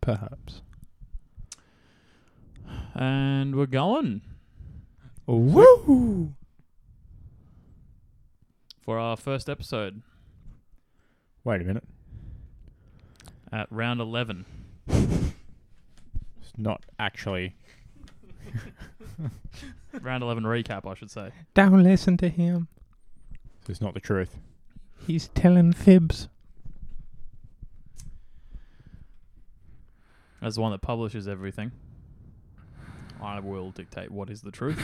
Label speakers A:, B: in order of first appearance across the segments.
A: perhaps.
B: And we're going
A: Woo!
B: for our first episode
A: Wait a minute.
B: at round 11.
A: It's not actually.
B: round 11 recap, I should say.
A: Don't listen to him. It's not the truth. He's telling fibs.
B: As the one that publishes everything, I will dictate what is the truth.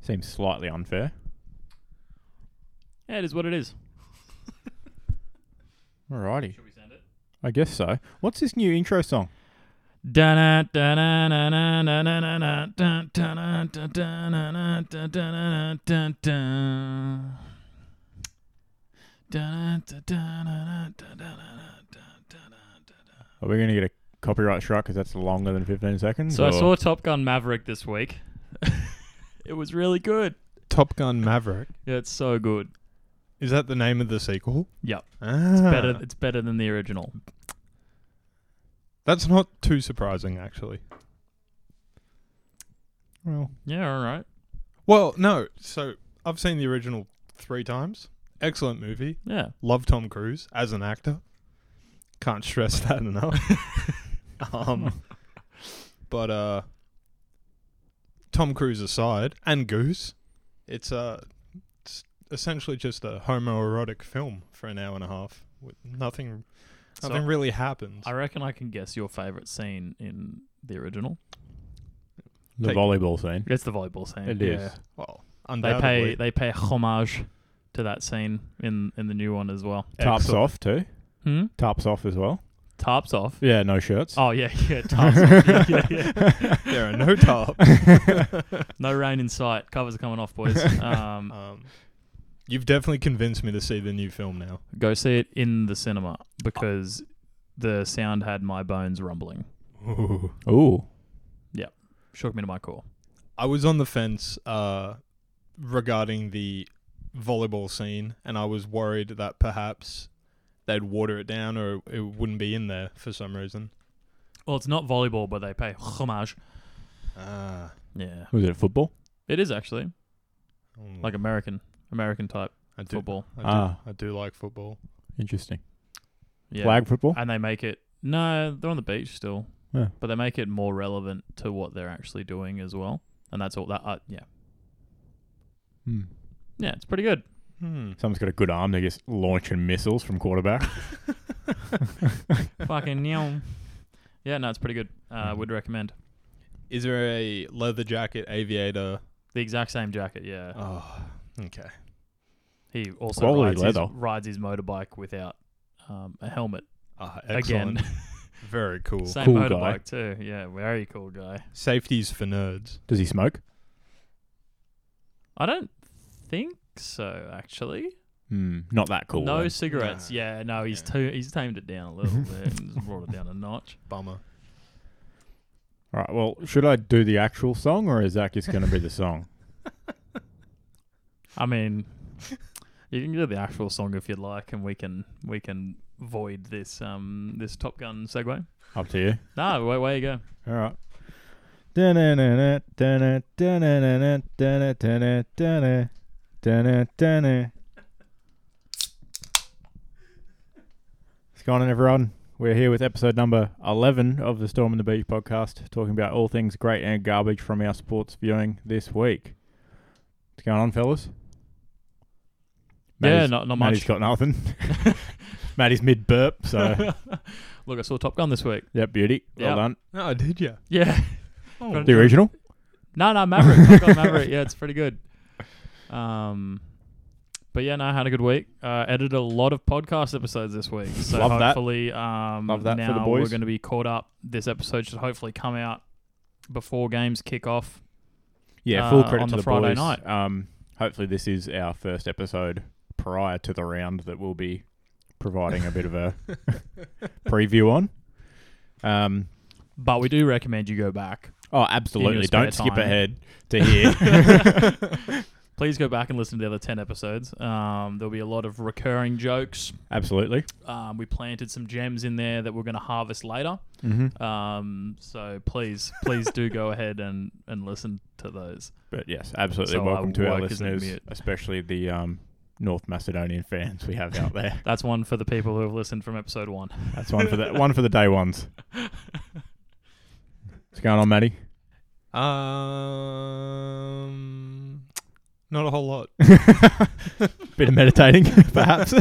A: Seems slightly unfair.
B: yeah, it is what it is.
A: Alrighty.
B: we send it?
A: I guess so. What's this new intro song?
B: Da-na, da-na, na-na, na-na, na-na, da- da-na, da- da-na, da- da-na, da- da. Da-na, da- da-na, da- da-na, da- da-na, da- da.
A: Are we going to get a copyright strike because that's longer than 15 seconds?
B: So I
A: or-
B: saw Top Gun Maverick this week. it was really good.
C: Top Gun Maverick.
B: Yeah, it's so good.
C: Is that the name of the sequel?
B: Yep.
C: Ah,
B: It's better it's better than the original.
C: That's not too surprising, actually.
A: Well,
B: Yeah, all right.
C: Well, no. So I've seen the original three times. Excellent movie.
B: Yeah.
C: Love Tom Cruise as an actor. Can't stress that enough. um, but uh, Tom Cruise aside, and Goose, it's uh, it's essentially just a homoerotic film for an hour and a half with nothing.
B: So-
C: Nothing really happens.
B: I reckon I can guess your favorite scene in the original.
A: the
C: Take-
A: volleyball scene.
B: It's the volleyball scene.
A: It is.
C: well,
B: They
C: undoubtedly.
B: pay they pay homage to that scene in in the new one as well.
A: Tarps
C: Excellent.
A: off too.
B: Hmm?
A: Tarps off as well.
B: Tarps off.
A: Yeah, no shirts.
B: Oh yeah, yeah, tarps off. Yeah, yeah, yeah.
C: There are no tarps.
B: No rain in sight. Covers are coming off, boys. Um,
C: Um, you've definitely convinced me to see the new film now.
B: go see it in the cinema because the sound had my bones rumbling.
A: Ooh.
B: Shook me to my core.
C: I was on the fence uh, regarding the volleyball scene, and I was worried that perhaps they'd water it down or it wouldn't be in there for some reason.
B: Well, it's not volleyball, but they pay homage.
C: Ah,
B: Yeah,
A: Was it football?
B: it is actually
C: mm,
B: like American, American type
C: I do,
B: football.
C: I do,
A: Ah.
C: I do like football.
A: Interesting.
B: Yeah,
A: Flag football?
B: and they make it. No, they're on the beach still,
A: Yeah.
B: but they make it more relevant to what they're actually doing as well. And that's all that. Uh, yeah,
A: Hmm.
B: yeah, it's pretty good.
C: Hmm.
A: Someone's got a good arm. They're just launching missiles from quarterback.
B: Fucking yeah. Yeah, no, it's pretty good.
A: Mm-hmm.
B: Uh, would recommend
C: Is there a leather jacket aviator?
B: the exact same jacket. Yeah,
C: Oh, okay.
B: he also rides
A: Quality
B: his,
A: leather.
B: rides his motorbike without um, a helmet.
C: Ah,
B: Again.
C: excellent. Very cool.
B: Same
A: Cool guy.
B: motorbike too. Yeah, very cool guy.
C: Safety's for nerds.
A: Does he smoke?
B: I don't think so actually.
A: Hmm. Not that cool.
B: No
A: then.
B: cigarettes.
C: Nah.
B: Yeah, no, he's
C: Yeah.
B: too he's tamed it down a little bit and just brought it down a notch.
C: Bummer.
A: All right. Well, should I do the actual song or is that just going to be the song?
B: I mean, you can do the actual song if you'd like, and we can we can void this um this Top Gun segue.
A: Up to you.
B: No, wait, where you go?
A: All right. It's going on, everyone. We're here with episode number 11 of the Storm and the Beach podcast, talking about all things great and garbage from our sports viewing this week. What's going on, fellas?
B: yeah,
A: Matty's-
B: not not
A: Matty's
B: much.
A: got nothing. Matty's mid burp, so
B: Look, I saw Top Gun this week.
A: yep, beauty. Well
B: Yeah.
A: done.
C: No, did you?
B: Yeah,
C: Oh.
A: The original?
B: no, no, Maverick, Top Gun Maverick. Yeah, it's pretty good. Um, but yeah, no, I had a good week. Uh, edited a lot of podcast episodes this week, so
A: Love that.
B: hopefully, um,
A: Love that for
B: now
A: the boys.
B: we're going to be caught up. This episode should hopefully come out before games kick off.
A: Yeah, full
B: uh,
A: credit
B: on
A: to
B: the
A: the,
B: Friday
A: boys.
B: night.
A: Um, hopefully, this is our first episode prior to the round that we'll be providing a bit of a preview on. Um,
B: But we do recommend you go back.
A: oh, absolutely!
B: spare
A: Don't skip
B: time.
A: ahead to hear
B: Please go back and listen to the other 10 episodes. Um, there'll be a lot of recurring jokes.
A: Absolutely.
B: Um, we planted some gems in there that we're going to harvest later.
A: Mm-hmm.
B: Um, so please, please do go ahead and, and listen to those.
A: But yes, absolutely.
B: So I
A: Welcome to our
B: work as an
A: listeners,
B: idiot.
A: especially the um, North Macedonian fans we have out there.
B: That's one for the people who have listened from episode one.
A: That's one for the one for the day ones. What's going on, Matty?
C: Um, not a whole lot.
A: Bit of meditating, perhaps.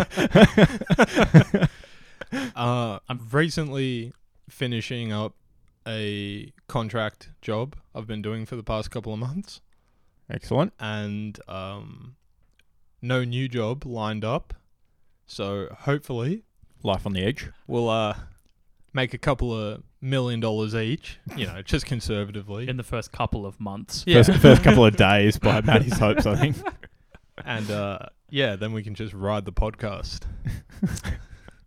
C: Uh, I'm recently finishing up a contract job I've been doing for the past couple of months,
A: Excellent.
C: and um, no new job lined up. So hopefully
A: Life on the edge.
C: we'll uh make a couple of million dollars each. You know, just conservatively.
B: In the first couple of months.
C: yeah,
A: First, first couple of days by Matty's hopes, I think.
C: and uh, yeah, then we can just ride the podcast.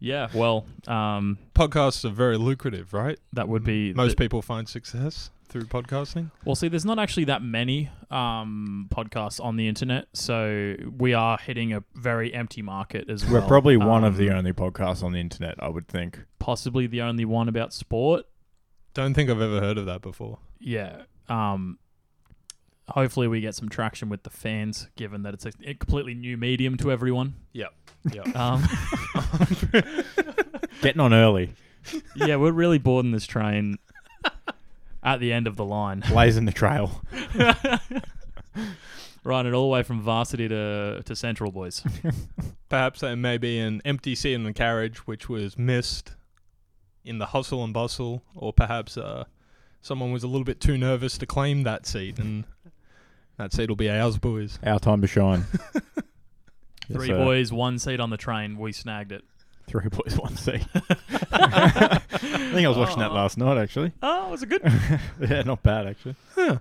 B: Yeah, well, um,
C: Podcasts are very lucrative, right?
B: that would be
C: Most people find success through podcasting.
B: Well, see, there's not actually that many um, podcasts on the internet, so we are hitting a very empty market as
A: We're
B: well.
A: probably one of the
B: Um,
A: only podcasts on the internet, I would think.
B: possibly the only one about sport.
C: Don't think I've ever heard of that before.
B: Yeah. Um, hopefully, we get some traction with the fans, given that it's a, a completely new medium to everyone.
C: Yeah.
B: Um,
A: Getting on early,
B: yeah, we're really boarding this train at the end of the line.
A: blazing the trail.
B: Right, it all the way from varsity to, to central, boys.
C: Perhaps there may be an empty seat in the carriage which was missed in the hustle and bustle, or perhaps uh, someone was a little bit too nervous to claim that seat, and that seat will be ours, boys.
A: Our time to shine. Yes,
B: Three
A: sir.
B: boys, one seat on the train. We snagged it.
A: Three boys, one seat. I think I was watching that
B: Oh.
A: last night, actually.
B: Oh, was it good?
A: yeah, not bad actually. All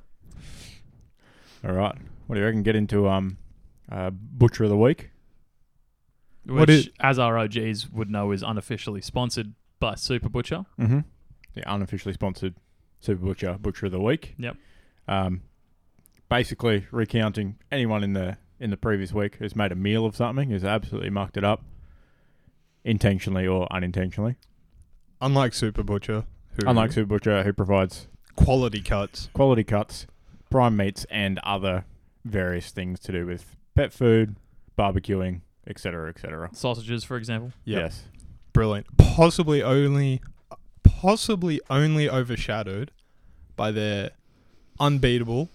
A: right. What do you reckon? Get into um, uh, butcher of the week.
B: Which,
C: What is-
B: as our OGs would know, is unofficially sponsored by Super Butcher.
A: Mm-hmm. The unofficially sponsored Super Butcher Butcher of the Week.
B: Yep.
A: Um, basically recounting anyone in the in the previous week who's made a meal of something, who's absolutely mucked it up, intentionally or unintentionally.
C: Unlike Super Butcher, who
A: Unlike Super Butcher, who provides
C: quality cuts,
A: quality cuts, prime meats, and other various things to do with pet food, barbecuing, etc., etc.
B: Sausages, for example.
C: Yep.
A: Yes.
C: brilliant. Possibly only, possibly only overshadowed by their unbeatable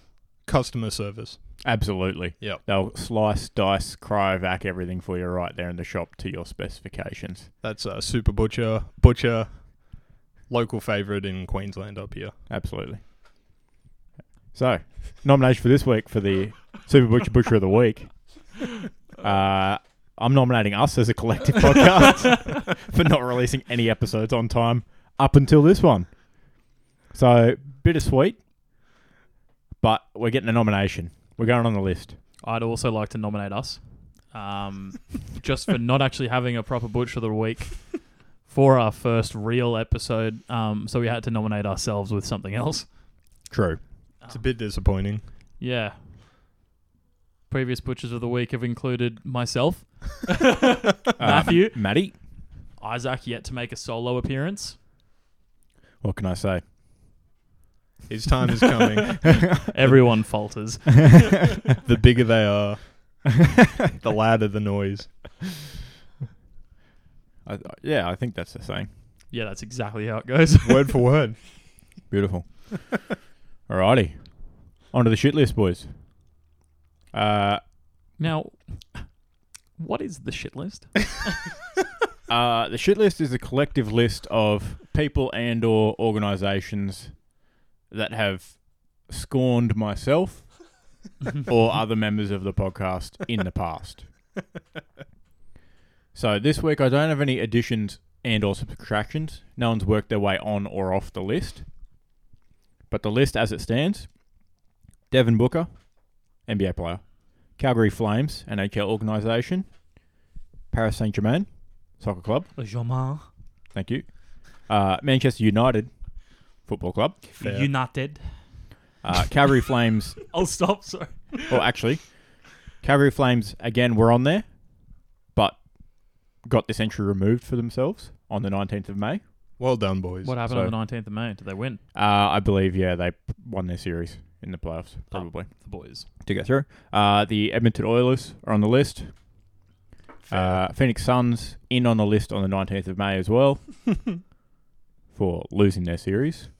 C: customer service.
A: Absolutely.
C: Yep.
A: They'll slice, dice, cryovac everything for you right there in the shop to your specifications.
C: That's uh, Super Butcher, Butcher, local favorite in Queensland up here.
A: Absolutely. So, nomination for this week for the Super Butcher Butcher of the Week. Uh, I'm nominating us as a collective podcast for not releasing any episodes on time up until this one. So, bittersweet, but we're getting a nomination. We're going on the list.
B: I'd also like to nominate us, um, just for not actually having a proper butcher of the week for our first real episode. Um, so we had to nominate ourselves with something else.
A: True.
C: It's a bit disappointing.
B: Yeah. Previous butchers of the week have included myself, Matthew,
A: Maddie,
B: Isaac, yet to make a solo appearance,
A: what can I say?
C: His time is coming.
B: Everyone falters.
C: the bigger they are, the louder the noise.
A: I, I- yeah, I think that's the saying.
B: Yeah, that's exactly how it goes.
C: Word for word.
A: Beautiful. Alrighty. On to the shit list, boys. Uh,
B: now, what is the shit list?
A: uh, the shit list is a collective list of people and or organizations that have scorned myself or other members of the podcast in the past. So this week I don't have any additions and or subtractions. No one's worked their way on or off the list. But the list as it stands, Devin Booker, NBA player, Calgary Flames, NHL organization, Paris Saint-Germain, soccer club,
B: Joma
A: thank you. Uh, Manchester United football club,
C: Fair.
B: United.
A: uh, Calgary Flames,
B: I'll stop. Sorry.
A: well actually Calgary Flames again were on there, but got this entry removed for themselves on the 19th of May.
C: Well done, boys.
B: What happened
A: So-
B: on the nineteenth of May? Did they win
A: Uh, I believe, yeah, they won their series in the playoffs, probably,
B: the boys?
A: to get through. Uh, the Edmonton Oilers are on the list. Uh, Phoenix Suns in on the list on the 19th of May as well for losing their series.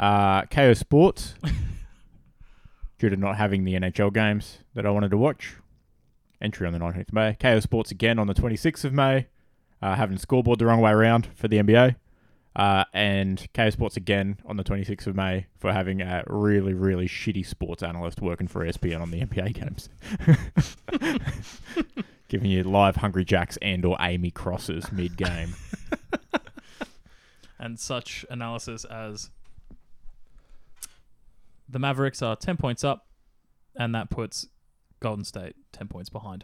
A: Uh, KO Sports, due to not having the NHL games that I wanted to watch, entry on the 19th of May. KO Sports again on the 26th of May, uh, having scoreboard the wrong way around for the NBA. Uh, and KO Sports again on the 26th of May for having a really, really shitty sports analyst working for E ESPN on the NBA games giving you live Hungry Jacks and or Amy crosses mid game.
B: And such analysis as the Mavericks are ten points up, and that puts Golden State ten points behind.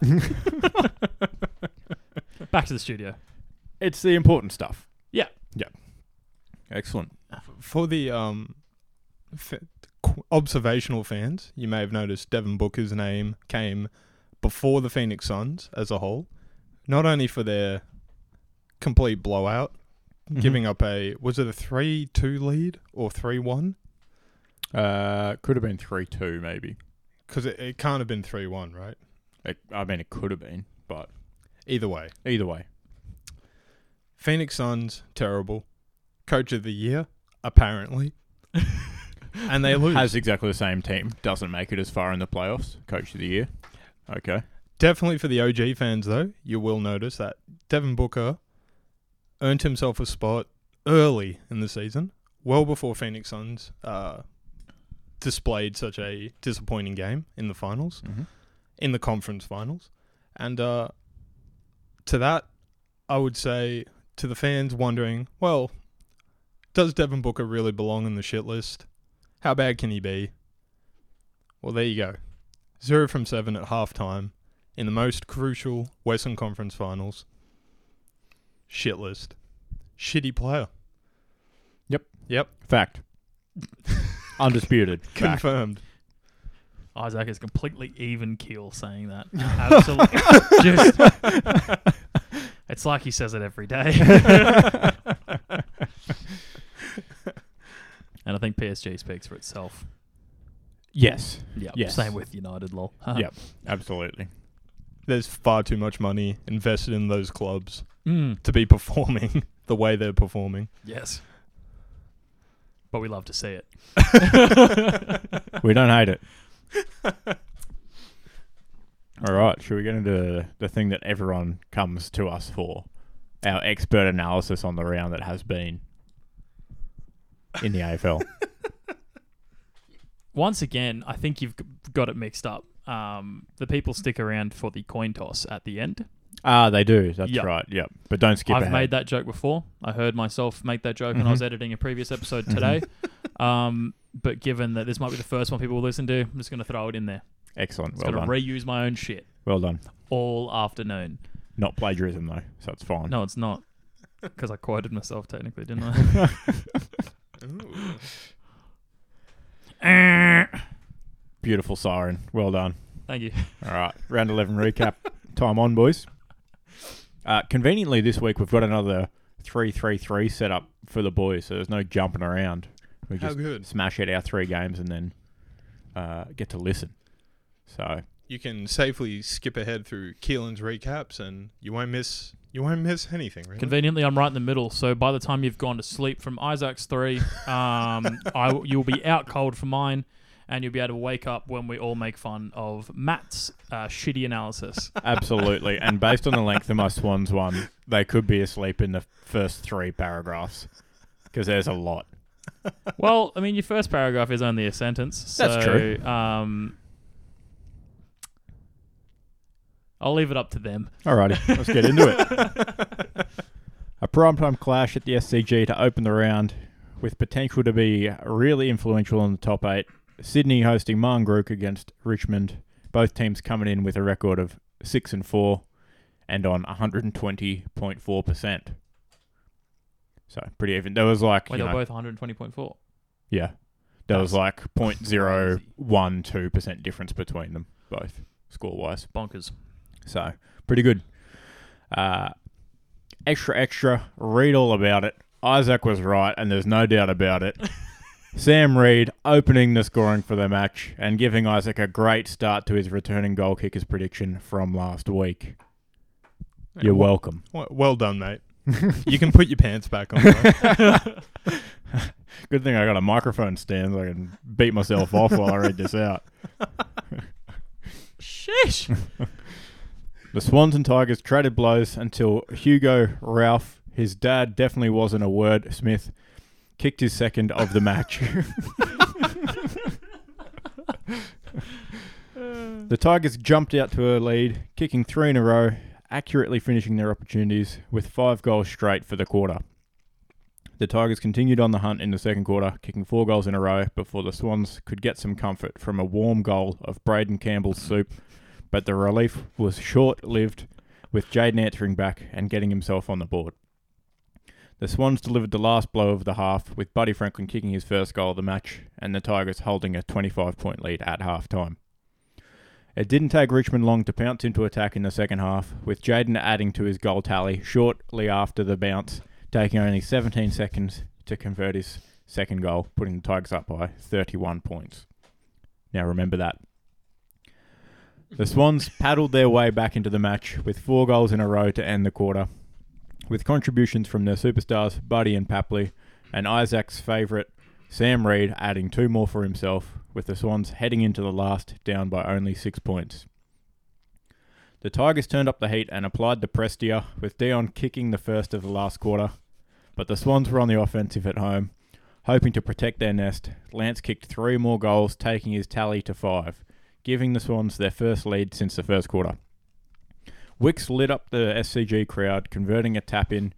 B: Back to the studio.
A: it's the important stuff.
B: Yeah.
A: Yeah. Excellent.
C: For the um, f- qu- observational fans, you may have noticed Devin Booker's name came before the Phoenix Suns as a whole, not only for their complete blowout, giving up a was it a three-two lead or three-one?
A: Uh, could have been three two maybe.
C: Because it, it can't have been three-one, right?
A: It, I mean, it could have been, but
C: Either way,
A: either way,
C: Phoenix Suns terrible, coach of the year apparently, and they lose.
A: has exactly the same team. Doesn't make it as far in the playoffs. Coach of the year. Okay.
C: Definitely for the OG fans, though, you will notice that Devin Booker earned himself a spot early in the season, well before Phoenix Suns uh, displayed such a disappointing game in the finals,
A: Mhm.
C: in the conference finals. And uh, to that, I would say to the fans wondering, well, does Devin Booker really belong in the shit list? How bad can he be? Well, there you go. Zero from seven at halftime in the most crucial Western Conference Finals. Shit list. Shitty player.
A: Yep.
C: Yep.
A: Fact. Undisputed. Fact.
C: Confirmed.
B: Isaac is completely even keel saying that. Absolutely. Just, it's like he says it every day. and I think PSG speaks for itself.
A: Yes.
B: Yeah.
A: Yes.
B: Same with United, lol.
A: Yep. Absolutely.
C: There's far too much money invested in those clubs
B: Mm,
C: to be performing the way they're performing.
B: yes. But we love to see it.
A: We don't hate it. All right, should we get into the thing that everyone comes to us for? Our expert analysis on the round that has been in the AFL.
B: Once again, I think you've g- got it mixed up. Um, the people stick around for the coin toss at the end.
A: Ah, they do. That's
B: Yep.
A: right. Yep. But don't skip
B: I've
A: ahead.
B: made that joke before. I heard myself make that joke when
A: Mm-hmm.
B: I was editing a previous episode today. um, but given that this might be the first one people will listen to, I'm just going to throw it in there.
A: Excellent.
B: It's
A: Well
B: going
A: done.
B: to reuse my own shit
A: well done.
B: all afternoon.
A: Not plagiarism though, so it's fine.
B: No, it's not. Because I quoted myself technically, didn't I?
A: Beautiful siren. Well done.
B: Thank you.
A: All right, round 11 recap. Time on, boys. Uh, conveniently, this week we've got another three-three-three set up for the boys, so there's no jumping around. We
C: How
A: just
C: good.
A: smash out our three games and then uh, get to listen. So,
C: You can safely skip ahead through Keelan's recaps and you won't miss you won't miss anything, really.
B: Conveniently, I'm right in the middle. So by the time you've gone to sleep from Isaac's three, um, I, you'll be out cold for mine. And you'll be able to wake up when we all make fun of Matt's uh, shitty analysis.
A: absolutely. and based on the length of my Swans one, they could be asleep in the first three paragraphs because there's a lot.
B: Well, I mean, your first paragraph is only a sentence. So,
A: That's true.
B: Um, I'll leave it up to them.
A: Alrighty, let's get into it. A primetime clash at the SCG to open the round, with potential to be really influential in the top eight. Sydney hosting Mangrook against Richmond. Both teams coming in with a record of six and four, and on 120.4 percent. So pretty even. There was like
B: Wait,
A: you
B: they're
A: know,
B: both 120.4.
A: yeah, there was
B: That's
A: like 0.012 percent difference between them both. score wise.
B: Bonkers.
A: So pretty good. Uh, extra, extra. Read all about it. Isaac was right, and there's no doubt about it. Sam Reed opening the scoring for the match and giving Isaac a great start to his returning goal kicker's prediction from last week. You're welcome.
C: Well, well done, mate. you can put your pants back on. bro.
A: Good thing I got a microphone stand so I can beat myself off while I read this out.
B: Sheesh.
A: The Swans and Tigers traded blows until Hugo Ralph, his dad definitely wasn't a wordsmith, kicked his second of the match. the Tigers jumped out to a lead, kicking three in a row, accurately finishing their opportunities with five goals straight for the quarter. The Tigers continued on the hunt in the second quarter, kicking four goals in a row before the Swans could get some comfort from a warm goal of Braden Campbell's soup but the relief was short lived, with Jaden answering back and getting himself on the board. The Swans delivered the last blow of the half, with Buddy Franklin kicking his first goal of the match, and the Tigers holding a 25 point lead at half time. It didn't take Richmond long to pounce into attack in the second half, with Jaden adding to his goal tally shortly after the bounce, taking only 17 seconds to convert his second goal, putting the Tigers up by 31 points. Now remember that. The Swans paddled their way back into the match with four goals in a row to end the quarter, with contributions from their superstars Buddy and Papley, and Isaac's favourite Sam Reed adding two more for himself, with the Swans heading into the last down by only six points. The Tigers turned up the heat and applied the Prestia, with Dion kicking the first of the last quarter, but the Swans were on the offensive at home, hoping to protect their nest. Lance kicked three more goals, taking his tally to five giving the Swans their first lead since the first quarter. Wicks lit up the SCG crowd, converting a tap in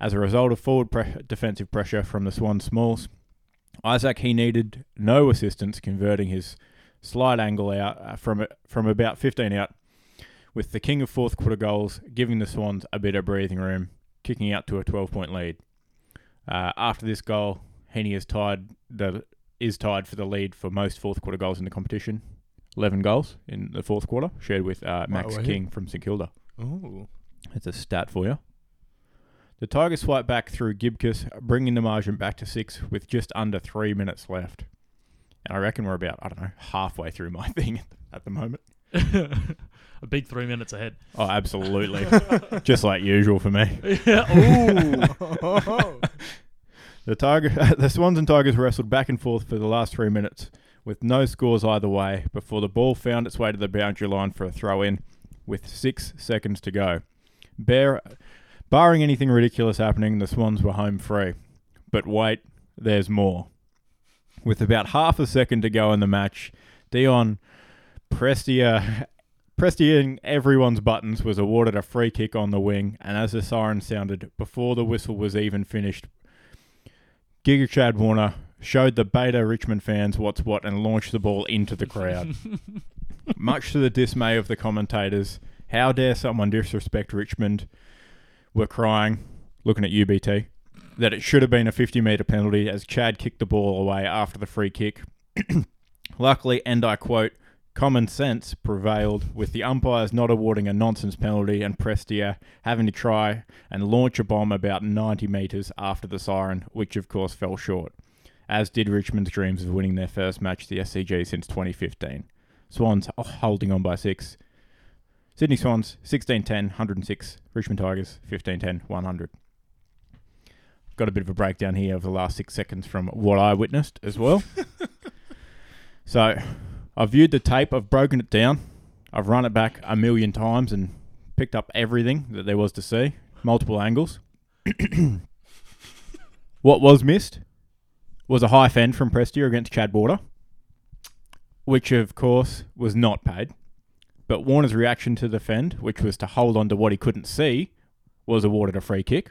A: as a result of forward pre- defensive pressure from the Swan Smalls. Isaac, he needed no assistance converting his slide angle out uh, from, from about 15 out, with the king of fourth quarter goals giving the Swans a bit of breathing room, kicking out to a 12 point lead. Uh, after this goal, Heaney is tied the is tied for the lead for most fourth quarter goals in the competition. 11 goals in the fourth quarter, shared with uh, Max
C: wow.
A: King from St Kilda.
C: Ooh.
A: That's a stat for you. The Tigers fight back through Gibkiss, bringing the margin back to six with just under three minutes left. And I reckon we're about, I don't know, halfway through my thing at the moment.
B: a big three minutes ahead.
A: Oh, absolutely. just like usual for me.
B: Yeah. Ooh.
A: The Tiger, the Swans and Tigers wrestled back and forth for the last three minutes, with no scores either way, before the ball found its way to the boundary line for a throw-in, with six seconds to go. Bear, barring anything ridiculous happening, the Swans were home free. But wait, there's more. With about half a second to go in the match, Dion Prestia. Prestiating everyone's buttons was awarded a free kick on the wing, and as the siren sounded, before the whistle was even finished, Giga Chad Warner showed the beta Richmond fans what's what and launched the ball into the crowd. Much to the dismay of the commentators, how dare someone disrespect Richmond? Were crying, looking at UBT, that it should have been a 50 metre penalty as Chad kicked the ball away after the free kick. Luckily, and I quote, common sense prevailed with the umpires not awarding a nonsense penalty and Prestia having to try and launch a bomb about 90 metres after the siren, which of course fell short, as did Richmond's dreams of winning their first match at the SCG since 2015. Swans are holding on by six. Sydney Swans 1610 106, Richmond Tigers 1510 100. Got a bit of a breakdown here of the last six seconds from what I witnessed as well. so I've viewed the tape, I've broken it down, I've run it back a million times and picked up everything that there was to see, multiple angles. what was missed was a high fend from Prestia against Chad Border, which of course was not paid. But Warner's reaction to the fend, which was to hold on to what he couldn't see, was awarded a free kick.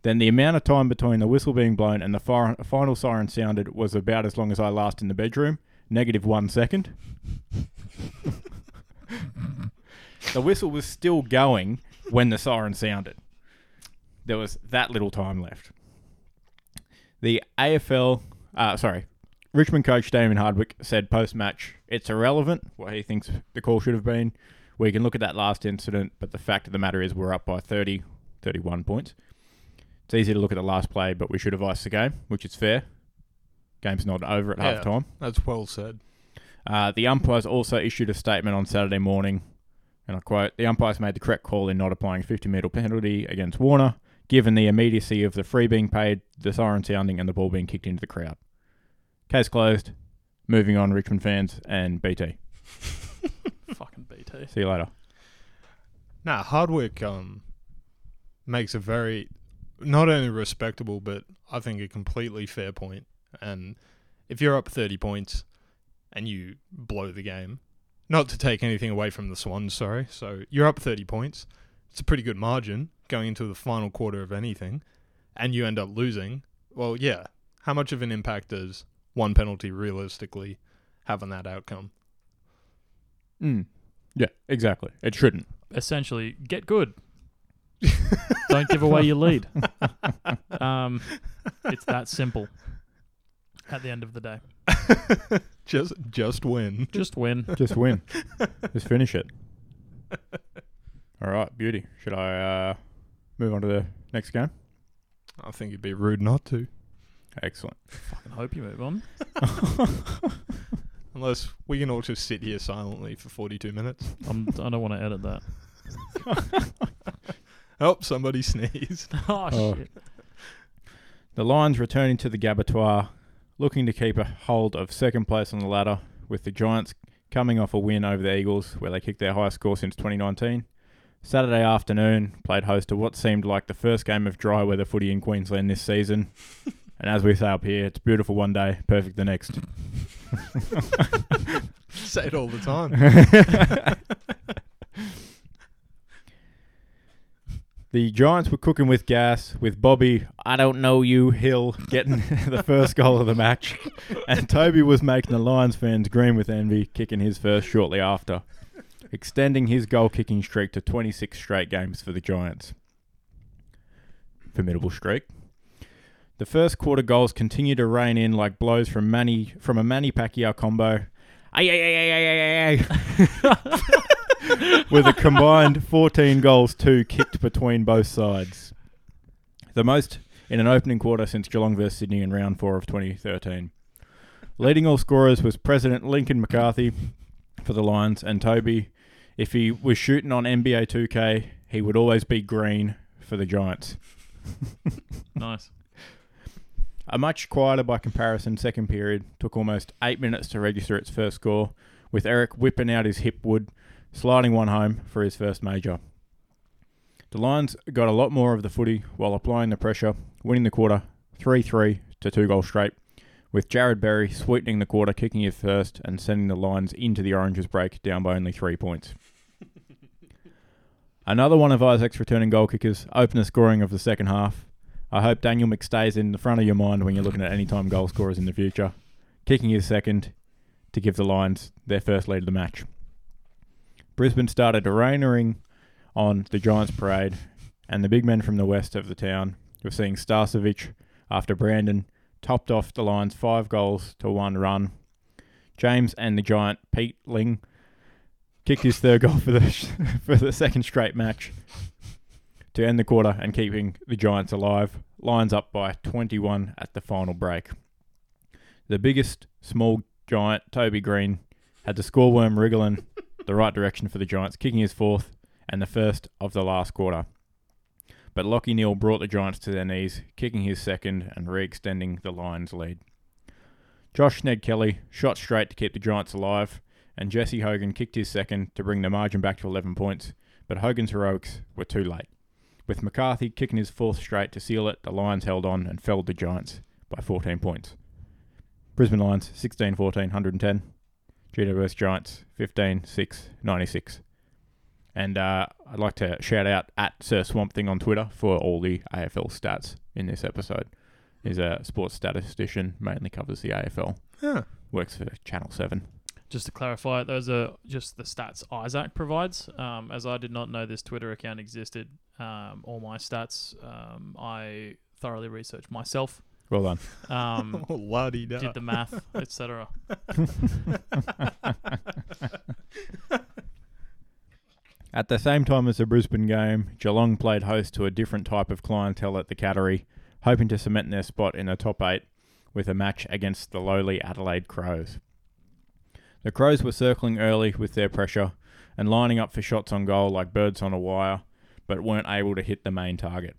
A: Then the amount of time between the whistle being blown and the fir- final siren sounded was about as long as I last in the bedroom, negative one second. the whistle was still going when the siren sounded. There was that little time left. The AFL, uh, sorry, Richmond coach Damon Hardwick said post match It's irrelevant what he thinks the call should have been. We can look at that last incident, but the fact of the matter is we're up by 30, 31 points. It's easy to look at the last play, but we should have iced the game, which is fair. Game's not over at
C: Yeah.
A: half time.
C: That's well said.
A: Uh, the umpires also issued a statement on Saturday morning, and I quote The umpires made the correct call in not applying 50 metre penalty against Warner, given the immediacy of the free being paid, the siren sounding, and the ball being kicked into the crowd. Case closed. Moving on, Richmond fans and BT.
B: Fucking BT.
A: See you later.
C: Nah, Hardwick um makes a very not only respectable but I think a completely fair point. And if you're up thirty points and you blow the game, not to take anything away from the Swans, sorry. So you're up thirty points. It's a pretty good margin going into the final quarter of anything, and you end up losing. Well, yeah. How much of an impact does one penalty realistically have on that outcome?
A: Mm. Yeah, exactly. It shouldn't.
B: Essentially, get good. Don't give away your lead. Um, it's that simple. At the end of the day,
C: Just just win.
B: just win.
A: Just win. Just finish it. All right, beauty. Should I uh, move on to the next game?
C: I think it'd be rude not to.
A: Excellent.
B: Fucking hope you move on.
C: Unless we can all just sit here silently for 42 minutes.
B: I'm, I don't want to edit that.
C: Oh, somebody sneezed.
B: oh,
A: Oh.
B: shit.
A: The Lions returning to the Gabatoir, looking to keep a hold of second place on the ladder, with the Giants coming off a win over the Eagles, where they kicked their highest score since 2019. Saturday afternoon, played host to what seemed like the first game of dry weather footy in Queensland this season. and as we say up here, it's beautiful one day, perfect the next.
C: Say it all the time.
A: the Giants were cooking with gas with Bobby, I don't know you, Hill, getting the first goal of the match. And Toby was making the Lions fans green with envy, kicking his first shortly after, extending his goal kicking streak to 26 straight games for the Giants. Formidable streak. The first quarter goals continue to rain in like blows from Manny from a Manny Pacquiao combo Ay, ay, ay, ay, ay, ay, ay, ay. with a combined 14 goals, two kicked between both sides. The most in an opening quarter since Geelong versus Sydney in round four of 2013. Leading all scorers was President Lincoln McCarthy for the Lions and Toby. If he was shooting on NBA 2K, he would always be green for the Giants.
B: Nice.
A: A much quieter by comparison second period took almost eight minutes to register its first score, with Eric whipping out his hip wood, sliding one home for his first major. The Lions got a lot more of the footy while applying the pressure, winning the quarter 3 3 to two goal straight, with Jared Berry sweetening the quarter, kicking his first, and sending the Lions into the Oranges break down by only three points. Another one of Isaac's returning goal kickers opened the scoring of the second half, I hope Daniel McStay's in the front of your mind when you're looking at any time goal scorers in the future. Kicking his second to give the Lions their first lead of the match. Brisbane started rainering on the Giants parade, and the big men from the west of the town were seeing Starcevic after Brandon topped off the Lions five goals to one run. James and the Giant Pete Ling kicked his third goal for the for the second straight match to end the quarter and keeping the Giants alive. Lions up by 21 at the final break. The biggest small giant, Toby Green, had the scoreworm wriggling the right direction for the Giants, kicking his fourth and the first of the last quarter. But Lockie Neal brought the Giants to their knees, kicking his second and re extending the Lions' lead. Josh Ned Kelly shot straight to keep the Giants alive, and Jesse Hogan kicked his second to bring the margin back to 11 points, but Hogan's heroics were too late. With McCarthy kicking his fourth straight to seal it, the Lions held on and felled the Giants by 14 points. Brisbane Lions 16 14 110. GWS Giants 15 6 96. And uh, I'd like to shout out at Sir Swamp Thing on Twitter for all the AFL stats in this episode. He's a sports statistician, mainly covers the AFL,
C: Huh.
A: works for Channel 7.
B: Just to clarify, those are just the stats Isaac provides. Um, as I did not know this Twitter account existed, um, all my stats um, I thoroughly researched myself.
A: Well done.
B: Um,
C: Oh, la
B: did the math. etc.
A: At the same time as the Brisbane game, Geelong played host to a different type of clientele at the Cattery, hoping to cement their spot in the top eight with a match against the lowly Adelaide Crows. The Crows were circling early with their pressure and lining up for shots on goal like birds on a wire, but weren't able to hit the main target.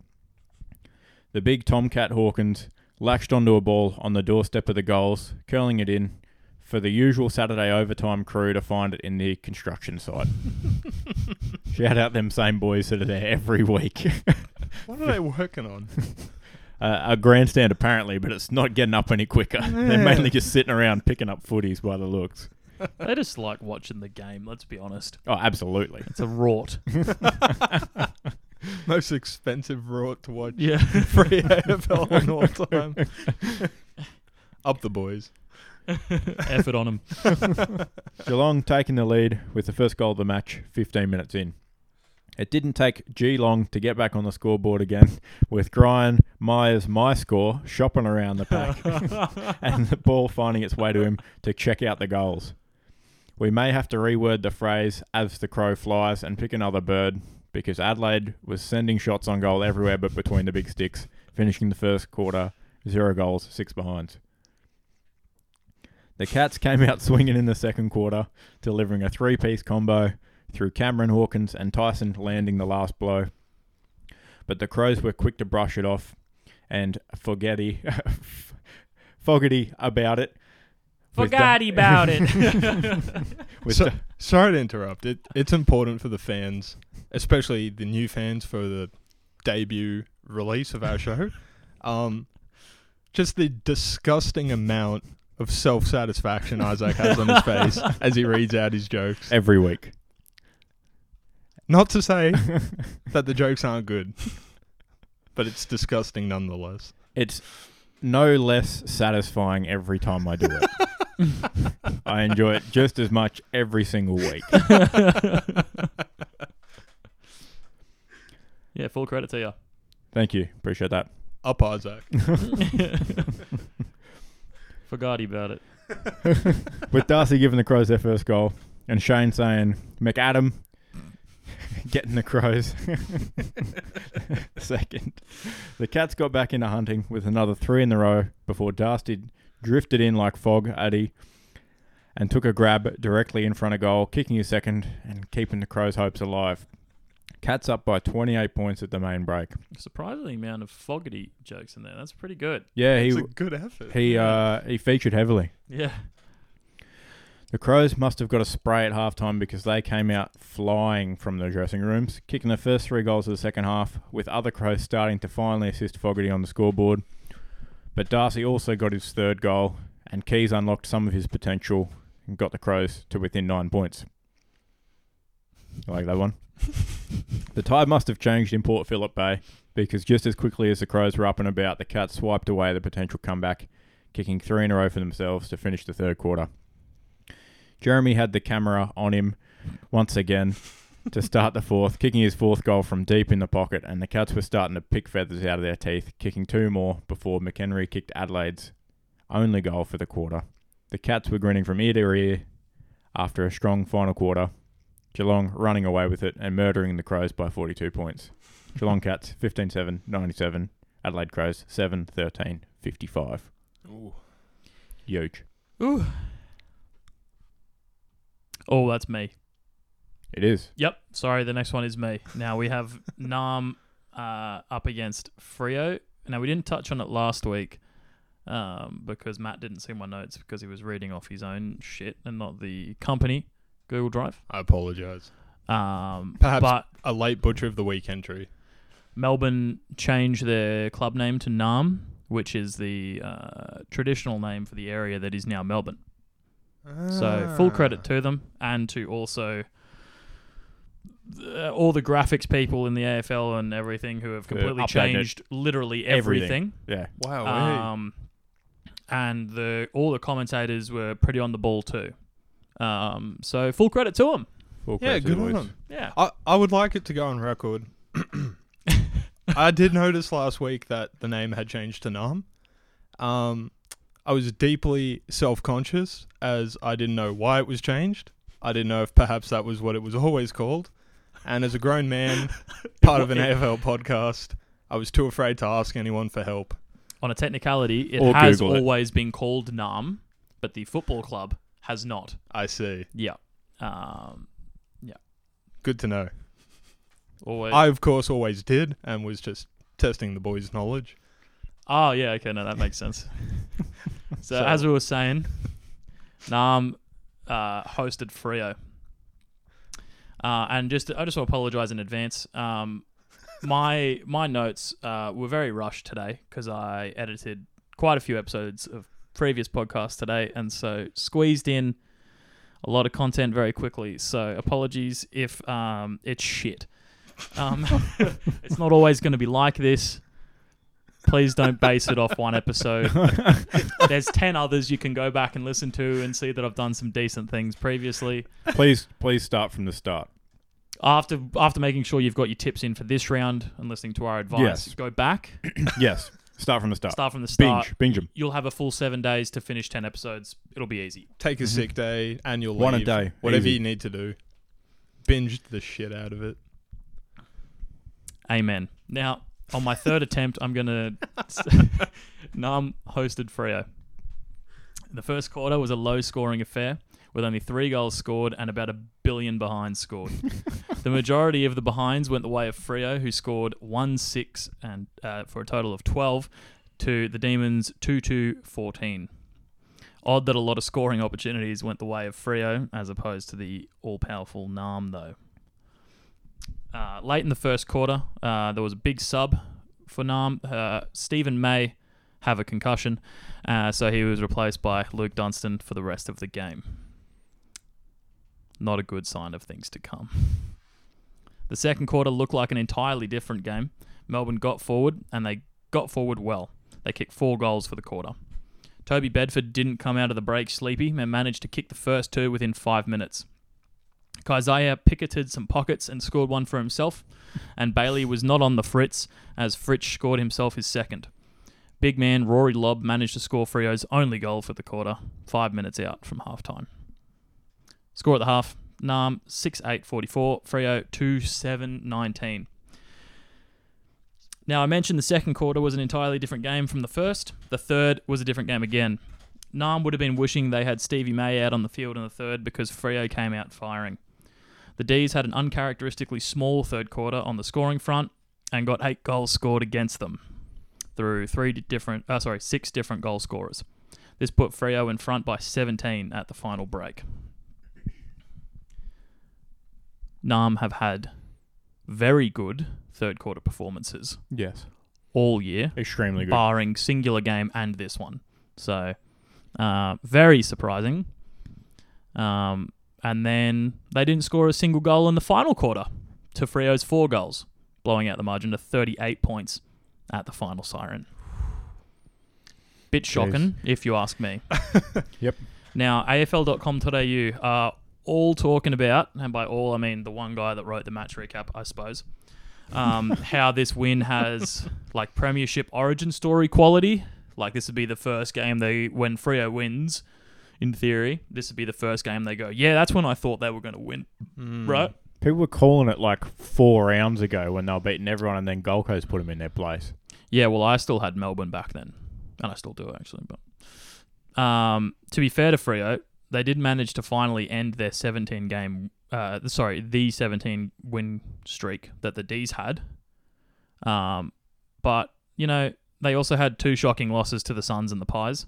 A: The big Tomcat Hawkins latched onto a ball on the doorstep of the goals, curling it in for the usual Saturday overtime crew to find it in the construction site. Shout out them same boys that are there every week.
C: What are they working on?
A: uh, a grandstand apparently, but it's not getting up any quicker. They're mainly just sitting around picking up footies by the looks.
B: They just like watching the game. Let's be honest.
A: Oh, absolutely.
B: It's a rort.
C: Most expensive rort to watch.
B: yeah.
C: Free AFL in all time. Up the boys.
B: Effort on them.
A: Geelong taking the lead with the first goal of the match 15 minutes in. It didn't take Geelong to get back on the scoreboard again with Brian Myers' my score shopping around the pack and the ball finding its way to him to check out the goals. We may have to reword the phrase as the crow flies and pick another bird because Adelaide was sending shots on goal everywhere but between the big sticks, finishing the first quarter zero goals, six behinds. The Cats came out swinging in the second quarter, delivering a three piece combo through Cameron Hawkins and Tyson landing the last blow. But the Crows were quick to brush it off and forgetty, fogety about it. with the-
B: Forgot about it.
A: with
C: So-
A: the-
C: Sorry to interrupt. It, it's important for the fans, especially the new fans for the debut release of our show. Um, just the disgusting amount of self satisfaction Isaac has on his face as he reads out his jokes.
A: every week.
C: Not to say that the jokes aren't good, but it's disgusting nonetheless.
A: It's no less satisfying every time I do it. I enjoy it just as much every single week.
B: yeah, full credit to you.
A: Thank you. Appreciate that.
C: Up Isaac.
B: Forgot about it.
A: With Darcy giving the Crows their first goal and Shane saying, McAdam getting the Crows second. The Cats got back into hunting with another three in the row before Darcy drifted in like fog, Addy, and took a grab directly in front of goal, kicking his second and keeping the Crows' hopes alive. Cats up by 28 points at the main break.
B: Surprisingly amount of Fogarty jokes in there. That's pretty good.
A: Yeah,
C: It's a
A: he
C: good effort.
A: he uh, he featured heavily.
B: Yeah.
A: The Crows must have got a spray at halftime because they came out flying from their dressing rooms, kicking the first three goals of the second half, with other Crows starting to finally assist Fogarty on the scoreboard. But Darcy also got his third goal, and Keys unlocked some of his potential and got the Crows to within nine points. You like that one? the tide must have changed in Port Phillip Bay because just as quickly as the Crows were up and about, the Cats swiped away the potential comeback, kicking three in a row for themselves to finish the third quarter. Jeremy had the camera on him once again to start the fourth, kicking his fourth goal from deep in the pocket, and the Cats were starting to pick feathers out of their teeth, kicking two more before McHenry kicked Adelaide's only goal for the quarter. The Cats were grinning from ear to ear after a strong final quarter. Geelong running away with it and murdering the Crows by 42 points. Geelong Cats 15 7 97. Adelaide Crows 7 13 55. Huge.
B: Ooh. Oh, that's me.
A: It is.
B: Yep. Sorry, the next one is me. Now we have Nam uh, up against Frio. Now we didn't touch on it last week um, because Matt didn't see my notes because he was reading off his own shit and not the company Google Drive.
C: I apologise.
B: Um,
C: Perhaps-
B: but
C: A late butcher of the week entry.
B: Melbourne changed their club name to Nam, which is the uh, traditional name for the area that is now Melbourne. So
C: Ah.
B: full credit to them and to also uh, all the graphics people in the AFL and everything who have
A: Who
B: completely
A: updated
B: changed literally everything.
A: Everything. Yeah.
C: Wow. hey.
B: Um, and the all the commentators were pretty on the ball too. Um, so full credit to them.
A: Full
C: Yeah,
A: credit to the
C: good on
A: boys.
C: them.
B: Yeah.
C: I, I would like it to go on record. I did notice last week that the name had changed to Nam. Um, I was deeply self conscious as I didn't know why it was changed. I didn't know if perhaps that was what it was always called. And as a grown man, part of an AFL podcast, I was too afraid to ask anyone for help.
B: On a technicality, it
A: Or
B: has
A: Google it.
B: always been called NAM, but the football club has not.
C: I see.
B: Yeah. Um,
C: Good to know.
B: always.
C: I, of course, always did and was just testing the boys' knowledge.
B: Oh yeah, okay, no, that makes sense. so,
C: So-
B: as we were saying, Nam uh, hosted Frio, uh, and just I just want to apologise in advance. Um, my my notes uh, were very rushed today because I edited quite a few episodes of previous podcasts today, and so squeezed in a lot of content very quickly. So apologies if um, it's shit. Um, it's not always going to be like this. Please don't base it off one episode. There's 10 others you can go back and listen to and see that I've done some decent things previously.
A: please, please start from the start.
B: After after making sure you've got your tips in for this round and listening to our advice,
A: Yes.
B: go back,
A: Yes, start from the start.
B: start from the start.
A: Binge, binge 'em.
B: You'll have a full seven days to finish 10 episodes. It'll be easy.
C: Take a sick day, annual leave,
A: One Mm-hmm. a day,
C: whatever
A: easy.
C: you need to do. Binged the shit out of it.
B: Amen. Now, on my third attempt, I'm going to. Nam hosted Freo. The first quarter was a low scoring affair with only three goals scored and about a billion behinds scored. the majority of the behinds went the way of Freo, who scored 1 6 and uh, for a total of 12 to the Demons 2 2 14. Odd that a lot of scoring opportunities went the way of Freo as opposed to the all powerful Nam, though. Uh, late in the first quarter, uh, there was a big sub for Nam. Uh, Stephen May have a concussion, uh, so he was replaced by Luke Dunstan for the rest of the game. Not a good sign of things to come. The second quarter looked like an entirely different game. Melbourne got forward, and they got forward well. They kicked four goals for the quarter. Toby Bedford didn't come out of the break sleepy and managed to kick the first two within five minutes. Kaisaiah picketed some pockets and scored one for himself, and Bailey was not on the fritz as Fritsch scored himself his second. Big man Rory Lobb managed to score Frio's only goal for the quarter, five minutes out from halftime. Score at the half, Nam 6 8 44, Frio 2 7 19. Now, I mentioned the second quarter was an entirely different game from the first. The third was a different game again. Nam would have been wishing they had Stevie May out on the field in the third because Frio came out firing. The D's had an uncharacteristically small third quarter on the scoring front and got eight goals scored against them through three different, uh, sorry, six different goal scorers. This put Freo in front by 17 at the final break. Nam have had very good third quarter performances
A: Yes,
B: all year,
A: extremely good.
B: barring singular game and this one. So, uh, very surprising. Um, and then they didn't score a single goal in the final quarter to Frio's four goals, blowing out the margin to 38 points at the final siren. Bit shocking, if you ask me.
A: Yep.
B: Now, afl.com.au are all talking about, and by all I mean the one guy that wrote the match recap, I suppose, um, how this win has like Premiership origin story quality. Like, this would be the first game they, when Frio wins, in theory, this would be the first game they go, yeah, that's when I thought they were going to win,
C: Mm.
B: right?
A: People were calling it like four rounds ago when they were beating everyone, and then Gold Coast put them in their place.
B: Yeah, well, I still had Melbourne back then, and I still do actually. But um, to be fair to Frio, they did manage to finally end their 17 game, uh, sorry, the 17 win streak that the D's had. Um, but you know, they also had two shocking losses to the Suns and the Pies.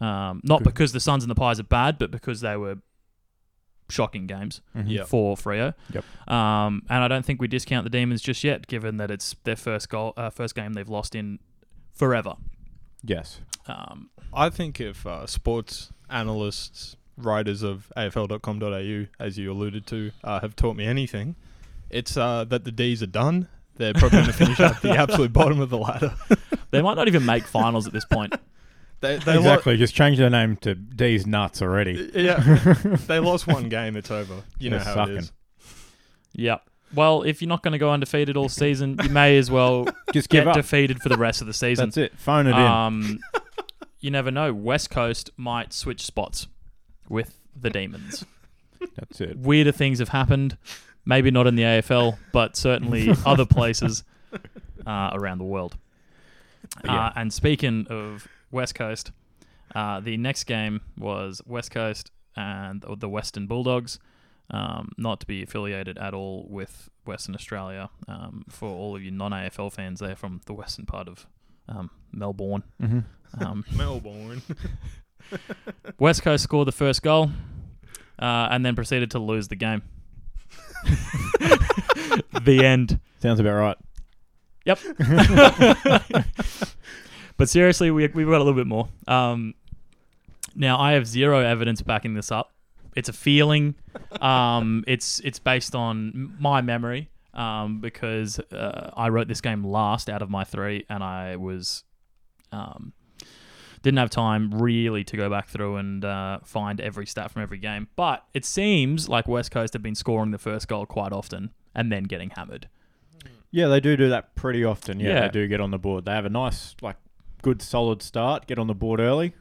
B: Um, not
A: Good.
B: because the Suns and the Pies are bad, but because they were shocking games
A: Mm-hmm.
C: Yeah.
B: for Freo.
A: Yep.
B: Um, and I don't think we discount the Demons just yet, given that it's their first goal, uh, first game they've lost in forever.
A: Yes.
B: Um,
C: I think if uh, sports analysts, writers of AFL.com.au, as you alluded to, uh, have taught me anything, it's uh, that the D's are done. They're probably going to finish at the absolute bottom of the ladder.
B: they might not even make finals at this point.
C: They, they lo-
A: exactly. Just change their name to D's Nuts already.
C: yeah, they lost one game. It's over. You know
A: They're
C: how it is.
A: sucking.
B: Yeah. Well, if you're not going to go undefeated all season, you may as well
A: Just Uh, give
B: get
A: up.
B: defeated for the rest of the season.
A: That's it. Phone it in.
B: Um, you never know. West Coast might switch spots with the Demons.
A: That's it.
B: Weirder things have happened. Maybe not in the AFL, but certainly other places uh, around the world.
A: yeah.
B: Uh, and speaking of West Coast, uh, the next game was West Coast and th- the Western Bulldogs, um, not to be affiliated at all with Western Australia. Um, for all of you non AFL fans, they're from the western part of um, Melbourne.
A: Mm-hmm.
B: Um,
C: Melbourne.
B: West Coast scored the first goal uh, and then proceeded to lose the game. the end.
A: Sounds about right.
B: But seriously, we, we've got a little bit more. Um, now, I have zero evidence backing this up. It's a feeling. Um, it's it's based on m- my memory um, because uh, I wrote this game last out of my three, and I was um, didn't have time really to go back through and uh, find every stat from every game. But it seems like West Coast have been scoring the first goal quite often and then getting hammered.
A: Yeah, they do do that pretty often. Yeah,
B: Yeah.
A: they do get on the board. They have a nice, like, good solid start. Get on the board early.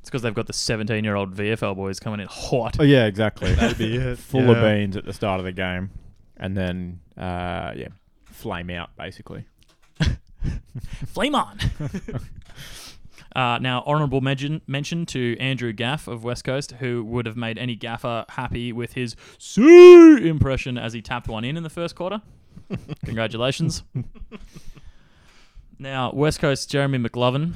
B: It's because they've got the 17 year old VFL boys coming in hot.
A: Oh yeah, exactly.
C: That'd be it.
A: Full of
C: Yeah.
A: beans at the start of the game, and then uh, yeah, flame out basically.
B: Flame on. uh, now, honourable mention, mention to Andrew Gaff of West Coast, who would have made any gaffer happy with his "see" impression as he tapped one in in the first quarter. Congratulations. now, West Coast Jeremy McLovin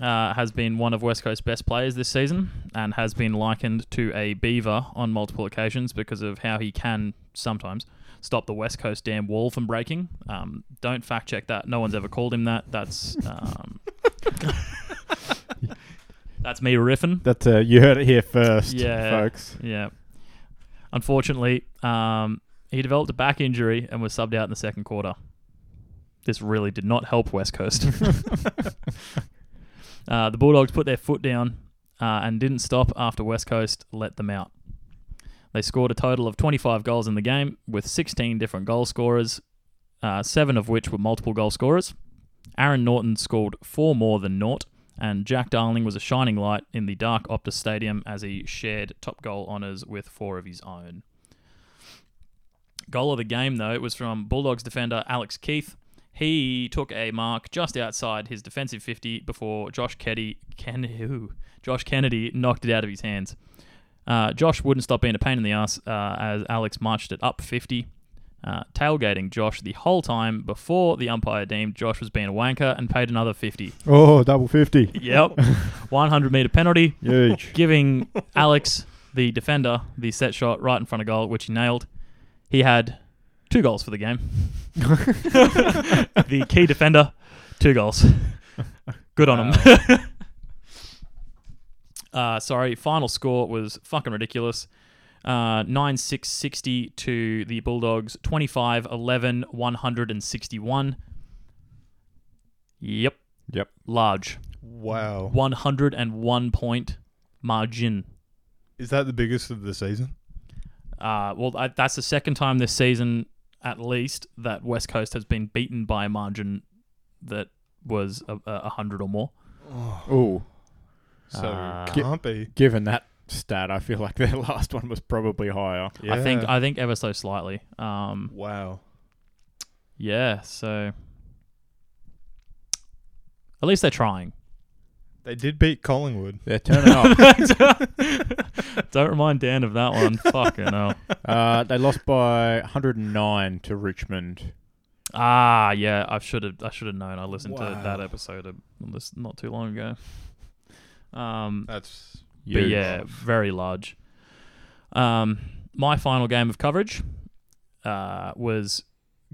B: uh, has been one of West Coast's best players this season and has been likened to a beaver on multiple occasions because of how he can sometimes stop the West Coast dam wall from breaking. Um, don't fact check that. No one's ever called him that. That's um, that's me riffing.
A: That's uh, you heard it here first,
B: Yeah.
A: folks.
B: Yeah. Unfortunately, um, he developed a back injury and was subbed out in the second quarter. This really did not help West Coast. uh, the Bulldogs put their foot down uh, and didn't stop after West Coast let them out. They scored a total of 25 goals in the game, with 16 different goal scorers, uh, seven of which were multiple goal scorers. Aaron Norton scored four more than Nort, and Jack Darling was a shining light in the dark Optus Stadium as he shared top goal honours with four of his own. Goal of the game, though, was from Bulldogs defender Alex Keith. He took a mark just outside his defensive 50 before Josh Kennedy, Ken, who? Josh Kennedy knocked it out of his hands. Uh, Josh wouldn't stop being a pain in the ass uh, as Alex marched it up 50, uh, tailgating Josh the whole time before the umpire deemed Josh was being a wanker and paid another 50.
A: Oh, double fifty,
B: Yep. 100 meter penalty,
A: huge.
B: giving Alex, the defender, the set shot right in front of goal, which he nailed. He had two goals for the game. the key defender, two goals. Good on him. uh, sorry, final score was fucking ridiculous. Uh, 9 6 60 to the Bulldogs, 25 11 161. Yep,
A: Yep.
B: large.
C: Wow.
B: 101 point margin.
C: Is that the biggest of the season?
B: Uh, well, I, that's the second time this season, at least, that West Coast has been beaten by a margin that was a, a hundred or more.
A: Ooh,
C: So
B: Oh. Uh,
C: can't be.
A: given that stat, I feel like their last one was probably higher.
B: I think
C: Yeah.
B: I think ever so slightly. Um,
C: wow.
B: yeah. So at least they're trying.
C: They did beat Collingwood.
A: They're turning up.
B: Don't remind Dan of that one. Fucking hell.
A: uh, they lost by 109 to Richmond.
B: Ah, yeah. I should have. I should have known. I listened to
C: Wow.
B: that episode of, this- not too long ago. Um,
C: That's
B: But
A: Huge.
B: yeah, very large. Um, my final game of coverage uh, was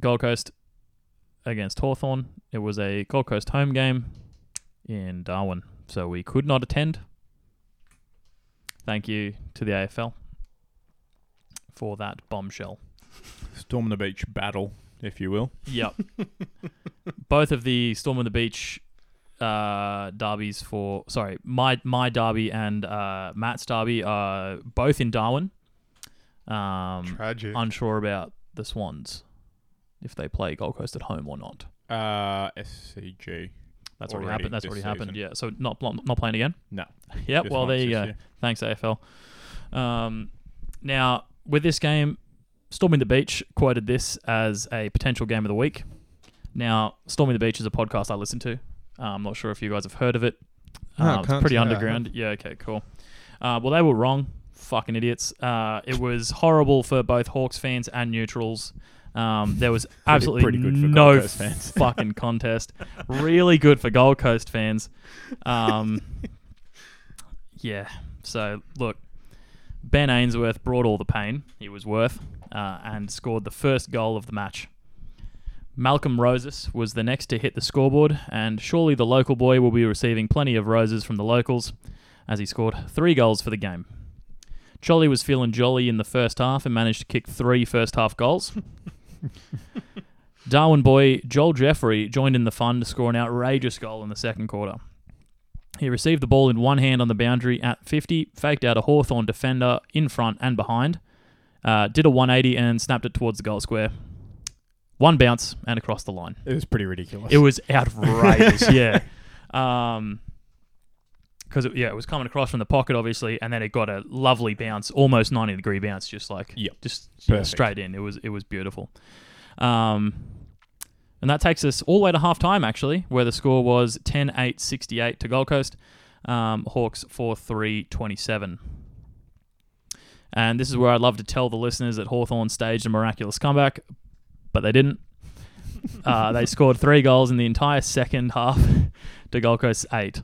B: Gold Coast against Hawthorn. It was a Gold Coast home game in Darwin, so we could not attend. Thank you to the AFL for that bombshell.
A: storm the beach battle, if you will.
B: Yep. Both of the Storm on the Beach uh, derbies for sorry, my my derby and uh, Matt's derby are both in Darwin. Um,
C: tragic.
B: unsure about the Swans if they play Gold Coast at home or not.
A: Uh, SCG.
B: That's already,
A: Already
B: happened. That's
A: this
B: already happened.
A: season.
B: Yeah. So not pl- not playing again.
A: No.
B: Yep.
A: Just
B: well, there
A: once
B: you
A: this
B: go.
A: year.
B: Thanks, AFL. Um, now with this game, Storming the Beach quoted this as a potential game of the week. Now, Storming the Beach is a podcast I listen to. Uh, I'm not sure if you guys have heard of it.
C: No,
B: Uh, it's
C: can't
B: pretty
C: say I have.
B: underground. Yeah. Okay. Cool. Uh, well, they were wrong. Fucking idiots. Uh, it was horrible for both Hawks fans and neutrals. Um, there was absolutely
A: pretty good for Gold
B: no
A: Coast fans.
B: fucking contest. Really good for Gold Coast fans. Um, yeah. So look, Ben Ainsworth brought all the pain he was worth uh, and scored the first goal of the match. Malcolm Roses was the next to hit the scoreboard, and surely the local boy will be receiving plenty of roses from the locals as he scored three goals for the game. Jolly was feeling jolly in the first half and managed to kick three first half goals. Darwin boy Joel Jeffrey joined in the fun to score an outrageous goal in the second quarter. He received the ball in one hand on the boundary at 50, faked out a Hawthorn defender in front and behind, uh, did a 180 and snapped it towards the goal square. One bounce and across the line.
A: It was pretty ridiculous.
B: It was outrageous, yeah. Um, because it, yeah, it was coming across from the pocket, obviously, and then it got a lovely bounce, almost ninety degree bounce, just like
A: Yep.
B: just you know,
A: Perfect.
B: straight in. It was it was beautiful. Um, and that takes us all the way to half time, actually, where the score was 10-8, 68 to Gold Coast, um, Hawks 4-3, 27. And this is where I'd love to tell the listeners that Hawthorn staged a miraculous comeback, but they didn't. Uh, they scored three goals in the entire second half to Gold Coast's eight.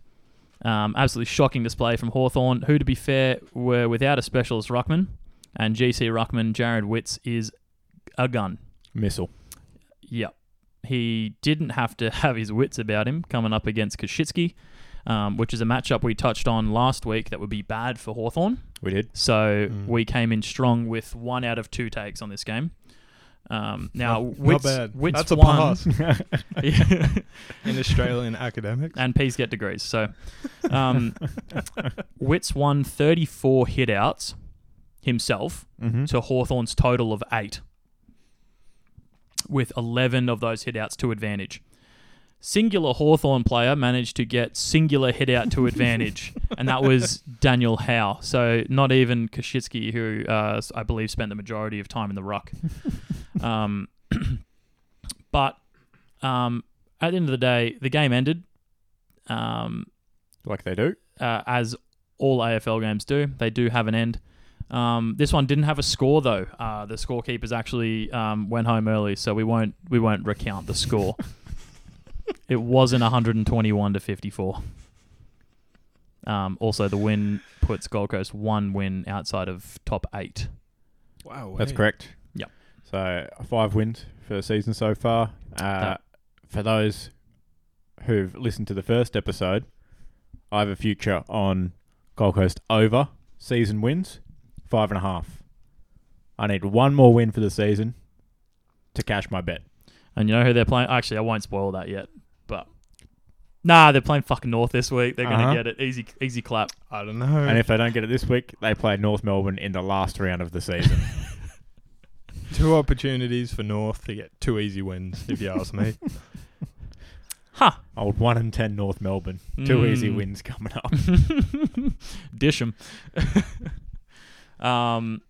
B: Um, absolutely shocking display from Hawthorn, who, to be fair, were without a specialist ruckman. And GC ruckman Jared Witz is a gun.
A: missile.
B: Yep. He didn't have to have his wits about him coming up against Koshitsky, um, which is a matchup we touched on last week that would be bad for Hawthorn.
A: We did.
B: So
C: Mm.
B: we came in strong with one out of two takes on this game. Um, now,
C: Not- not
B: Witz,
C: bad.
B: Witz
C: That's a
B: won-
C: pass.
B: Yeah.
C: in Australian academics.
B: and P's get degrees. So, um, Witz won 34 hitouts himself
A: hmm
B: to Hawthorn's total of eight, with 11 of those hitouts to advantage. Singular Hawthorn player managed to get singular hitout to advantage, and that was Daniel Howe. So, not even Koshitsky, who uh, I believe spent the majority of time in the ruck. Um, but um, at the end of the day, the game ended. Um,
A: Like they do.
B: uh, as all AFL games do. They do have an end. Um, this one didn't have a score though. Uh, the scorekeepers actually um, went home early, so we won't we won't recount the score. it wasn't 121 to 54. Um, also, the win puts Gold Coast one win outside of top eight.
C: Wow,
A: That's
C: hey.
A: correct.
B: Yep.
A: So five wins for the season so far. Uh,
B: That-
A: for those who've listened to the first episode, I have a future on Gold Coast over season wins, five and a half. I need one more win for the season to cash my bet.
B: And you know who they're playing? Actually, I won't spoil that yet. But nah, they're playing fucking North this week. They're
A: Uh-huh.
B: gonna get it. Easy, easy clap.
C: I don't know.
A: And if they don't get it this week, they play North Melbourne in the last round of the season.
C: Two opportunities for North to get two easy wins, if you ask me.
B: Huh.
A: Old one and ten North Melbourne, two easy
B: Mm.
A: wins coming up.
B: Dish 'em. um,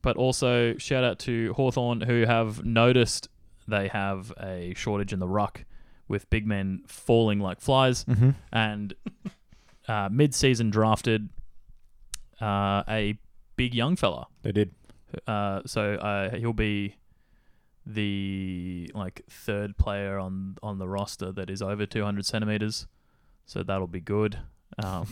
B: but also shout out to Hawthorn who have noticed they have a shortage in the ruck with big men falling like flies
A: Mm-hmm.
B: and uh, mid-season drafted uh, a big young fella.
A: They did.
B: Uh, so uh, he'll be the like third player on on the roster that is over 200 centimeters. So that'll be good. Um,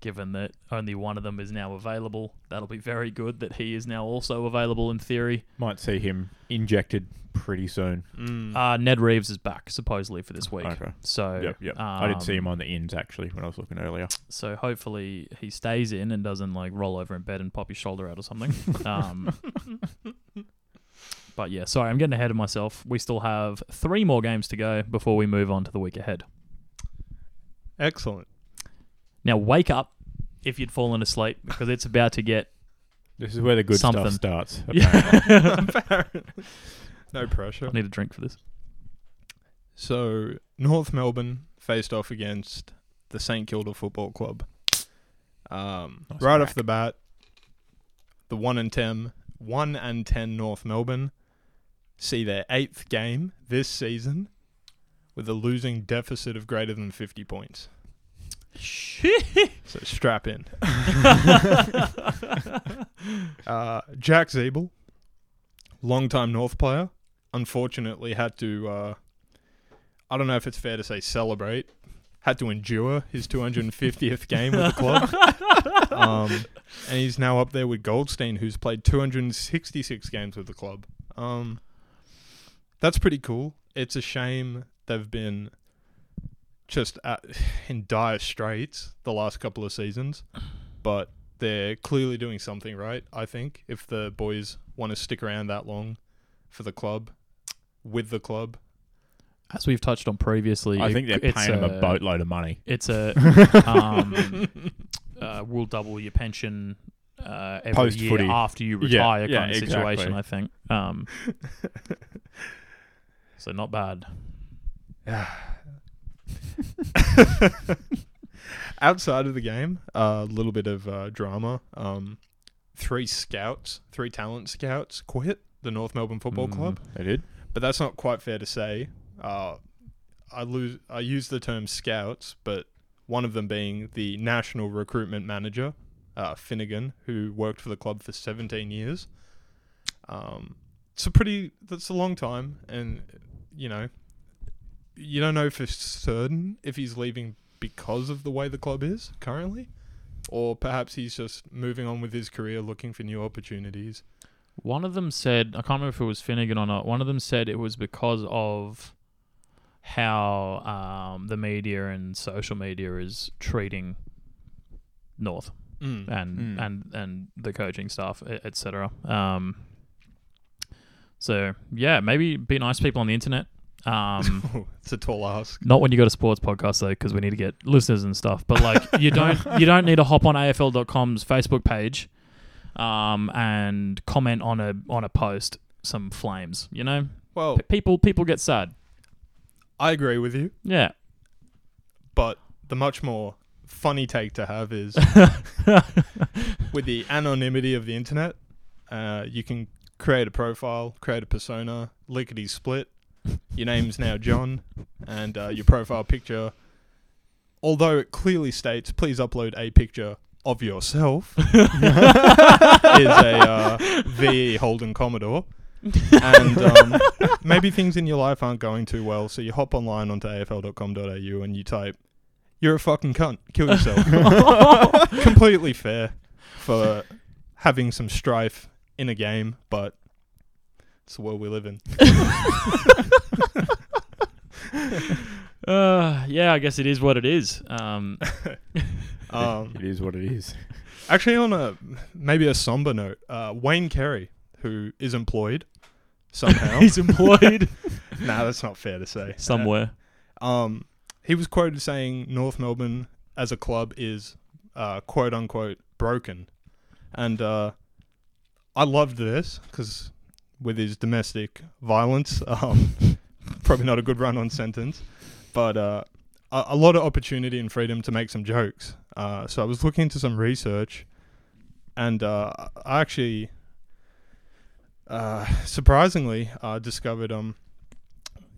B: given that only one of them is now available, that'll be very good that he is now also available in theory.
A: Might see him injected pretty soon.
C: Mm.
B: Uh, Ned Reeves is back supposedly for this week.
A: Okay.
B: So
A: Yep, yep. I did see
B: um,
A: him on the ins actually when I was looking earlier.
B: So hopefully he stays in and doesn't like roll over in bed and pop his shoulder out or something. Um, but yeah, sorry, I'm getting ahead of myself. We still have three more games to go before we move on to the week ahead.
C: Excellent.
B: Now wake up if you'd fallen asleep because it's about to get
A: This is where the good
B: Something.
A: stuff starts.
B: Yeah.
C: no pressure.
B: I need a drink for this.
C: So North Melbourne faced off against the St Kilda Football Club. Um,
A: Nice
C: right
A: crack.
C: off the bat, the one and ten, one and ten North Melbourne see their eighth game this season with a losing deficit of greater than fifty points. So strap in. Uh, Jack Zeeble, longtime North player, unfortunately had to. Uh, I don't know if it's fair to say celebrate. Had to endure his 250th game with the club, um, and he's now up there with Goldstein, who's played 266 games with the club. Um, that's pretty cool. It's a shame they've been just at, in dire straits the last couple of seasons, but they're clearly doing something right, I think, if the boys want to stick around that long for the club, with the club.
B: As we've touched on previously,
A: I
B: it-
A: think they're
B: it's
A: paying them a boatload of money.
B: It's a um, uh, will double your pension uh, every
A: Post
B: year
A: footy.
B: after you
A: Yeah,
B: retire
A: yeah,
B: kind of situation.
A: exactly.
B: I think. Um, so not bad.
C: Outside of the game, a little bit of uh, drama. Um, three scouts, three talent scouts quit the North Melbourne Football
B: Mm.
C: Club,
A: They did.
C: but that's not quite fair to say. Uh, I lose. I use the term scouts, but one of them being the national recruitment manager, uh, Finnegan, who worked for the club for 17 years. Um, it's a pretty. That's a long time, and you know, you don't know for certain if he's leaving because of the way the club is currently, or perhaps he's just moving on with his career, looking for new opportunities.
B: One of them said, I can't remember if it was Finnegan or not. One of them said it was because of how um, the media and social media is treating North and
A: Mm.
B: and and the coaching staff, etc. Um, so yeah, maybe be nice people on the internet. Um,
C: it's a tall ask.
B: not when you got a sports podcast though, because we need to get listeners and stuff. But like, you don't you don't need to hop on AFL.com's Facebook page, um, and comment on a on a post some flames. You know,
C: Well,
B: P- people people get sad.
C: I agree with you.
B: Yeah,
C: But the much more funny take to have is with the anonymity of the internet, uh, you can create a profile, create a persona, lickety split. Your name's now John, and uh, your profile picture, although it clearly states, please upload a picture of yourself, is a uh, VE Holden Commodore. and um, maybe things in your life aren't going too well, so you hop online onto afl.com.au and you type, "You're a fucking cunt, kill yourself." Completely fair for having some strife in a game, but it's the world we live in.
B: uh, yeah. I guess it is what it is. Um,
C: Um,
A: it is what it is.
C: Actually, on a maybe a somber note, uh, Wayne Carey, who is employed somehow.
B: he's employed
C: nah, that's not fair to say.
B: somewhere.
C: Um, he was quoted saying North Melbourne as a club is uh, quote unquote broken, and uh, I loved this because with his domestic violence, um, probably not a good run on sentence, but uh, a, a lot of opportunity and freedom to make some jokes. Uh, so I was looking into some research, and uh, I actually. Uh, surprisingly, uh, discovered um,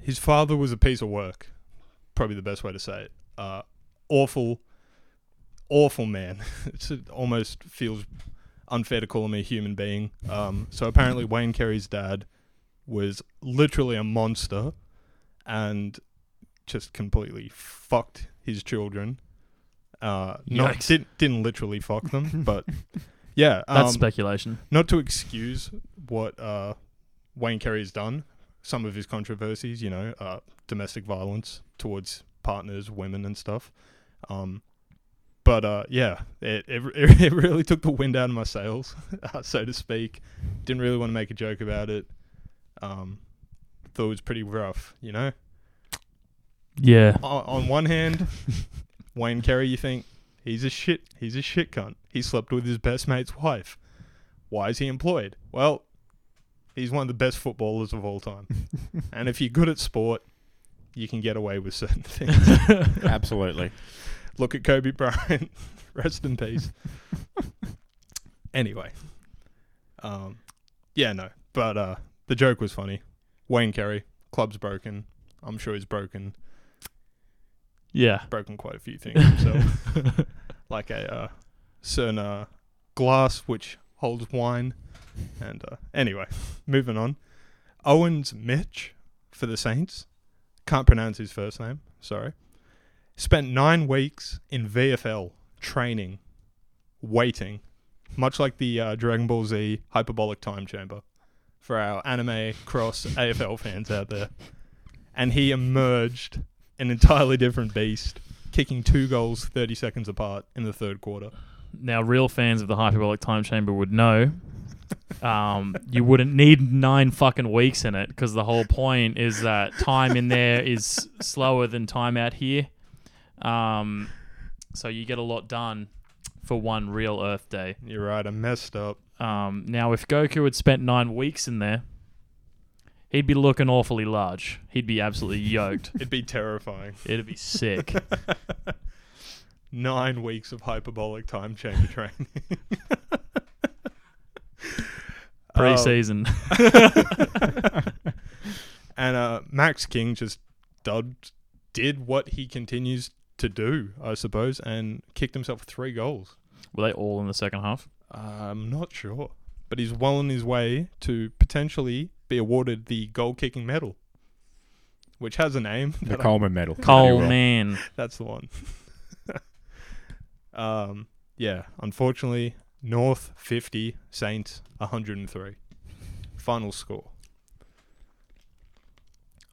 C: his father was a piece of work probably the best way to say it. Uh, awful, awful man. it's it almost feels unfair to call him a human being. Um, so apparently Wayne Carey's dad was literally a monster, and just completely fucked his children. Uh, not
B: Yikes.
C: didn't, didn't literally fuck them, but yeah,
B: That's
C: um,
B: speculation.
C: not to excuse what uh, Wayne Carey has done, some of his controversies, you know, uh, domestic violence towards partners, women, and stuff. Um, but uh, yeah, it, it it really took the wind out of my sails, uh, so to speak. Didn't really want to make a joke about it. Um, thought it was pretty rough, you know.
B: Yeah.
C: On, on one hand, Wayne Carey, you think he's a shit, he's a shit cunt. He slept with his best mate's wife. Why is he employed? Well, he's one of the best footballers of all time, and if you're good at sport, you can get away with certain things.
A: Absolutely.
C: Look at Kobe Bryant. Rest in peace. anyway. Um yeah, no. But uh the joke was funny. Wayne Carey, club's broken. I'm sure he's broken
B: Yeah.
C: broken quite a few things himself. like a uh, certain uh, glass which holds wine. And uh, anyway, moving on. Owens Mitch for the Saints. Can't pronounce his first name. Sorry. Spent nine weeks in VFL training, waiting, much like the uh, Dragon Ball Z hyperbolic time chamber for our anime cross AFL fans out there. And he emerged an entirely different beast, kicking two goals 30 seconds apart in the third quarter.
B: Now, real fans of the hyperbolic time chamber would know. Um, you wouldn't need nine fucking weeks in it because the whole point is that time in there is slower than time out here. Um, so you get a lot done for one real Earth day.
C: You're right, I messed up.
B: Um, now, if Goku had spent nine weeks in there, he'd be looking awfully large. He'd be absolutely yoked.
C: It'd be terrifying.
B: It'd be sick.
C: Nine weeks of hyperbolic time chamber training.
B: Pre
C: Um,
B: season.
C: And uh, Max King just dubbed, did what he continues to do, I suppose, and kicked himself three goals.
B: Were they all in the second half?
C: I'm not sure. But he's well on his way to potentially be awarded the goal kicking medal, which has a name.
A: The
C: that I-
A: Coleman medal.
B: Cole, man.
C: That's the one. um, yeah, unfortunately, North 50, Saints 103. Final score.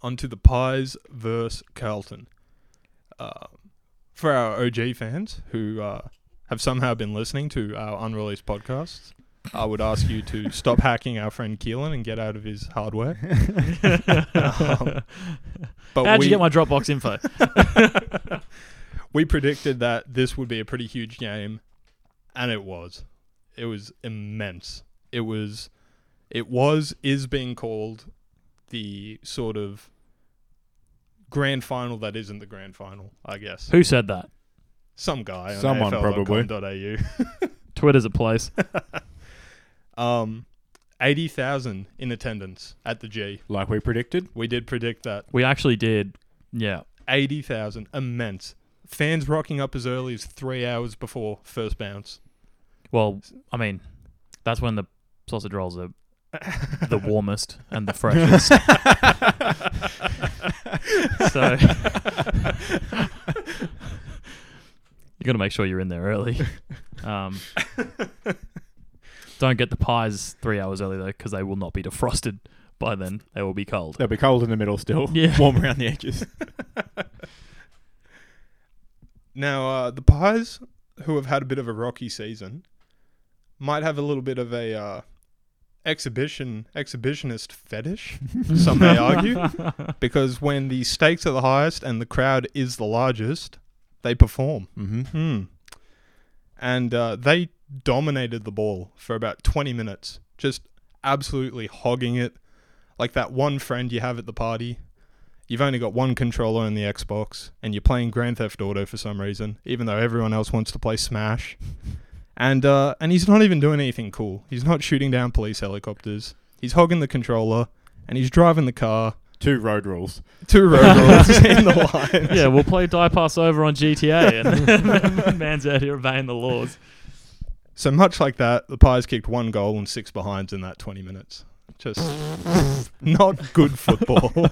C: Onto the Pies versus Carlton. Uh, for our OG fans who uh, have somehow been listening to our unreleased podcasts, I would ask you to stop hacking our friend Keelan and get out of his hardware. Um, but
B: How'd
C: we,
B: you get my Dropbox info?
C: we predicted that this would be a pretty huge game, and it was. It was immense. It was, it was, is being called the sort of grand final that isn't the grand final, I guess.
B: Who said that?
C: Some guy on
A: Someone probably.
C: AFL.com.au.
B: Twitter's a place.
C: Um, 80,000 in attendance at the G.
A: Like we predicted.
C: We did predict that.
B: We actually did. Yeah.
C: 80,000, immense. Fans rocking up as early as three hours before first bounce.
B: Well, I mean, that's when the sausage rolls are the warmest and the freshest. so you got to make sure you're in there early. Um, don't get the pies three hours early though, because they will not be defrosted by then. They will be cold.
A: They'll be cold in the middle still.
B: Yeah.
A: Warm around the edges.
C: Now, uh, the Pies, who have had a bit of a rocky season, might have a little bit of a uh, exhibition exhibitionist fetish. some may argue, because when the stakes are the highest and the crowd is the largest, they perform.
B: Mm-hmm.
A: hmm
C: Hmm. And uh, they dominated the ball for about 20 minutes, just absolutely hogging it. Like that one friend you have at the party. You've only got one controller in the Xbox, and you're playing Grand Theft Auto for some reason, even though everyone else wants to play Smash. And uh, and he's not even doing anything cool. He's not shooting down police helicopters. He's hogging the controller, and he's driving the car
A: Two road rules.
C: two road rolls in the line.
B: yeah, we'll play Die Pass over on GTA, and man's out here obeying the laws.
C: So much like that, the Pies kicked one goal and six behinds in that 20 minutes. Just not good football.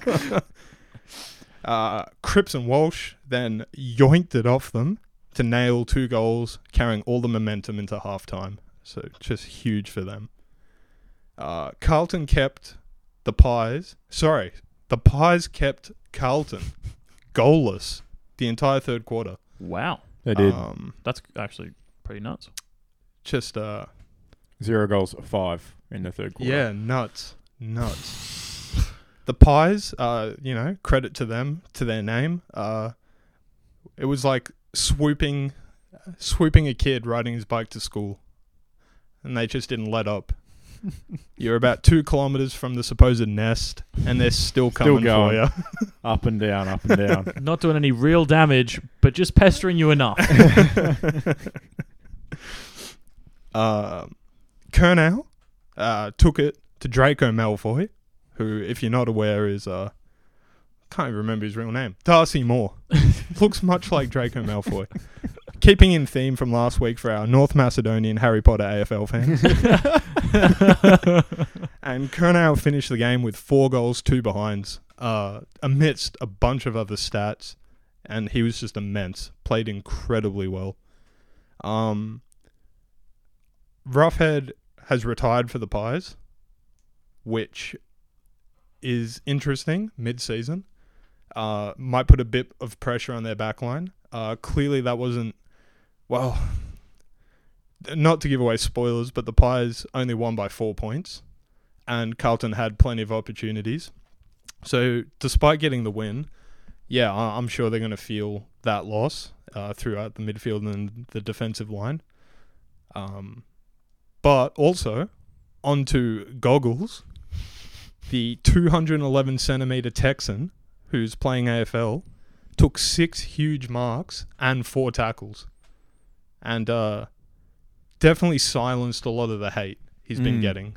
C: uh, Cripps and Walsh then yoinked it off them to nail two goals, carrying all the momentum into halftime. So just huge for them. Uh, Carlton kept the Pies. Sorry, the Pies kept Carlton goalless the entire third quarter.
B: Wow,
A: They did.
B: Uh,
C: Um,
B: that's actually pretty nuts.
C: just uh,
A: Zero goals, five in the third quarter.
C: Yeah, nuts, nuts. The pies, uh, you know, credit to them, to their name. Uh, it was like swooping, swooping a kid riding his bike to school, and they just didn't let up. You're about two kilometers from the supposed nest, and they're still coming
A: going.
C: for you.
A: Up and down, up and down.
B: Not doing any real damage, but just pestering you enough.
C: Um Kernow uh, took it to Draco Malfoy, who, if you're not aware, is uh, I can't even remember his real name. Darcy Moore looks much like Draco Malfoy. Keeping in theme from last week for our North Macedonian Harry Potter AFL fans, and Kernow finished the game with four goals, two behinds, uh, amidst a bunch of other stats, and he was just immense. Played incredibly well. Um, Roughhead has retired for the Pies, which is interesting mid-season. Uh, might put a bit of pressure on their back line. Uh, clearly, that wasn't well. Not to give away spoilers, but the Pies only won by four points, and Carlton had plenty of opportunities. So, despite getting the win, yeah, I- I'm sure they're going to feel that loss uh, throughout the midfield and the defensive line. Um, but also, onto goggles, the 211 centimeter Texan who's playing AFL took six huge marks and four tackles, and uh, definitely silenced a lot of the hate he's been
A: Mm.
C: getting.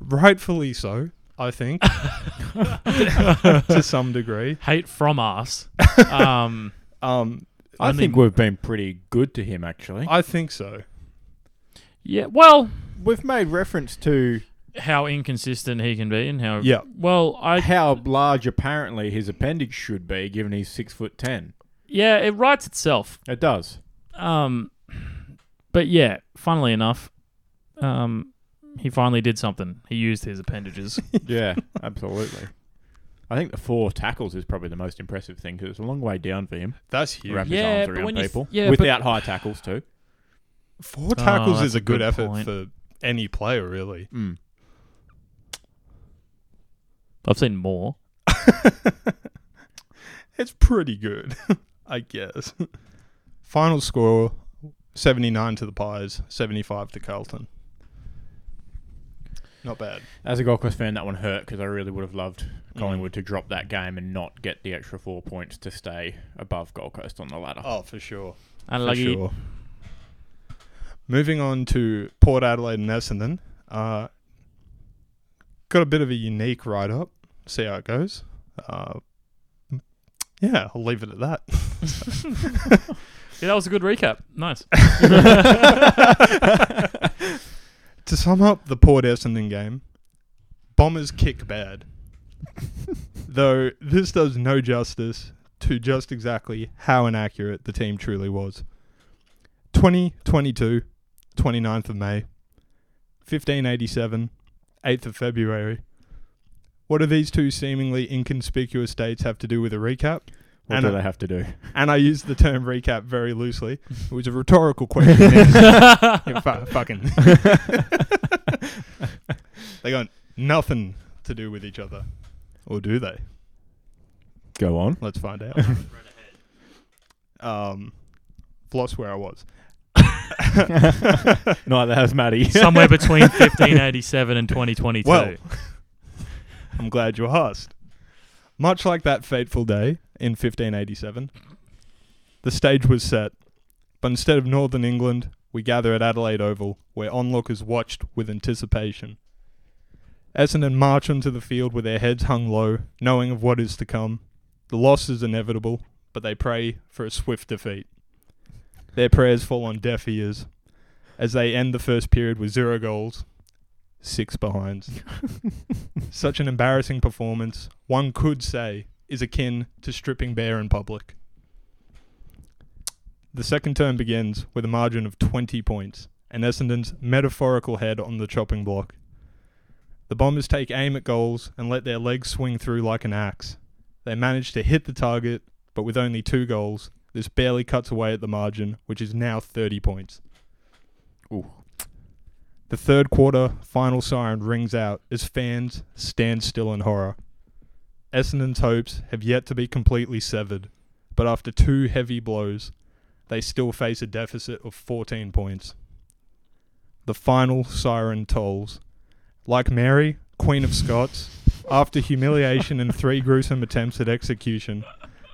C: Rightfully so, I think, to some degree.
B: Hate from us. Um,
C: Um,
A: I,
B: I
A: think
B: mean-
A: we've been pretty good to him, actually.
C: I think so.
B: yeah, well,
A: we've made reference to
B: how inconsistent he can be and how.
C: Yeah.
B: Well, I.
A: how large apparently his appendix should be, given he's six foot ten.
B: Yeah, it writes itself.
A: It does.
B: Um, but yeah, funnily enough, um, he finally did something. He used his appendages.
A: Yeah, absolutely. I think the four tackles is probably the most impressive thing because it's a long way down for him.
C: That's huge.
A: Wrap
B: Yeah,
A: his arms
B: but
A: around
B: when you-
A: people
B: yeah, but-
A: without high tackles too.
C: Four tackles
B: Oh, that's
C: is
B: a
C: a good,
B: good
C: effort
B: point.
C: for any player, really.
B: Hmm.
A: Mm.
B: I've seen more.
C: It's pretty good, I guess. Final score 79 to the Pies, 75 to Carlton. Not bad.
A: As a Gold Coast fan, that one hurt because I really would have loved
B: Hmm.
A: Collingwood to drop that game and not get the extra four points to stay above Gold Coast on the ladder.
C: Oh, for sure.
B: Unlucky.
C: For sure. Moving on to Port Adelaide and Essendon. Uh, got a bit of a unique write up. See how it goes. Uh, yeah, I'll leave it at that.
B: Yeah, that was a good recap. Nice.
C: To sum up the Port Essendon game, Bombers kick bad. Though this does no justice to just exactly how inaccurate the team truly was. 2022, 29th of May, 1587, 8th of February. What do these two seemingly inconspicuous dates have to do with a recap?
A: What
C: and
A: do
C: I-
A: they have to do?
C: And I use the term recap very loosely. It was a rhetorical question. Yeah, fu- fucking. they got nothing to do with each other. Or do they?
A: Go on.
C: Let's find out. um, lost where I was.
A: Neither has Maddie.
B: Somewhere between 1587 and 2022.
C: Well, I'm glad you asked. Much like that fateful day in 1587, the stage was set, but instead of Northern England, we gather at Adelaide Oval, where onlookers watched with anticipation. Essendon march onto the field with their heads hung low, knowing of what is to come. The loss is inevitable, but they pray for a swift defeat. Their prayers fall on deaf ears as they end the first period with zero goals, six behinds. Such an embarrassing performance, one could say, is akin to stripping bare in public. The second term begins with a margin of 20 points and Essendon's metaphorical head on the chopping block. The Bombers take aim at goals and let their legs swing through like an axe. They manage to hit the target, but with only two goals, this barely cuts away at the margin, which is now 30 points.
A: Ooh.
C: The third quarter final siren rings out as fans stand still in horror. Essendon's hopes have yet to be completely severed, but after two heavy blows, they still face a deficit of 14 points. The final siren tolls, Like Mary, Queen of Scots, after humiliation and three gruesome attempts at execution,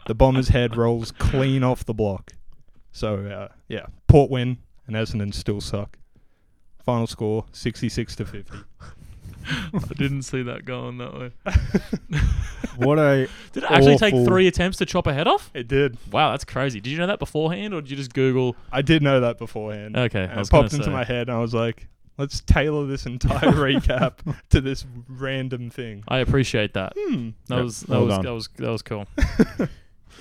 C: the bomber's head rolls clean off the block. So, uh, yeah, Port win, and Essendon still suck. Final score 66 to 50.
B: I didn't see that going that way.
A: What a
B: Did it actually
A: Awful.
B: take three attempts to chop a head off?
C: It did.
B: Wow, that's crazy. Did you know that beforehand, or did you just Google?
C: I did know that beforehand.
B: Okay,
C: And
B: I was
C: it Uh, popped
B: gonna
C: into
B: say.
C: my head, and I was like, let's tailor this entire recap to this random thing.
B: I appreciate that.
C: Hmm.
B: That
A: Yep,
B: was that
A: well
B: was
A: done.
B: that was that was cool.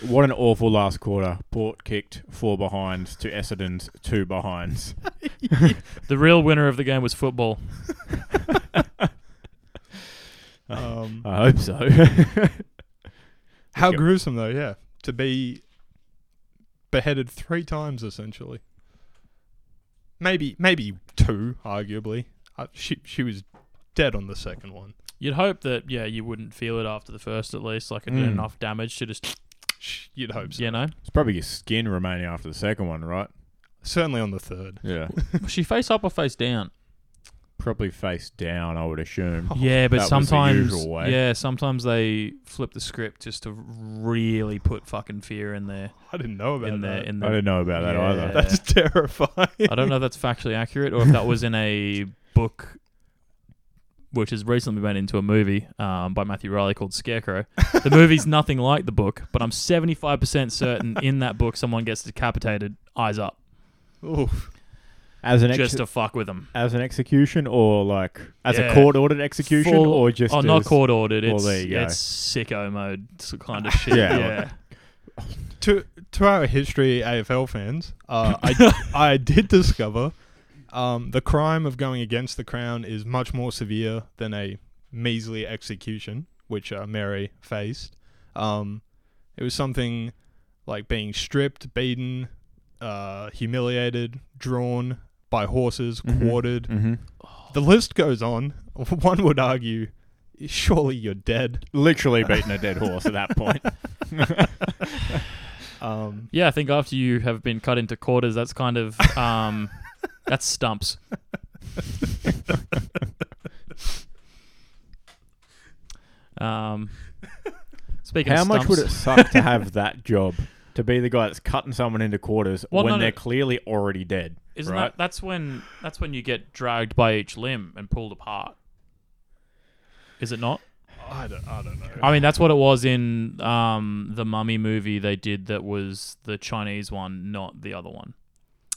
A: what an awful last quarter. Port kicked four behinds to Essendon's two behinds.
B: The real winner of the game was football.
C: Um,
B: Uh,
A: I hope so.
C: how
A: go.
C: gruesome, though, yeah. To be beheaded three times, essentially. Maybe, maybe two, arguably. Uh, she, she was dead on the second one.
B: You'd hope that yeah, you wouldn't feel it after the first at least. Like it did
A: Mm.
B: enough damage to just
C: Sh- You'd hope so.
B: you know.
A: it's probably your skin remaining after the second one, right?
C: Certainly on the third.
A: Yeah.
B: Was she face up or face down?
A: Probably face down, I would assume.
B: yeah, but
A: that was the
B: sometimes
A: usual way.
B: yeah, sometimes they flip the script just to really put fucking fear in there
C: I didn't know about
B: in there
C: that.
B: in
A: I
B: there.
A: didn't know about that
B: Yeah.
A: either.
C: That's terrifying.
B: I don't know if that's factually accurate or if that was in a book which has recently been into a movie um, by Matthew Riley called Scarecrow. The movie's nothing like the book, but I'm 75% certain in that book someone gets decapitated, eyes up,
C: Oof.
A: As an ex-
B: just to fuck with them.
A: as an execution or like as
B: Yeah.
A: a court ordered execution
B: Full-
A: or just
B: Oh, not
A: as-
B: court ordered.
A: Well,
B: It's,
A: there you go.
B: it's sicko mode sort of kind of shit.
A: Yeah.
B: yeah.
C: To to our history AFL fans, uh, I I did discover um, the crime of going against the crown is much more severe than a measly execution, which uh, Mary faced. Um, it was something like being stripped, beaten, uh, humiliated, drawn by horses,
A: Mhm.
C: quartered.
A: Mhm.
C: The list goes on. One would argue, surely you're dead.
A: literally beating a dead horse at that point.
C: Um,
B: Yeah, I think after you have been cut into quarters, that's kind of. Um, that's stumps. um, speaking
A: How
B: of
A: much
B: stumps,
A: would it suck to have that job? To be the guy that's cutting someone into quarters
B: Well,
A: when
B: no, no.
A: they're clearly already dead.
B: isn't
A: right?
B: that that's when that's when you get dragged by each limb and pulled apart? Is it not?
C: I, don't, I don't know.
B: I mean, that's what it was in um, the Mummy movie they did. That was the Chinese one, not the other one.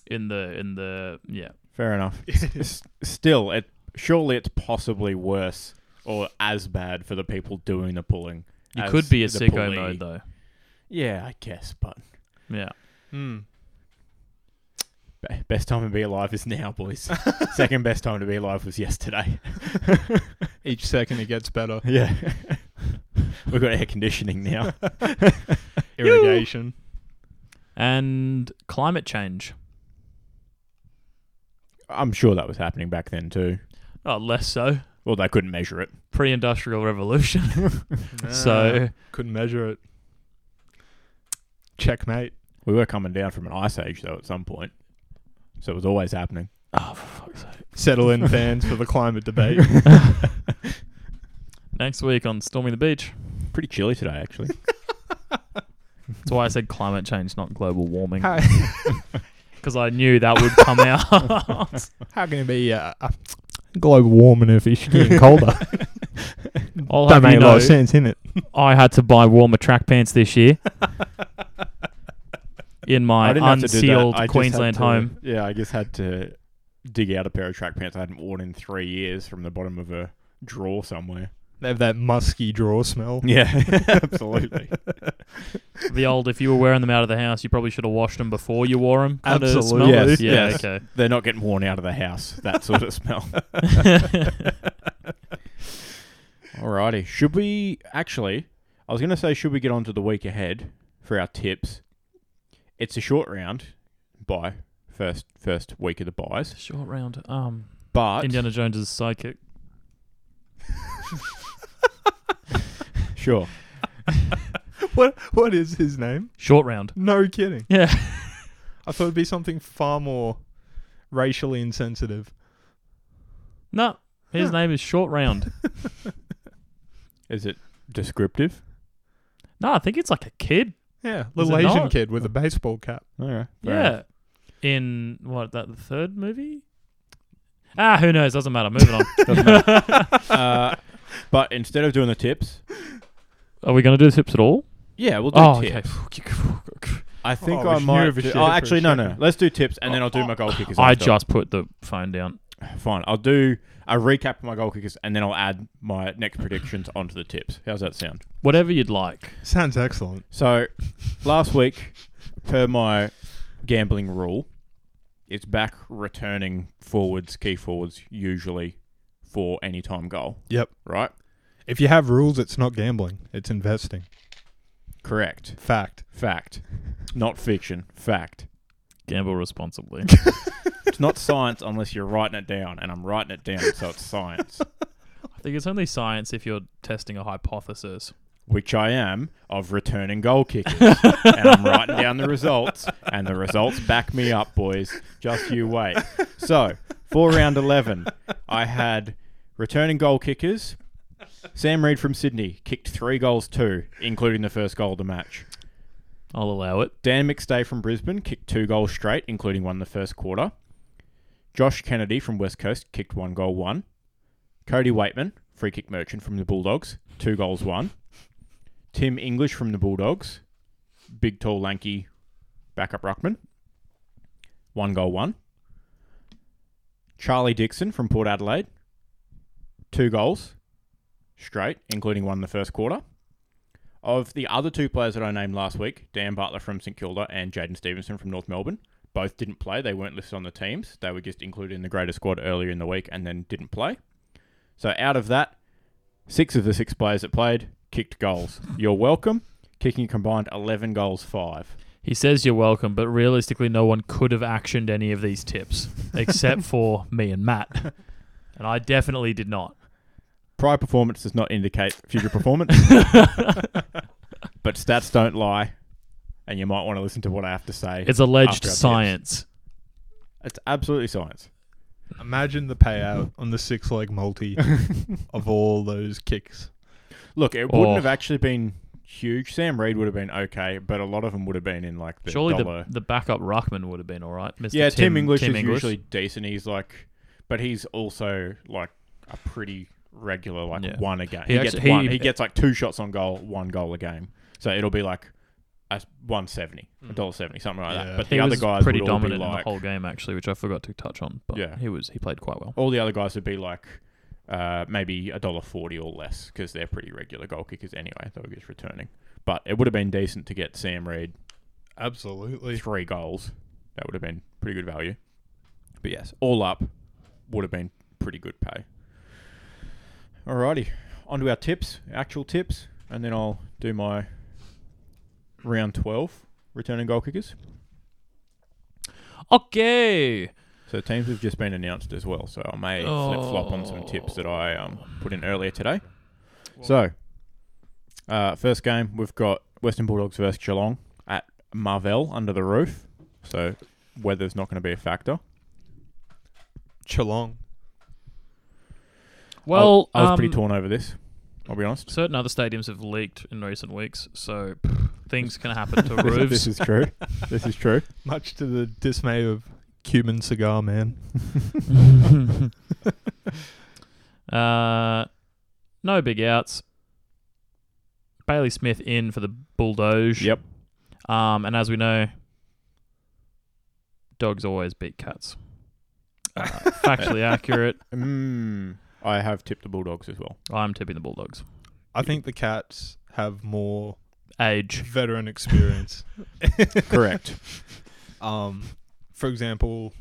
B: In the in the yeah,
A: Fair enough. S- Still, it surely it's possibly worse or as bad for the people doing the pulling.
B: you
A: as
B: could be a
A: the
B: sicko
A: pulley.
B: mode though.
A: Yeah, I guess, but
B: Yeah.
C: Hmm.
A: be- best time to be alive is now, boys. Second best time to be alive was yesterday.
C: Each second it gets better.
A: Yeah. We've got air conditioning now.
C: Irrigation.
B: and climate change.
A: I'm sure that was happening back then too.
B: Oh, less so.
A: Well, they couldn't measure it.
B: Pre industrial revolution. so,
A: Ah.
C: couldn't measure it. Checkmate.
A: We were coming down from an ice age though at some point. So it was always happening.
B: oh, for fuck's sake.
C: Settle in fans for the climate debate.
B: Next week on Storming the Beach.
A: Pretty chilly today actually.
B: That's why I said climate change, not global warming.
C: how,
B: Because I knew that would come out.
C: how can it be uh, uh, global warming if it's getting colder?
B: I'll
C: Don't
B: have
C: make
B: you
C: a lot
B: know,
C: of sense in it.
B: I had to buy warmer track pants this year. In my
A: I didn't have to do that.
B: unsealed
A: I just
B: Queensland
A: had to-
B: home.
A: Yeah, I just had to dig out a pair of track pants I hadn't worn in three years from the bottom of a drawer somewhere.
C: They have that musky draw smell.
A: Yeah, absolutely.
B: The old, if you were wearing them out of the house, you probably should have washed them before you wore them.
C: Absolutely.
A: Yes,
B: yeah,
A: yes.
B: okay.
A: They're not getting worn out of the house. That sort of smell. Alrighty. Should we actually? I was going to say, should we get on to the week ahead for our tips? It's a short round by first first week of the buys,
B: Short round. Um,
A: but
B: Indiana Jones's sidekick.
A: sure.
C: What What is his name?
B: Short round.
C: No kidding.
B: Yeah.
C: I thought it'd be something far more racially insensitive.
B: No. His name is Short Round.
A: Is it descriptive?
B: No, I think it's like a kid.
C: Yeah,
B: it
C: little Asian
B: not?
C: kid with a baseball cap.
A: All right. fair
B: Yeah.
A: enough.
B: In what that the third movie? Ah, who knows? Doesn't matter. Moving on.
A: Doesn't matter. uh, but instead of doing the tips,
B: Are we going to do tips at all?
A: yeah, we'll do
B: Oh,
A: tips.
B: okay.
A: I think
C: Oh,
A: I
C: we
A: might.
C: knew of a
A: do-
C: shit
A: oh,
C: for a
A: actually, no, no.
C: second.
A: Let's do tips, and then I'll do my goal kickers.
B: I
A: after.
B: just put the phone down.
A: fine. I'll do a recap of my goal kickers, and then I'll add my next predictions onto the tips. How's that sound?
B: Whatever you'd like.
C: Sounds excellent.
A: So, last week, per my gambling rule, it's back returning forwards, key forwards, usually for any time goal.
C: Yep.
A: Right?
C: If you have rules, it's not gambling. It's investing.
A: Correct.
C: Fact.
A: Fact. Not fiction. Fact.
B: Gamble responsibly.
A: It's not science unless you're writing it down, and I'm writing it down, so it's science,
B: I think it's only science if you're testing a hypothesis.
A: which I am of returning goal kickers. and I'm writing down the results, and the results back me up, boys. Just you wait. So, for round 11, I had returning goal kickers. Sam Reed from Sydney kicked three goals, too, including the first goal of the match.
B: I'll allow it.
A: Dan McStay from Brisbane kicked two goals straight, including one in the first quarter. Josh Kennedy from West Coast kicked one goal, one. Cody Waitman, free kick merchant from the Bulldogs, two goals, one. Tim English from the Bulldogs, big, tall, lanky backup ruckman, one goal, one. Charlie Dixon from Port Adelaide, two goals straight, including one in the first quarter. Of the other two players that I named last week, Dan Butler from St Kilda and Jaden Stevenson from North Melbourne, both didn't play. They weren't listed on the teams. They were just included in the greater squad earlier in the week and then didn't play. So out of that, six of the six players that played kicked goals. You're welcome. Kicking combined 11 goals, five.
B: He says you're welcome, but realistically, no one could have actioned any of these tips except for me and Matt. And I definitely did not.
A: Prior performance does not indicate future performance, but stats don't lie. And you might want to listen to what I have to say.
B: It's alleged
A: After our
B: science.
A: it's absolutely science.
C: Imagine the payout on the six leg multi of all those kicks.
A: Look, it
B: Oh.
A: wouldn't have actually been huge. Sam Reed would have been okay, but a lot of them would have been in like the
B: Surely
A: dollar.
B: the, the backup ruckman would have been all right. Mr.
A: yeah, Tim, English
B: Tim
A: is usually decent. He's like, but he's also like a pretty regular like
B: Yeah.
A: one a game.
B: He
A: He,
B: actu-
A: gets
B: he-
A: one. He gets like two shots on goal, one goal a game. So it'll be like a one seventy, a dollar seventy, something like
C: Yeah.
A: that. But
B: Hmm. He
A: the other
B: was
A: guys
B: pretty
A: would all be
B: dominant in
A: like
B: the whole game, actually, which I forgot to touch on. But
A: Yeah.
B: he was he played quite well.
A: all the other guys would be like. Uh, maybe a dollar forty or less because they're pretty regular goal kickers anyway. They were just returning, but it would have been decent to get Sam Reed
C: Absolutely.
A: three goals. That would have been pretty good value. But yes, all up would have been pretty good pay. Alrighty, on to our tips, actual tips, and then I'll do my round 12 returning goal kickers.
B: Okay.
A: So teams have just been announced as well, so I may flip flop on some tips that I um, put in earlier today. So, uh, first game we've got Western Bulldogs versus Geelong at Marvell under the roof, so weather's not going to be a factor.
C: Chelong.
B: Well,
A: I was pretty
B: um,
A: torn over this. I'll be honest.
B: Certain other stadiums have leaked in recent weeks, so things can happen to
A: This,
B: roofs.
A: this is true. this is true.
C: Much to the dismay of Cuban Cigar Man.
B: uh, no big outs. Bailey Smith in for the Bulldoge.
A: Yep.
B: Um, and as we know, dogs always beat cats. Uh, factually accurate.
A: Mm, I have tipped the Bulldogs as well.
B: I'm tipping the Bulldogs.
C: I think the Cats have more
B: Age.
C: veteran experience.
A: Correct.
C: Um, for example,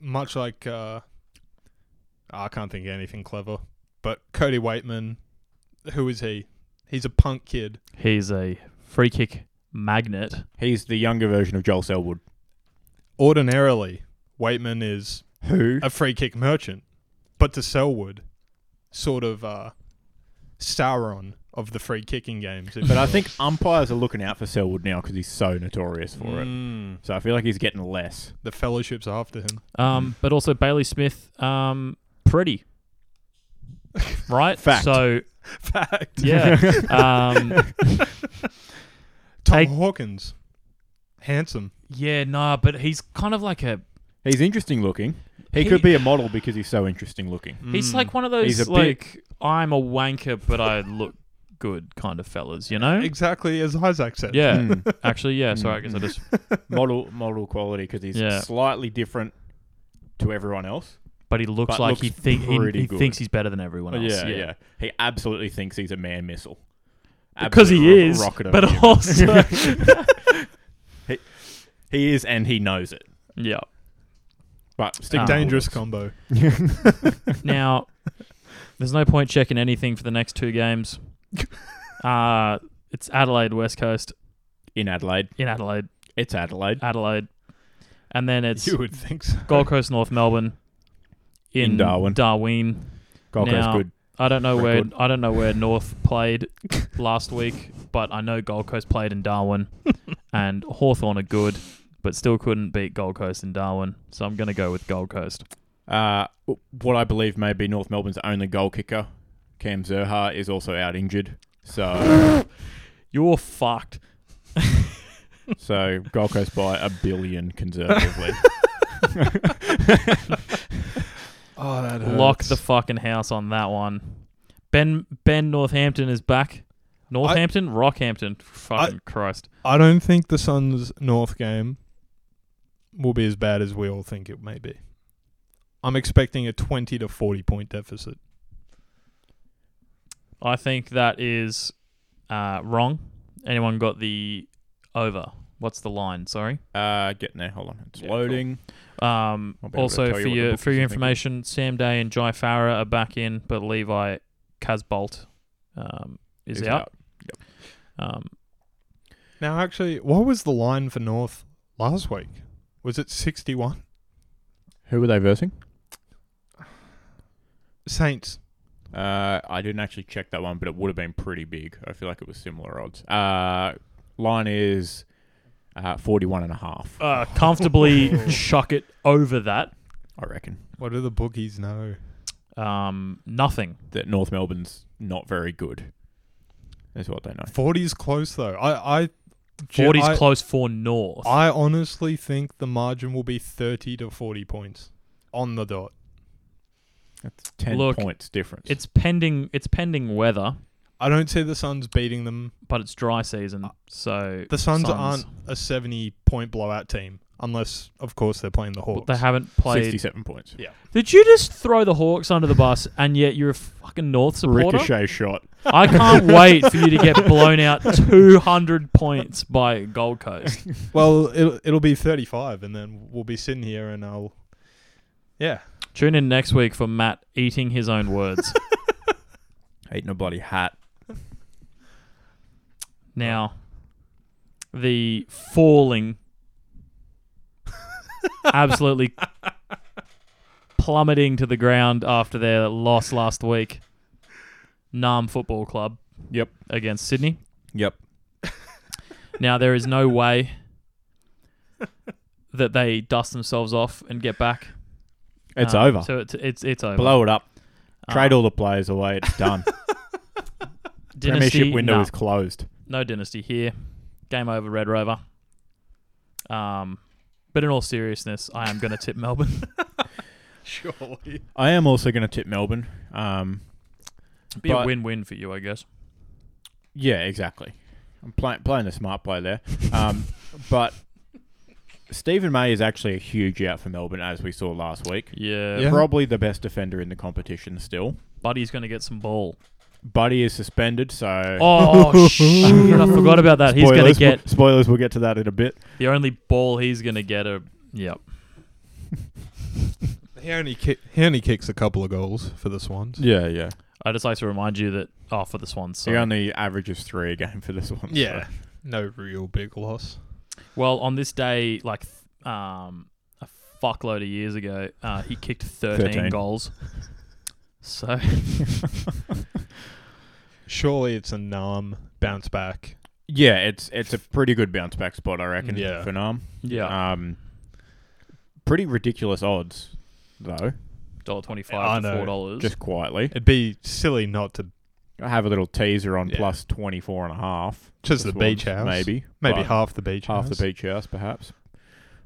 C: much like uh, I can't think of anything clever, but Cody Waitman, who is he? He's a punk kid.
B: He's a free kick magnet.
A: He's the younger version of Joel Selwood,
C: Ordinarily, Waitman is
A: who
C: a free kick merchant, but to Selwood, sort of uh, Sauron of the free kicking games.
A: But I think umpires are looking out for Selwood now because he's so notorious for
B: Mm.
A: it. So I feel like he's getting less. Mm.
C: the fellowship's after him.
B: Um, but also Bailey Smith, um, pretty. right?
A: Fact.
B: So
C: Fact.
B: yeah, um,
C: Tom
B: Take-
C: Hawkins. Handsome.
B: yeah, nah. But he's kind of like a
A: He's interesting looking. He,
B: He-
A: could be a model because he's so interesting looking.
B: he's
C: Mm.
B: like one of
A: He's
B: those
A: a
B: like
A: bit-
B: I'm a wanker, but I look good kind of fellas, you know?
C: Mm. Exactly as Isaac said.
B: Yeah,
A: Mm.
B: actually, yeah. Sorry, I guess I just
A: model model quality because he's
B: Yeah.
A: slightly different to everyone else.
B: but he looks
A: But
B: like
A: looks
B: he think
A: pretty
B: he, he
A: good.
B: thinks he's better than everyone else.
A: yeah, yeah. He absolutely thinks he's a man missile.
B: because he
A: Absolute ro-
B: is,
A: rocket of
B: but
A: a human.
B: also
A: he is, and he knows it. Um,
B: yeah.
A: But stick
B: Ah.
A: to
C: Dangerous
A: Hawkins.
C: combo.
B: Now, there's no point checking anything for the next two games. Uh it's Adelaide West Coast
A: in Adelaide.
B: in Adelaide,
A: It's Adelaide.
B: Adelaide, and then it's
C: You would think so.
B: Gold Coast North Melbourne in,
A: In Darwin.
B: Darwin.
A: Gold Coast
B: Now-
A: good.
B: I don't know
A: Record.
B: where I don't know where North played last week, but I know Gold Coast played in Darwin, and Hawthorn are good, but still couldn't beat Gold Coast in Darwin. So I'm gonna go with Gold Coast.
A: Uh, what I believe may be North Melbourne's only goal kicker, Cam Zerha, is also out injured. So,
B: You're fucked.
A: so Gold Coast by a billion conservatively.
C: Oh, that
B: Lock the fucking house on that one. Ben Ben Northampton is back. Northampton, Rockhampton. Fucking Christ.
C: I don't think the Suns North game will be as bad as we all think it may be. I'm expecting a 20 to 40 point deficit.
B: I think that is uh, wrong. Anyone got the over? What's the line? Sorry.
A: uh, getting there. Hold on. It's
B: Yeah, cool.
A: loading.
B: Um,
A: I'll be able to
B: also,
A: tell you
B: for
A: what the
B: your
A: bookies
B: for your
A: are thinking.
B: information, Sam Day and Jai Farah are back in, but Levi Casbolt um, is
A: It's
B: out. Um,
C: Now, actually, what was the line for North last week? Was it 61?
A: Who were they versing?
C: Saints.
A: Uh, I didn't actually check that one, but it would have been pretty big. I feel like it was similar odds. Uh, line is uh, 41 and a half,
B: uh, comfortably chuck it over that.
A: I reckon.
C: What do the bookies know?
B: Um, nothing.
A: That North Melbourne's not very good, is what they know.
C: 40's close, though. I, I, Ge-
B: Forty's
C: I-
B: close for North.
C: I honestly think the margin will be 30 to 40 points on the dot.
A: That's 10
B: Look,
A: points difference.
B: it's pending. It's pending weather,
C: I don't see the Suns beating them.
B: but it's dry
C: Uh,
B: season, so
C: The Suns,
B: Suns.
C: aren't a 70 point blowout team, unless, of course, they're playing the Hawks.
B: but they haven't played.
A: 67 points.
B: Did you just throw the Hawks under the bus, and yet you're a fucking North supporter?
A: Ricochet shot.
B: I can't wait for you to get blown out 200 points by Gold Coast.
C: Well, it'll, it'll be 35, and then we'll be sitting here and I'll. Yeah.
B: Tune in next week for Matt eating his own words.
A: Eating a bloody hat.
B: Now, the falling, absolutely plummeting to the ground after their loss last week, Nam Football Club
A: Yep.
B: against Sydney.
A: Yep.
B: Now there is no way that they dust themselves off and get back.
A: It's
B: Um,
A: over.
B: So it's it's it's over.
A: Blow it up. Trade
B: Um,
A: all the players away. It's done.
B: dynasty,
A: Premiership window
B: nah.
A: is closed.
B: no dynasty here. Game over, Red Rover. Um, but in all seriousness, I am going to tip Melbourne
C: Surely.
A: I am also going to tip Melbourne. Um,
B: be a
A: But-
B: win-win for you, I guess.
A: Yeah, exactly. I'm play- playing the smart play there. Um, but Stephen May is actually a huge out for Melbourne, as we saw last week.
B: Yeah,
C: Yeah.
A: Probably the best defender in the competition still.
B: Buddy's going to get some ball.
A: Buddy is suspended, so.
B: Oh shit! I forgot about that. He's going
A: Spoilers,
B: to get
A: Spoilers, we'll get to that in a bit.
B: the only ball he's going to get. A yep.
C: He only, ki- he only kicks a couple of goals for the Swans.
A: Yeah, yeah.
B: I just like to remind you that oh, for the Swans.
A: He
B: Sorry.
A: only averages three a game for this one. so-
C: No real big loss.
B: Well, on this day, like th- um, a fuckload of years ago, uh, he kicked 13,
A: 13.
B: goals. So
C: Surely it's a numb bounce back.
A: Yeah, it's it's a pretty good bounce back spot, I reckon,
C: Yeah.
A: for Nam.
C: Uh,
B: yeah,
A: Um, pretty ridiculous odds, though.
B: dollar twenty five
C: I
B: to
C: know.
B: four dollars.
A: Just quietly.
C: It'd be silly not to
A: I have a little teaser on
C: Yeah.
A: plus 24 and a half.
C: just
A: This
C: the beach
A: one's
C: house,
A: Maybe.
C: maybe
A: but
C: half the beach
A: half
C: house.
A: the beach house, perhaps.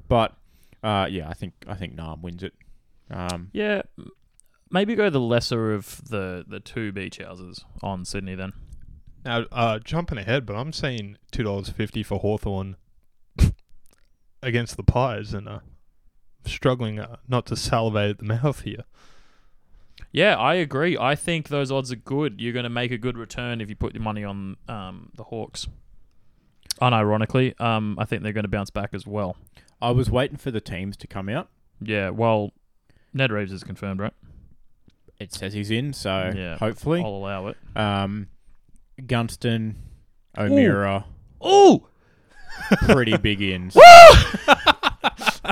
A: But uh, yeah, I think I think Nam wins it. Um,
B: Yeah, m- maybe go the lesser of the the two beach houses on Sydney then.
C: Now, uh, jumping ahead, but I'm saying two dollars fifty for Hawthorn against the Pies, and uh, struggling uh, not to salivate at the mouth here.
B: Yeah, I agree. I think those odds are good. You're going to make a good return if you put your money on um, the Hawks. Unironically, um, I think they're going to bounce back as well.
A: I was waiting for the teams to come out.
B: Yeah, well, Ned Reeves is confirmed, right?
A: It says he's in, so
B: Yeah.
A: hopefully.
B: I'll allow it.
A: Um, Gunston, O'Meara,
B: Oh,
A: pretty big ins.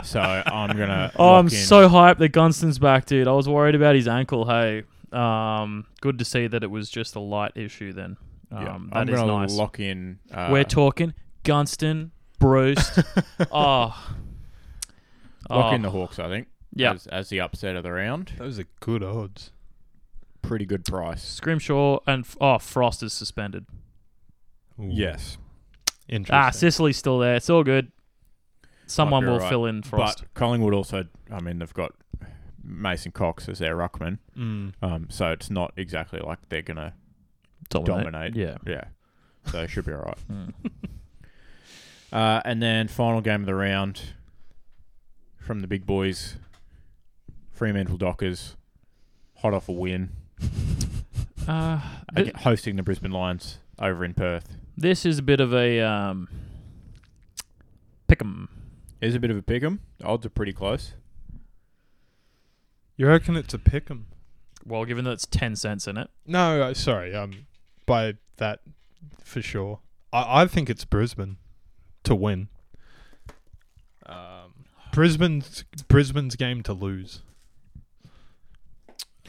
A: so I'm gonna.
B: oh I'm
A: lock in.
B: so hyped that Gunston's back, dude. I was worried about his ankle. Hey, um, good to see that it was just a light issue then. Um,
A: Yeah,
B: that
A: I'm
B: is
A: gonna
B: nice.
A: lock in. Uh,
B: We're talking Gunston, Bruce. oh.
A: lock
B: Oh,
A: in the Hawks. I think.
B: Yeah.
A: As, as the upset of the round,
C: Those are good odds.
A: pretty good price.
B: Scrimshaw and oh, Frost is suspended.
C: Ooh,
A: Yes,
C: interesting.
B: Ah, Sicily's still there. It's all good. Someone
A: be
B: will
A: alright,
B: fill in Frost.
A: but Collingwood also. I mean, they've got Mason Cox as their ruckman,
C: Mm.
A: um, so it's not exactly like they're gonna. dominate. Hmm.
B: Yeah.
A: Yeah, so it should be all right.
B: Mm.
A: Uh, and then final game of the round from the big boys, Fremantle Dockers, hot off a win,
B: Uh, th-
A: ag- hosting the Brisbane Lions over in Perth.
B: this is a bit of a um, pick 'em.
A: Is a bit of a pick'em. The odds are pretty close.
C: You reckon it's a pick'em?
B: Well, given that it's ten cents in it,
C: No, uh, sorry. Um, by that for sure. I, I think it's Brisbane to win. Um, Brisbane's Brisbane's game to lose.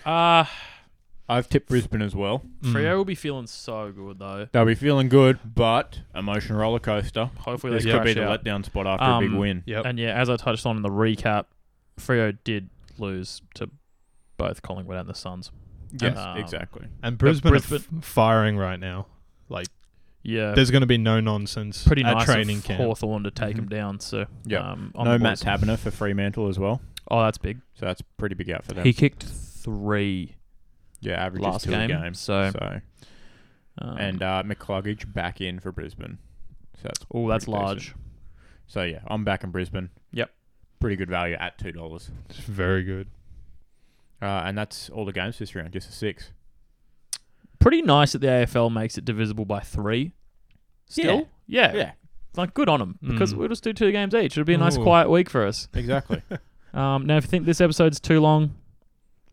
B: uh,
A: I've tipped Brisbane as well.
C: Mm.
B: Frio will be feeling so good though.
A: They'll be feeling good, but emotion roller coaster.
B: Hopefully
A: This
B: they
A: could
B: crash
A: be the
B: out.
A: letdown spot after a big
B: Um,
A: win.
C: Yep.
B: And yeah, as I touched on in the recap, Frio did lose to both Collingwood and the Suns.
A: Yes,
B: um,
A: exactly.
C: And
B: But
C: Brisbane, are
B: Brisbane-
C: f- firing right now. Like
B: Yeah,
C: there's going to be no nonsense
B: pretty
C: at
B: nice
C: training
B: of
C: camp.
B: Hawthorn to take him
A: Mhm.
B: down. So
A: Yeah.
B: um, on
A: No
B: the
A: Matt
B: boys.
A: Tabner for Fremantle as well,
B: Oh, that's big.
A: so that's pretty big out for them.
B: He kicked three
A: yeah, averages
B: last
A: two
B: game,
A: a game.
B: so,
A: so
B: um,
A: and uh, McCluggage back in for Brisbane. So that's
B: oh, that's
A: pretty decent.
B: large.
A: So yeah, I'm back in Brisbane.
B: Yep.
A: pretty good value at two dollars.
C: It's very good.
A: Uh, and that's all the games this round, just the six.
B: Pretty nice that the AFL makes it divisible by three. Still, yeah,
A: Yeah,
B: like good on them because
C: Mm.
B: we'll just do two games each. It'll be a nice
C: Ooh.
B: quiet week for us.
A: exactly.
B: Um, now, if you think this episode's too long,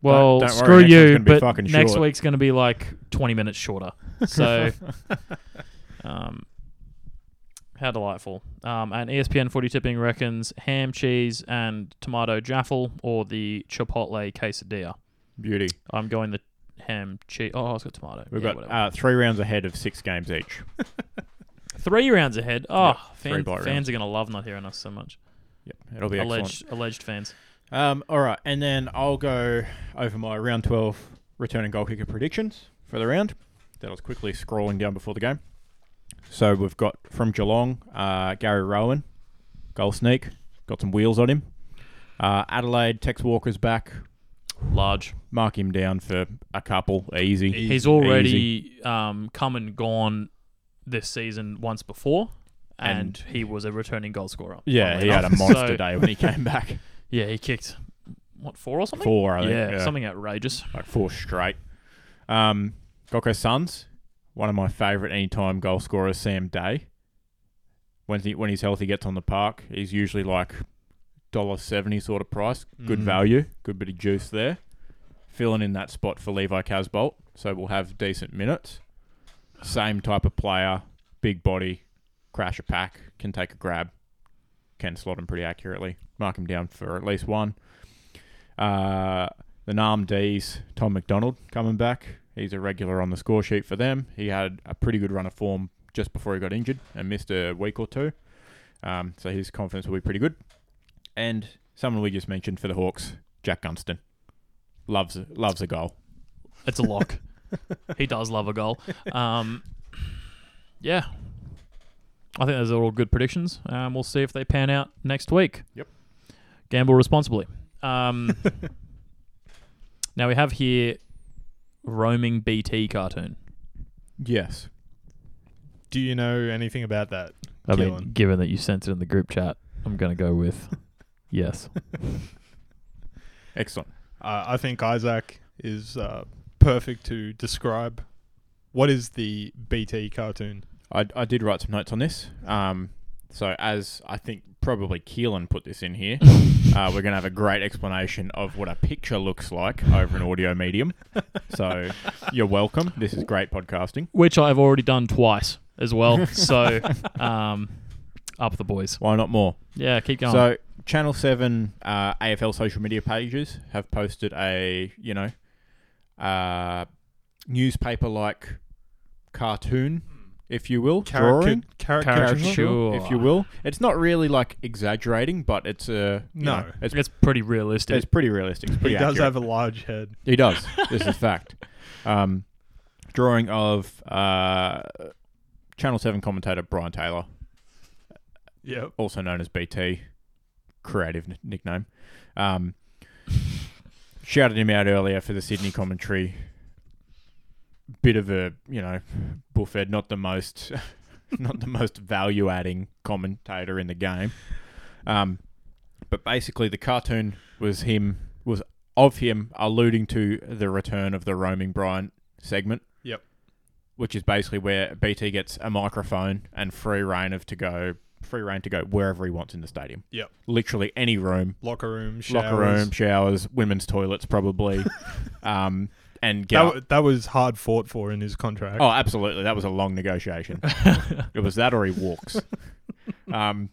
B: well,
A: don't worry,
B: screw
A: next one's
B: you.
A: gonna be
B: But
A: fucking
B: next
A: short.
B: week's going to be like twenty minutes shorter. So, um, how delightful! Um, and ESPN Footy Tipping reckons ham, cheese, and tomato jaffle, or the Chipotle quesadilla.
A: Beauty.
B: I'm going the ham, cheese. Oh, it's got tomato.
A: We've
B: Yeah,
A: got
B: whatever.
A: uh, three rounds ahead of six games each.
B: three rounds ahead. Oh,
A: Yep,
B: fan-
A: three by
B: fans
A: rounds.
B: are going to love not hearing us so much.
A: Yep, it'll be
B: Alleged, alleged fans.
A: excellent. Um, all right, and then I'll go over my round twelve returning goal kicker predictions for the round. That I was quickly scrolling down before the game. So we've got from Geelong, uh, Gary Rowan, goal sneak, got some wheels on him. Uh, Adelaide, Tex Walker's back.
B: Large.
A: Mark him down for a couple, easy.
B: He's already um, come and gone this season once before, and, he was a returning goal scorer.
A: Yeah,
B: funnily
A: he had a
B: enough.
A: monster
B: So,
A: day when he came back.
B: Yeah, he kicked what four or something.
A: Four, I think.
B: yeah, something outrageous.
A: like four straight. Um, Gold Coast Suns, one of my favourite anytime goal scorers, Sam Day. When he, when he's healthy, gets on the park. He's usually like dollar seventy sort of price. Good
C: Mm.
A: value, good bit of juice there. Filling in that spot for Levi Casbolt, so we'll have decent minutes. Same type of player, big body, crash a pack, can take a grab, can slot him pretty accurately. Mark him down for at least one. Uh, the Nam D's, Tom McDonald coming back. He's a regular on the score sheet for them. He had a pretty good run of form just before he got injured and missed a week or two. Um, so his confidence will be pretty good. And someone we just mentioned for the Hawks, Jack Gunston. loves loves a goal.
B: It's a lock. he does love a goal. Um, yeah. I think those are all good predictions. Um, we'll see if they pan out next week.
A: Yep.
B: Gamble responsibly. Um, now we have here roaming BT cartoon.
A: Yes.
C: Do you know anything about that?
B: I mean,
C: Keelan?
B: given that you sent it in the group chat, I'm going to go with yes.
A: Excellent.
C: Uh, I think Isaac is uh, perfect to describe what is the BT cartoon.
A: I, I did write some notes on this. Um, so as I think probably Keelan put this in here, uh, we're going to have a great explanation of what a picture looks like over an audio medium. So you're welcome. This is great podcasting.
B: Which I've already done twice as well. So um, up the boys.
A: Why not more?
B: Yeah, keep going.
A: So Channel Seven uh, AFL social media pages have posted a you know uh, newspaper like cartoon, if you will, drawing.
C: Carica-
B: Caricature.
A: if you will. It's not really like exaggerating, but it's a you
C: No.
A: know, it's
B: it's pretty realistic.
A: it's pretty realistic. It's
C: He
A: pretty
C: does
A: accurate.
C: have a large head.
A: He does. This is fact. Um, drawing of uh, Channel Seven commentator Brian Taylor,
C: Yep.
A: also known as BT, creative n- nickname. Um, shouted him out earlier for the Sydney commentary. Bit of a you know, Buffett, not the most, not the most value adding commentator in the game. Um, but basically, the cartoon was him was of him alluding to the return of the roaming Brian segment.
C: Yep.
A: Which is basically where BT gets a microphone and free reign of to go free reign to go wherever he wants in the stadium.
C: Yep.
A: Literally any room,
C: Locker room. Showers.
A: locker room, showers, women's toilets, probably. um, and
C: That,
A: get up-
C: wa- that was hard fought for in his contract.
A: Oh, absolutely. That was a long negotiation. it was that or he walks. Um,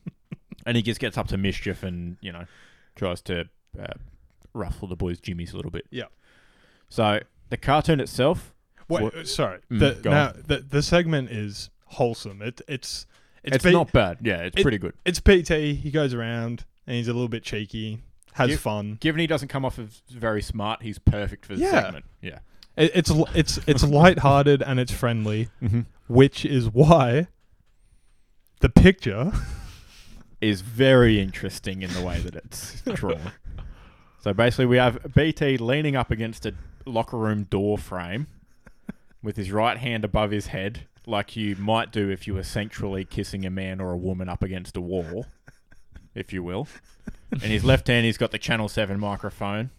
A: and he just gets up to mischief and, you know, tries to uh, ruffle the boys' jimmies a little bit.
C: Yeah.
A: So the cartoon itself,
C: Wait,
A: what-
C: uh, sorry.
A: Mm,
C: the,
A: go
C: now, the, the segment is wholesome. It, it's
A: it's,
C: it's, B-
A: not bad. Yeah, it's
C: it-
A: pretty good.
C: it's PT. He goes around and he's a little bit cheeky, has
A: You-
C: fun.
A: Given he doesn't come off as very smart, he's perfect for the
C: Yeah.
A: segment. Yeah.
C: It, it's l- it's it's lighthearted and it's friendly,
A: Mm-hmm.
C: which is why the picture
A: Is very interesting in the way that it's drawn. so basically, we have BT leaning up against a locker room door frame with his right hand above his head, like you might do if you were sensually kissing a man or a woman up against a wall, if you will. In his left hand, he's got the Channel 7 microphone,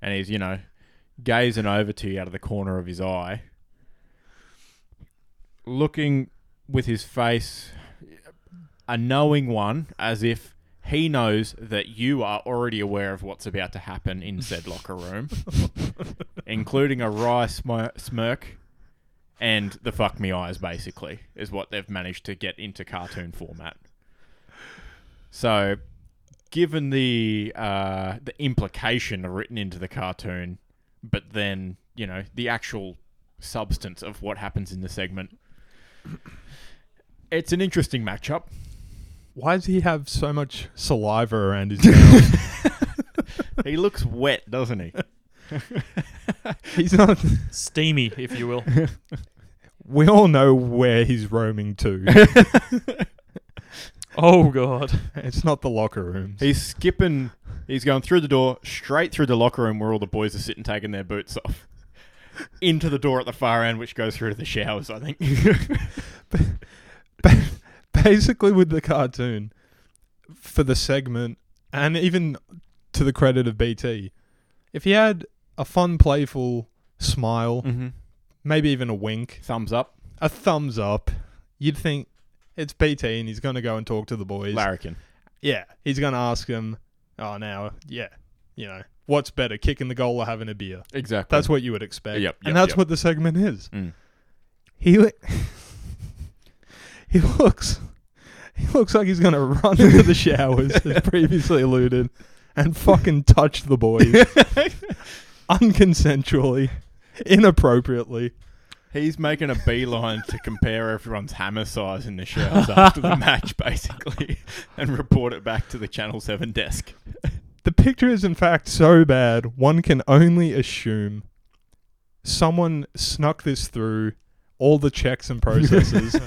A: and he's, you know, gazing over to you out of the corner of his eye, looking with his face a knowing one, as if he knows that you are already aware of what's about to happen in said locker room, including a wry smi- smirk and the fuck me eyes, basically, is what they've managed to get into cartoon format. So, given the uh, the implication written into the cartoon, but then you know the actual substance of what happens in the segment. It's an interesting matchup.
C: Why does he have so much saliva around his mouth?
A: He looks wet, doesn't he?
C: He's not.
B: Steamy, if you will.
C: We all know where he's roaming to.
B: oh god.
C: it's not the locker rooms.
A: He's skipping. He's going through the door, straight through the locker room where all the boys are sitting, taking their boots off, into the door at the far end, which goes through to the showers. I think.
C: Basically, with the cartoon, for the segment, and even to the credit of BT, if he had a fun, playful smile,
A: mm-hmm.
C: maybe even a wink,
A: Thumbs up,
C: a thumbs up, you'd think it's BT and he's going to go and talk to the boys.
A: larrikin.
C: Yeah, he's going to ask him, oh, now, yeah, you know, what's better, kicking the goal or having a beer?
A: Exactly.
C: That's what you would expect.
A: Yep, yep,
C: and that's
A: yep.
C: what the segment is.
A: Mm.
C: He lo- he looks he looks like he's gonna run into the showers, as previously alluded, and fucking touch the boys unconsensually, inappropriately.
A: He's making a beeline to compare everyone's hammer size in the showers after the match, basically, and report it back to the Channel Seven desk.
C: The picture is in fact so bad, one can only assume someone snuck this through all the checks and processes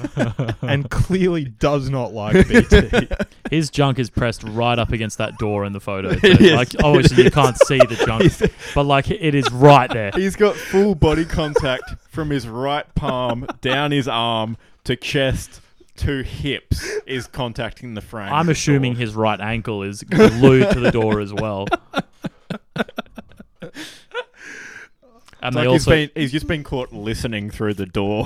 C: and clearly does not like BT.
B: His junk is pressed right up against that door in the photo.
A: It
B: too.
A: is,
B: Like
A: it
B: obviously you
A: is.
B: can't see the junk,
A: He's-
B: but like it is right there.
A: He's got full body contact from his right palm down his arm to chest to hips is contacting the frame.
B: I'm assuming his right ankle is glued to the door as well.
A: It's
B: And
A: like he's
B: they also
A: been- he's just been caught listening through the door.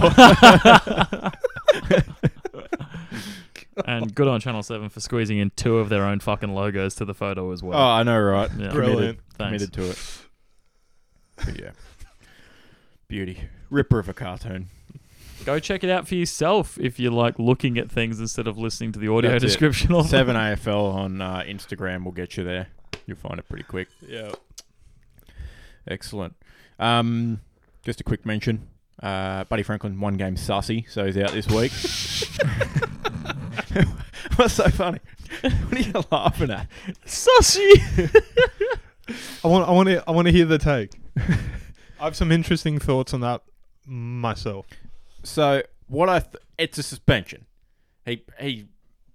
B: and good on Channel Seven for squeezing in two of their own fucking logos to the photo as
A: oh,
B: well.
A: I know, right?
B: Yeah.
C: Brilliant.
B: Thanks.
A: Committed to it. But yeah, beauty, ripper of a cartoon.
B: Go check it out for yourself if you like looking at things instead of listening to the audio
A: That's it.
B: description. Of them.
A: Seven AFL on uh, Instagram will get you there. You'll find it pretty quick.
C: yeah.
A: Excellent. Um, just a quick mention. Uh, Buddy Franklin, one game sussy, so he's out this week. What's so funny? What are you laughing at?
C: I want I want to I want to hear the take. I have some interesting thoughts on that myself.
A: So what I th- it's a suspension. He he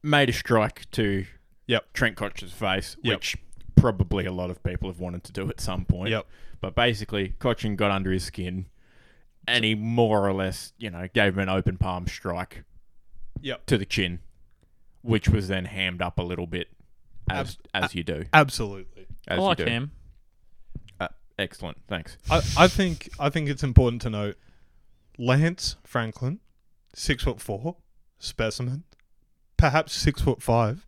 A: made a strike to
C: Yep.
A: Trent Koch's face,
C: Yep.
A: which probably a lot of people have wanted to do at some point.
C: Yep.
A: But basically, Cochin got under his skin, and he more or less, you know, gave him an open palm strike.
C: Yep.
A: To the chin, which was then hammed up a little bit, as
C: uh,
A: as you do.
C: Absolutely.
A: As
B: I like
A: you do.
B: him.
A: Uh, excellent. Thanks.
C: I, I think I think it's important to note Lance Franklin, six foot four, specimen, perhaps six foot five.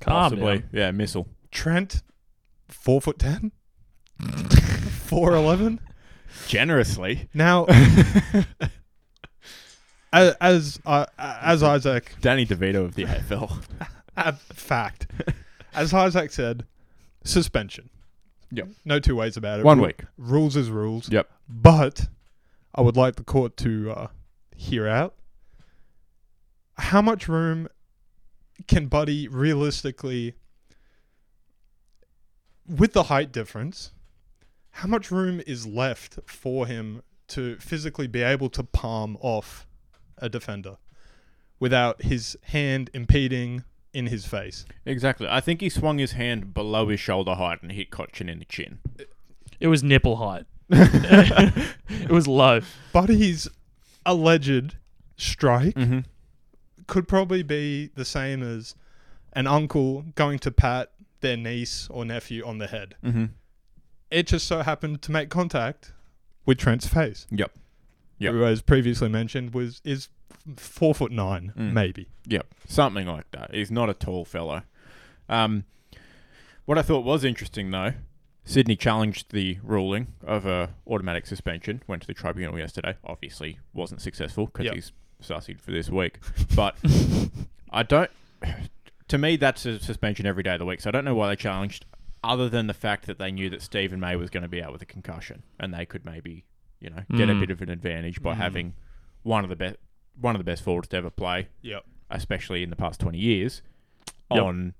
B: Calm
A: Possibly.
B: down.
A: Yeah. Missile.
C: Trent, four foot ten, four eleven.
A: Generously.
C: Now, as as, I as Isaac
A: Danny DeVito of the AFL.
C: ab- fact, as Isaac said, suspension.
A: Yep.
C: No two ways about it.
A: One
C: Ru-
A: week.
C: Rules is rules.
A: Yep.
C: But I would like the court to uh, hear out. How much room can Buddy realistically, with the height difference, how much room is left for him to physically be able to palm off a defender without his hand impeding in his face?
A: Exactly. I think he swung his hand below his shoulder height and hit Cochin in the chin.
B: It was nipple height. it was low.
C: Buddy's alleged strike
A: Mm-hmm.
C: could probably be the same as an uncle going to pat their niece or nephew on the head.
A: Mm-hmm.
C: It just so happened to make contact with Trent's face.
A: Yep. Yep.
C: Who, as previously mentioned, was is four foot nine,
A: Mm.
C: maybe.
A: Yep, something like that. He's not a tall fellow. Um, what I thought was interesting, though, Sydney challenged the ruling of a automatic suspension. Went to the tribunal yesterday. Obviously, wasn't successful because
C: Yep.
A: he's sussied for this week. But I don't. To me, that's a suspension every day of the week. So I don't know why they challenged, other than the fact that they knew that Stephen May was going to be out with a concussion, and they could maybe, you know, get a
B: Mm.
A: bit of an advantage by
B: Mm.
A: having one of the best one of the best forwards to ever play
C: Yep.
A: especially in the past 20 years,
B: Yep.
A: on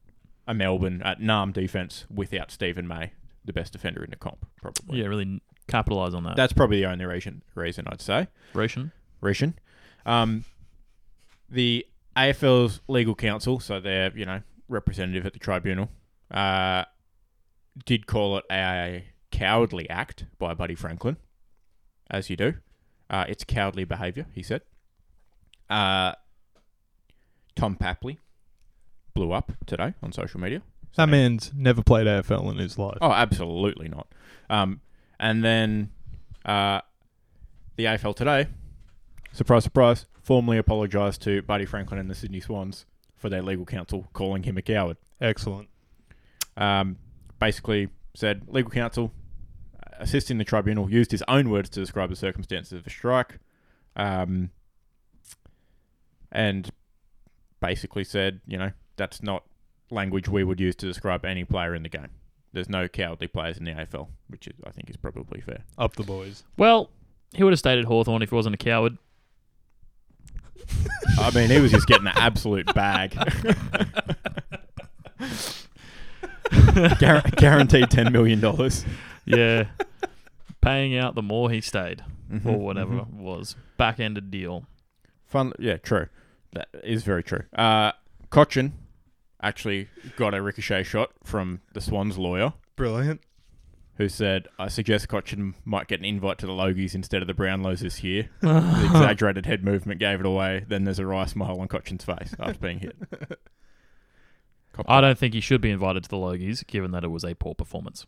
A: a Melbourne at NAM defense without Stephen May, the best defender in the comp, probably.
B: Yeah, really capitalize on that.
A: That's probably the only reason, reason I'd say.
B: Ration.
A: Reason. Um, the AFL's legal counsel, so their, you know, representative at the tribunal, uh, did call it a cowardly act by Buddy Franklin, as you do. Uh, it's cowardly behaviour, he said. Uh, Tom Papley blew up today on social media.
C: That man's never played AFL in his life.
A: Oh, absolutely not. Um, and then uh, the AFL today, surprise, surprise, formally apologised to Buddy Franklin and the Sydney Swans for their legal counsel calling him a coward.
C: Excellent.
A: Um, basically said legal counsel uh, assisting the tribunal used his own words to describe the circumstances of the strike, um, and basically said, you know, that's not language we would use to describe any player in the game. There's no cowardly players in the AFL, which is, I think is probably fair.
C: Up the boys.
B: Well, he would have stayed at Hawthorn if he wasn't a coward.
A: I mean, he was just getting an absolute bag. Guar- guaranteed ten million dollars
B: yeah. Paying out the more he stayed
A: Mm-hmm.
B: or whatever it was. Back ended deal.
A: Fun, yeah, true. That is very true. Uh, Cochin actually got a ricochet shot from the Swans lawyer,
C: Brilliant.
A: who said, "I suggest Cochin might get an invite to the Logies instead of the Brownlows this year." the exaggerated head movement gave it away. Then there's a wry smile on Cochin's face after being hit. Cop
B: I
A: that.
B: don't think he should be invited to the Logies, given that it was a poor performance.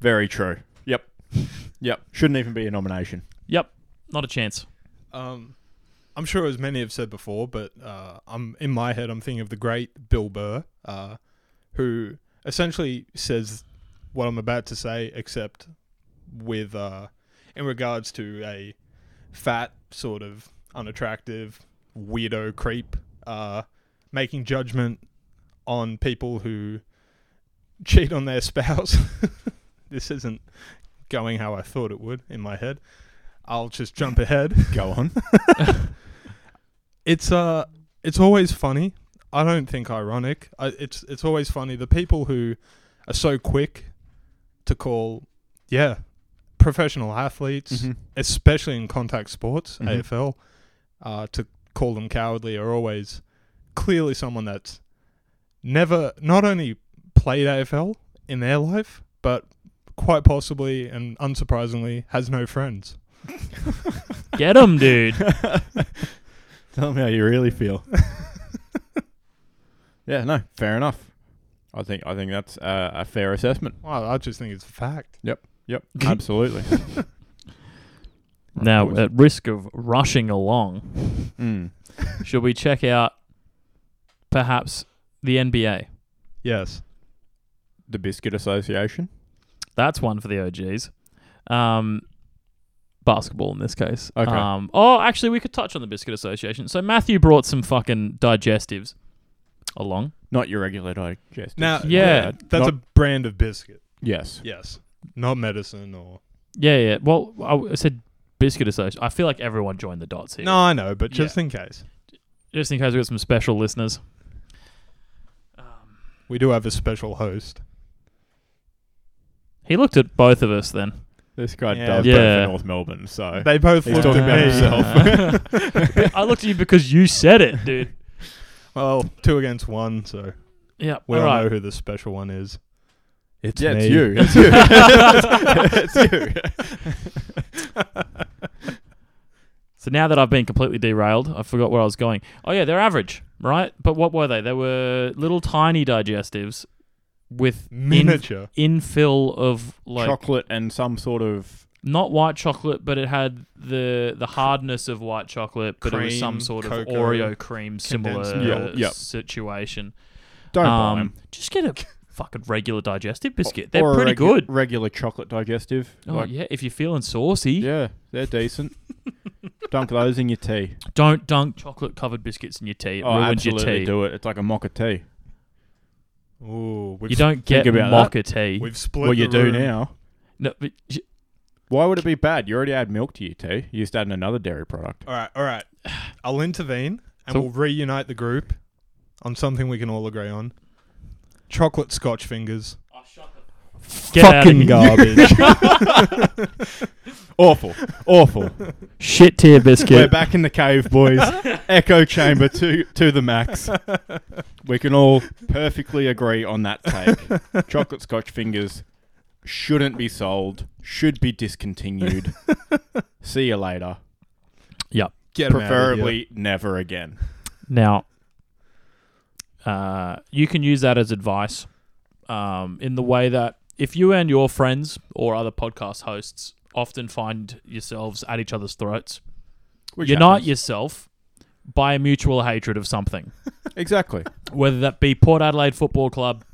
A: Very true. Yep. Yep. Shouldn't even be a nomination.
B: Yep. Not a chance.
C: Um, I'm sure as many have said before, but uh, I'm in my head. I'm thinking of the great Bill Burr, uh, who essentially says what I'm about to say, except with uh, in regards to a fat, sort of unattractive weirdo creep, uh, making judgment on people who cheat on their spouse. this isn't going how I thought it would in my head. I'll just jump ahead
A: Go on.
C: it's uh it's always funny. I don't think ironic. I, it's it's always funny the people who are so quick to call yeah professional athletes,
A: Mhm.
C: especially in contact sports
A: Mhm.
C: AFL, uh, to call them cowardly are always clearly someone that's never not only played AFL in their life, but quite possibly and unsurprisingly has no friends.
B: Get him, dude.
A: Tell me how you really feel. yeah, no, fair enough. I think I think that's uh, a fair assessment.
C: Wow, I just think it's a fact.
A: Yep, absolutely. Right,
B: Now, uh,
A: boys.
B: at risk of rushing along,
A: Mm.
B: should we check out perhaps the NBA?
C: Yes.
A: the Biscuit Association.
B: That's one for the OGs. Um, basketball in this case.
A: Okay.
B: Um, oh, actually, we could touch on the Biscuit Association. So Matthew brought some fucking digestives along.
A: Not your regular digestives.
C: Now,
B: Yeah.
C: that's
A: Not-
C: a brand of biscuit.
A: yes.
C: Yes, not medicine or.
B: Yeah, yeah. Well, I w- I said Biscuit Association. I feel like everyone joined the dots here.
C: No, I know, but just in case,
B: Just in case we got some special listeners. Um,
C: we do have a special host.
B: he looked at both of us then.
A: This guy
C: Yeah.
A: does
B: Yeah.
A: play for North Melbourne, so
C: They both
A: He's
C: looked
A: talking
C: at
A: about
C: me.
A: himself.
B: Uh, I looked at you because you said it, dude.
C: Well, two against one, so
B: Yeah.
C: we
B: all
C: all
B: right.
C: know who the special one is. It's
A: yeah, it's
C: me.
A: you. It's you. it's you.
B: So now that I've been completely derailed, I forgot where I was going. Oh yeah, they're average, right? But what were they? They were little tiny digestives with in,
C: Miniature.
B: infill of like
A: Chocolate and some sort of
B: not white chocolate, but it had the the hardness of white chocolate, but it was some
C: Cream,
B: sort of
C: cocoa,
B: Oreo cream similar
C: condensed
A: milk. Yeah, yeah.
B: situation.
A: don't buy 'em.
B: um, just get a fucking regular digestive biscuit. They're
A: Or a
B: pretty
A: regu-
B: good.
A: Regular chocolate digestive.
B: Oh
A: Like,
B: yeah, if you're feeling saucy,
A: yeah, they're decent. Dunk those in your tea.
B: don't dunk chocolate covered biscuits in your tea. It
A: oh,
B: ruins your
A: absolutely
B: tea.
A: do it. It's like a mocha tea.
C: Ooh, we've,
B: You don't
A: Think
B: get
A: about
B: mocha tea.
C: We've split.
A: Well, you
C: the
A: do
C: room.
A: now.
B: No, but j-
A: Why would it be bad? You already add milk to your tea. You just add another dairy product.
C: All right, all right. I'll intervene and
B: So-
C: we'll reunite the group on something we can all agree on. Chocolate Scotch fingers.
B: get out of here.
A: garbage. awful, awful.
B: Shit tier
A: We're
B: biscuit.
A: back in the cave, boys. Echo chamber to to the max. We can all perfectly agree on that take. Chocolate Scotch fingers shouldn't be sold. Should be discontinued. See you later.
C: Get 'em out of here.
A: Preferably never again.
B: now, uh, you can use that as advice um, in the way that if you and your friends or other podcast hosts often find yourselves at each other's throats,
A: Which
B: you're not
A: happens.
B: yourself by a mutual hatred of something,
A: exactly.
B: whether that be Port Adelaide Football Club,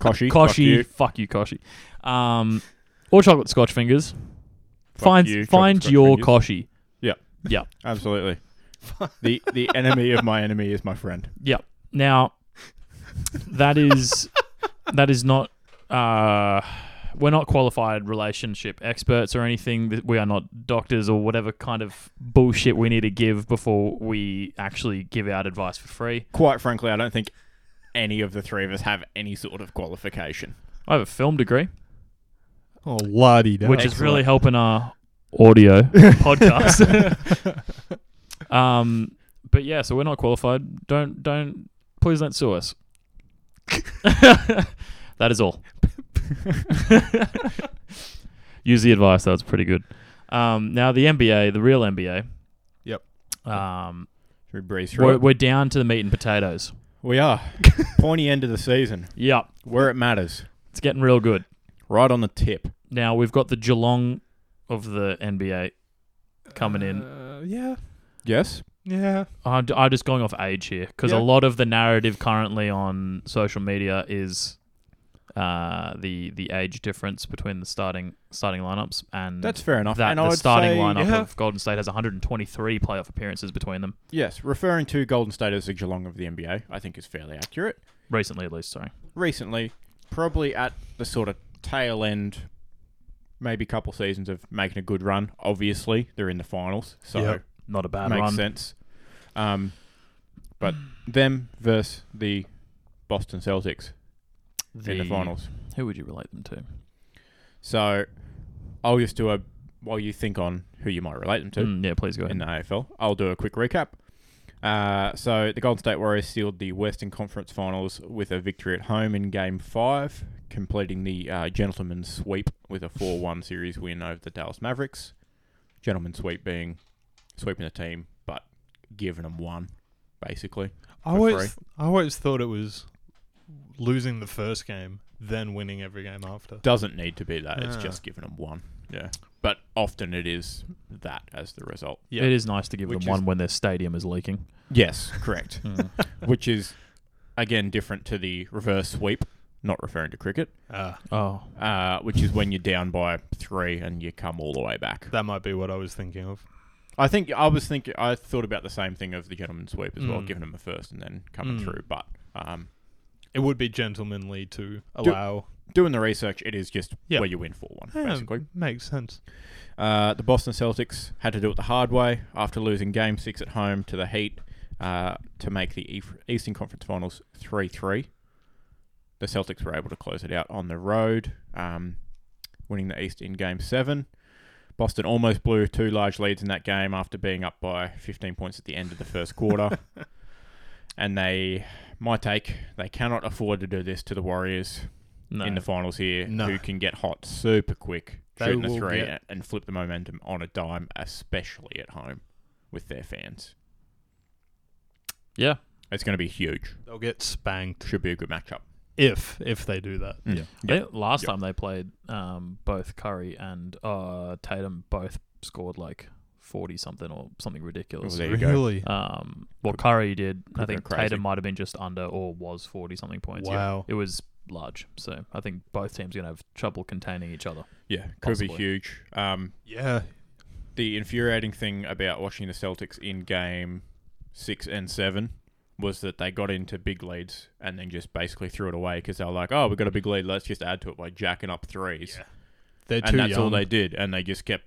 A: Koshy, fuck
B: Koshy,
A: you.
B: fuck you, Koshy, um, or Chocolate Scotch Fingers.
A: Fuck
B: find
A: you, Chocolate
B: find
A: Scotch
B: your
A: fingers.
B: Koshy.
A: Absolutely. the the enemy of my enemy is my friend.
B: Yep. Now, that is that is not. Uh, we're not qualified relationship experts or anything. Th- We are not doctors or whatever kind of bullshit we need to give before we actually give out advice for free.
A: Quite frankly, I don't think any of the three of us have any sort of qualification.
B: I have a film degree,
C: Oh, lardy
B: which is really helping our audio podcast. um, but yeah, so we're not qualified. Don't don't please don't sue us. that is all. Use the advice. That was pretty good. Um, now the NBA, the real NBA.
C: Yep.
B: Um,
A: Should we breeze through
B: we're,
A: it?
B: we're down to the meat and potatoes.
A: We are. Pointy end of the season,
B: Yep.
A: where it matters.
B: It's getting real good.
A: Right on the tip.
B: Now we've got the Geelong of the NBA coming in.
C: Uh, yeah,
A: Yes?
C: yeah.
B: I'm, I'm just going off age here because
C: Yeah.
B: a lot of the narrative currently on social media is uh, the the age difference between the starting starting lineups and
A: That's fair enough.
B: that
A: and I
B: the
A: would
B: starting
A: say,
B: lineup
C: yeah.
B: of Golden State has 123 playoff appearances between them
A: Yes, referring to Golden State as the Geelong of the NBA, I think is fairly accurate.
B: recently, at least. Sorry,
A: Recently, probably at the sort of tail end, maybe couple seasons of making a good run. Obviously, they're in the finals, so
C: Yep.
B: not a bad
A: makes
B: run.
A: sense. Um, but them versus the Boston Celtics in the finals.
B: Who would you relate them to?
A: So I'll just do a while you think on who you might relate them to
B: Mm, yeah, please go
A: in
B: ahead.
A: the AFL. I'll do a quick recap. Uh, so the Golden State Warriors sealed the Western Conference Finals with a victory at home in Game Five, completing the uh, gentleman's sweep with a four-one series win over the Dallas Mavericks. Gentleman sweep being sweeping the team, but giving them one, basically.
C: I
A: For
C: always, I always thought it was losing the first game, then winning every game after.
A: Doesn't need to be that. It's
C: Ah.
A: just giving them one. Yeah, but often it is that as the result.
C: Yeah.
B: It is nice to give
C: Which
B: them one when their stadium is leaking.
A: Yes, correct.
B: Mm.
A: Which is again different to the reverse sweep. Not referring to cricket.
C: Ah,
B: oh,
A: uh, which is when you're down by three and you come all the way back.
C: that might be what I was thinking of.
A: I think I was thinking I thought about the same thing of the gentleman sweep as well,
C: Mm.
A: giving them a first and then coming
C: Mm.
A: through. But um,
C: It would be gentlemanly to allow.
A: doing the research, it is just
C: Yeah.
A: where you win four one
C: Yeah,
A: basically.
C: makes sense.
A: Uh, the Boston Celtics had to do it the hard way after losing Game Six at home to the Heat uh, to make the Eaf- Eastern Conference Finals three three. The Celtics were able to close it out on the road, um, winning the East in Game Seven. Boston almost blew two large leads in that game after being up by 15 points at the end of the first quarter. and they, my take, they cannot afford to do this to the Warriors
B: no.
A: in the finals here
C: No.
A: who can get hot super quick,
C: They
A: shooting a
C: will
A: three
C: get-
A: a- and flip the momentum on a dime, especially at home with their fans.
B: yeah,
A: It's going to be huge.
C: They'll get spanked
A: Should be a good matchup.
C: if if they do that.
A: Mm.
B: Yeah. They, last
A: Yeah.
B: time they played, um, both Curry and uh, Tatum both scored like forty something or something ridiculous.
A: There you go.
C: really?
B: Um, what Curry did, I
A: could
B: think
A: go crazy.
B: Tatum might have been just under or was forty something points. Yeah.
C: Wow.
B: it was large. So I think both teams are gonna have trouble containing each other.
A: Yeah, could be
B: Possibly.
A: huge. Um,
C: Yeah.
A: the infuriating thing about watching the Celtics in game six and seven was that they got into big leads and then just basically threw it away because they were like, oh, we got a big lead. Let's just add to it by jacking up threes.
C: Yeah. They're
A: and
C: too
A: that's all
C: young.
A: they did. And they just kept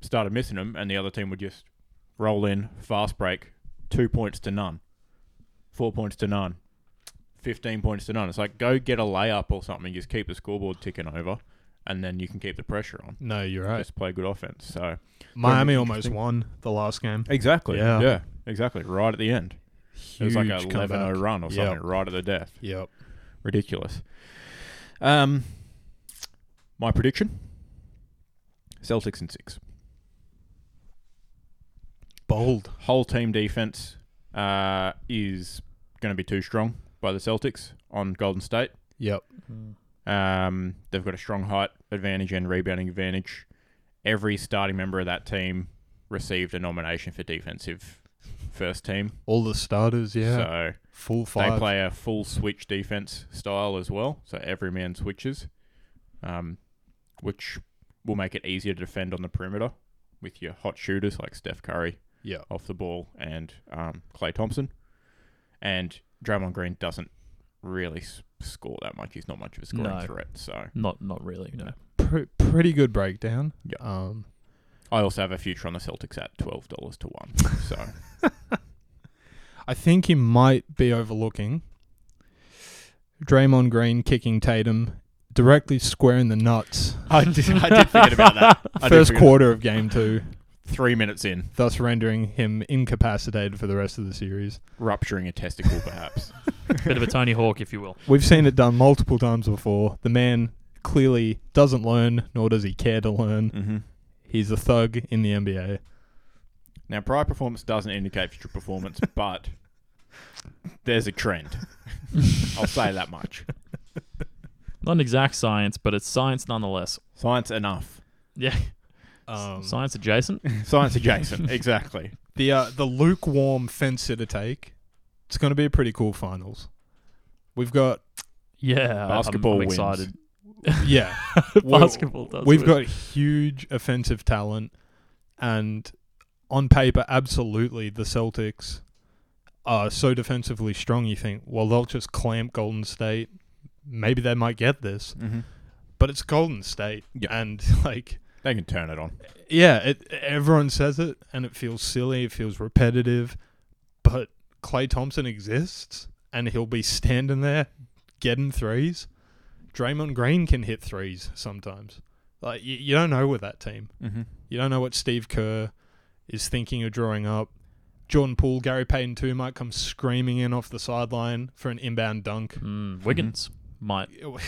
A: started missing them, and the other team would just roll in, fast break, two points to none, four points to none, fifteen points to none. It's like go get a layup or something. Just keep the scoreboard ticking over, and then you can keep the pressure on.
C: no, you're right.
A: Just play good offense. So
C: Miami
A: Very
C: almost
A: interesting.
C: won the last game.
A: exactly,
C: Yeah.
A: yeah, exactly. Right at the end,
C: Huge
A: it was like a
C: comeback.
A: 11-0 run or
C: Yep.
A: something, right at the death.
C: Yep.
A: Ridiculous. Um, my prediction: Celtics in six.
C: Bold.
A: whole team defense uh, is going to be too strong by the Celtics on Golden State.
C: Yep.
A: Um, they've got a strong height advantage and rebounding advantage. Every starting member of that team received a nomination for defensive first team.
C: All the starters. Yeah.
A: So
C: Full five.
A: they play a full switch defense style as well. So every man switches, um, which will make it easier to defend on the perimeter with your hot shooters like Steph Curry,
C: Yeah.
A: off the ball and um, Clay Thompson. And Draymond Green doesn't really s- score that much. He's not much of a scoring
B: No.
A: threat. So
B: Not not really. No.
C: Pre- pretty good breakdown.
A: Yep.
C: Um,
A: I also have a future on the Celtics at twelve dollars to one. So
C: I think you might be overlooking Draymond Green kicking Tatum directly square in the nuts.
A: I did, I did forget about that. I did
C: first
A: forget-
C: quarter of game two,
A: Three minutes in,
C: thus rendering him incapacitated for the rest of the series.
A: rupturing a testicle, perhaps.
B: Bit of a Tony Hawk, if you will.
C: We've seen it done multiple times before. The man clearly doesn't learn, nor does he care to learn.
A: mm-hmm.
C: He's a thug in the NBA.
A: Now, prior performance doesn't indicate future performance, but there's a trend. I'll say that much.
B: Not an exact science, but it's science nonetheless.
A: Science enough.
B: Yeah,
C: Um,
B: science adjacent.
A: Science adjacent. Exactly.
C: the uh, the lukewarm fence sitter take. It's going to be a pretty cool finals. We've got
B: Yeah, I'm-
A: Basketball
B: I'm,
A: wins.
B: excited.
C: yeah, Well,
B: Basketball does.
C: we've
B: win.
C: got huge offensive talent, and on paper, absolutely the Celtics are so defensively strong. You think, well, they'll just clamp Golden State. Maybe they might get this,
A: Mm-hmm.
C: but it's Golden State,
A: Yeah.
C: and like,
A: They can turn it on.
C: yeah, it, everyone says it, and it feels silly, it feels repetitive, but Clay Thompson exists, and he'll be standing there getting threes. Draymond Green can hit threes sometimes. Like you, you don't know with that team.
A: Mm-hmm.
C: You don't know what Steve Kerr is thinking or drawing up. Jordan Poole, Gary Payton too might come screaming in off the sideline for an inbound dunk.
B: Mm, Wiggins might
C: Ew.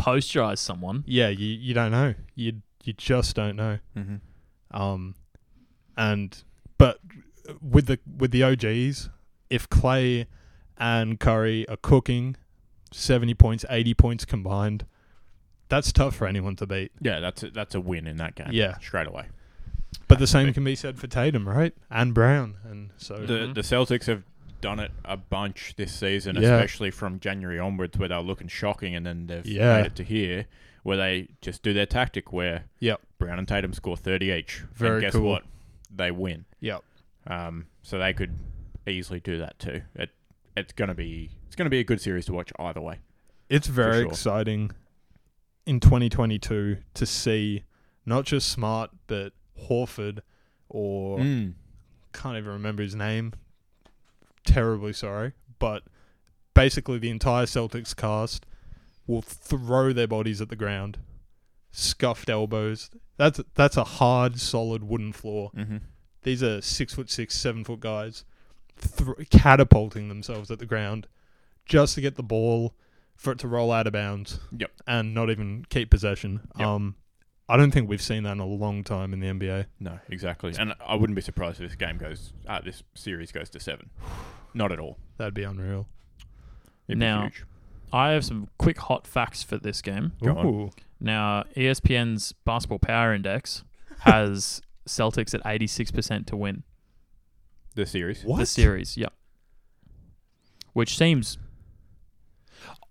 B: posterize someone.
C: Yeah, you, you don't know. You you just don't know.
A: Mm-hmm.
C: Um, and but with the with the OGs, if Clay and Curry are cooking, seventy points, eighty points combined, that's tough for anyone to beat.
A: Yeah, that's a, that's a win in that game.
C: Yeah.
A: straight away.
C: But the same can be said for Tatum, right? And Brown, and so
A: The the Celtics have done it a bunch this season,
C: Yeah.
A: especially from January onwards, where they're looking shocking, and then they've
C: Yeah.
A: made it to here, where they just do their tactic where
C: Yep.
A: Brown and Tatum score thirty each.
C: Very
A: and guess
C: cool.
A: what? They win.
C: Yep.
A: Um, so they could easily do that too. It it's gonna be it's gonna be a good series to watch either way.
C: It's very
A: sure.
C: exciting in 2022 to see not just Smart but Horford or
A: Mm.
C: can't even remember his name. Terribly sorry, but basically the entire Celtics cast will throw their bodies at the ground, scuffed elbows. That's that's a hard, solid wooden floor.
A: hmm
C: These are six foot six, seven foot guys th- catapulting themselves at the ground just to get the ball for it to roll out of bounds.
A: Yep.
C: And not even keep possession.
A: Yep.
C: Um, I don't think we've seen that in a long time in the NBA.
A: No, exactly. And I wouldn't be surprised if this game goes uh, this series goes to seven. Not at all.
C: That'd be unreal.
A: It'd
B: Now-
A: be huge.
B: I have some quick hot facts for this game.
A: Go on.
C: Ooh.
B: Now, E ESPN's Basketball Power Index has Celtics at 86% to win
A: The series.
C: What?
B: the series. Yep. Which seems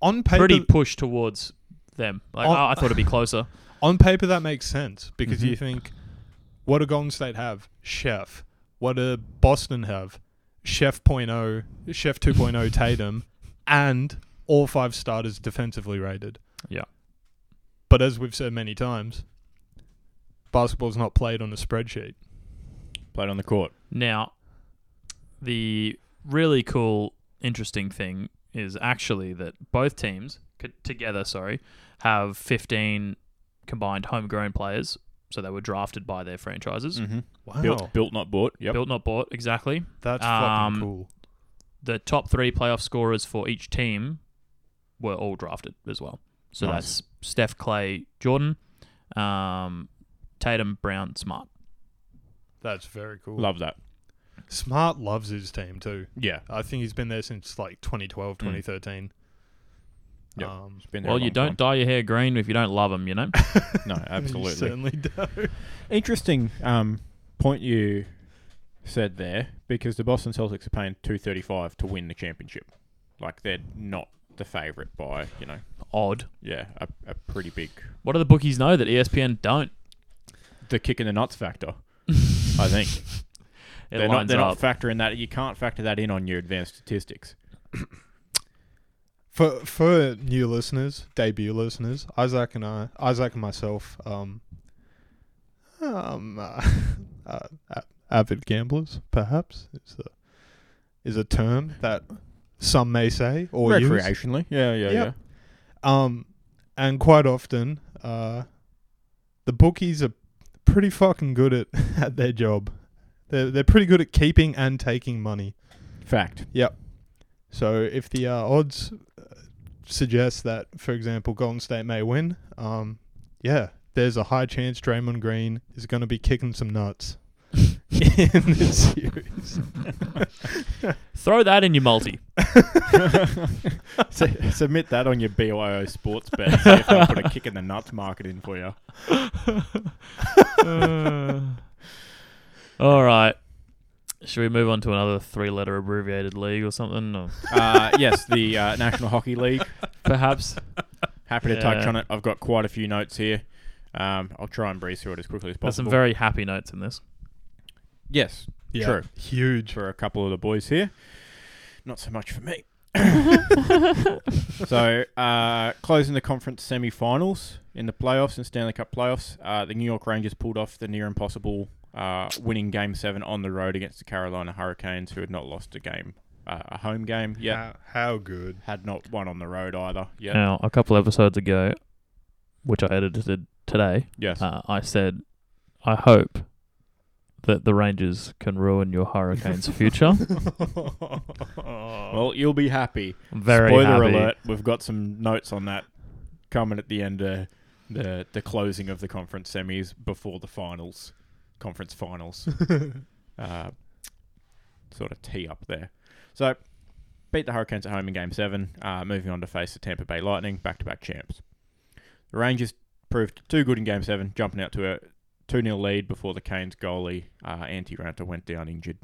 C: On paper,
B: pretty pushed towards them. Like,
C: On-
B: I I thought it'd be closer.
C: on paper that makes sense because
A: Mhm.
C: you think, what do Golden State have? Chef. What do Boston have? Chef point oh, Chef 2.0 Tatum, and all five starters defensively rated.
B: Yeah.
C: But as we've said many times, basketball's not played on a spreadsheet.
A: Played on the court.
B: Now, the really cool, interesting thing is actually that both teams co- together, sorry, have 15 combined homegrown players. So they were drafted by their
C: Mm,
B: franchises,
A: Mm-hmm.
C: Wow.
A: Built, built, not bought. Yep.
B: built not bought. Exactly.
C: That's
B: Um,
C: fucking cool.
B: The top three playoff scorers for each team were all drafted as well. So
A: Nice.
B: that's Steph, Clay, Jordan, um, Tatum, Brown, Smart.
C: That's very cool.
A: Love that.
C: Smart loves his team too.
A: Yeah.
C: I think he's been there since like 2012,
A: Mm.
C: 2013.
A: Yep.
C: Um,
A: It's been there a
B: Well, you
A: long
B: don't
A: time.
B: dye your hair green if you don't love them, you know?
A: No,
C: You
A: absolutely.
C: certainly do.
A: Interesting um, point you said there because the Boston Celtics are paying two thirty five to win the championship. Like they're not the favourite by you know
B: Odd.
A: yeah a, a pretty big
B: What do the bookies know that E ESPN don't?
A: the kick in the nuts factor. I think
B: It
A: they're not
B: lines
A: they're
B: up.
A: not factoring that you can't factor that in on your advanced statistics.
C: For for new listeners, debut listeners, Isaac and I, Isaac and myself, um, um, uh, uh, a- avid gamblers, perhaps is a is a term that some may say or use.
A: Recreationally, yeah, yeah,
C: Yep.
A: yeah.
C: Um, and quite often, uh, the bookies are pretty fucking good at, at their job. They're, they're pretty good at keeping and taking money.
A: Fact.
C: So if the uh, odds uh, suggest that, for example, Golden State may win, um, yeah, there's a high chance Draymond Green is going to be kicking some nuts in this series.
B: Throw that in your multi.
A: Su- submit that on your BYO sports bet. and See if they'll put a kick in the nuts market in for you.
B: Uh, all right. Should we move on to another three-letter abbreviated league or something? Or
A: Uh, yes, the uh, National Hockey League.
B: perhaps.
A: Happy to touch
B: Yeah.
A: on it. I've got quite a few notes here. Um, I'll try and breeze through it as quickly as
B: There's some
A: possible.
B: very happy notes in this.
A: yes,
C: Yeah,
A: True.
C: Huge.
A: for a couple of the boys here. Not so much for me. so, uh, closing the conference semi-finals in the playoffs and Stanley Cup playoffs, uh, the New York Rangers pulled off the near impossible, uh, winning Game Seven on the road against the Carolina Hurricanes, who had not lost a game, uh, a home game yet,
C: How, how good.
A: had not won on the road either. Yeah,
B: Now, a couple episodes ago, which I edited today,
A: yes,
B: uh, I said, I hope that the Rangers can ruin your Hurricanes' future.
A: Well, you'll be happy.
B: I'm very
A: Spoiler
B: happy.
A: alert: We've got some notes on that coming at the end of the the closing of the conference semis before the finals, conference finals, uh, sort of tee up there. So, beat the Hurricanes at home in Game Seven. Uh, moving on to face the Tampa Bay Lightning, back-to-back champs. The Rangers proved too good in Game Seven, jumping out to a 2 0 lead before the Canes goalie, uh, Antti Ranta, went down injured.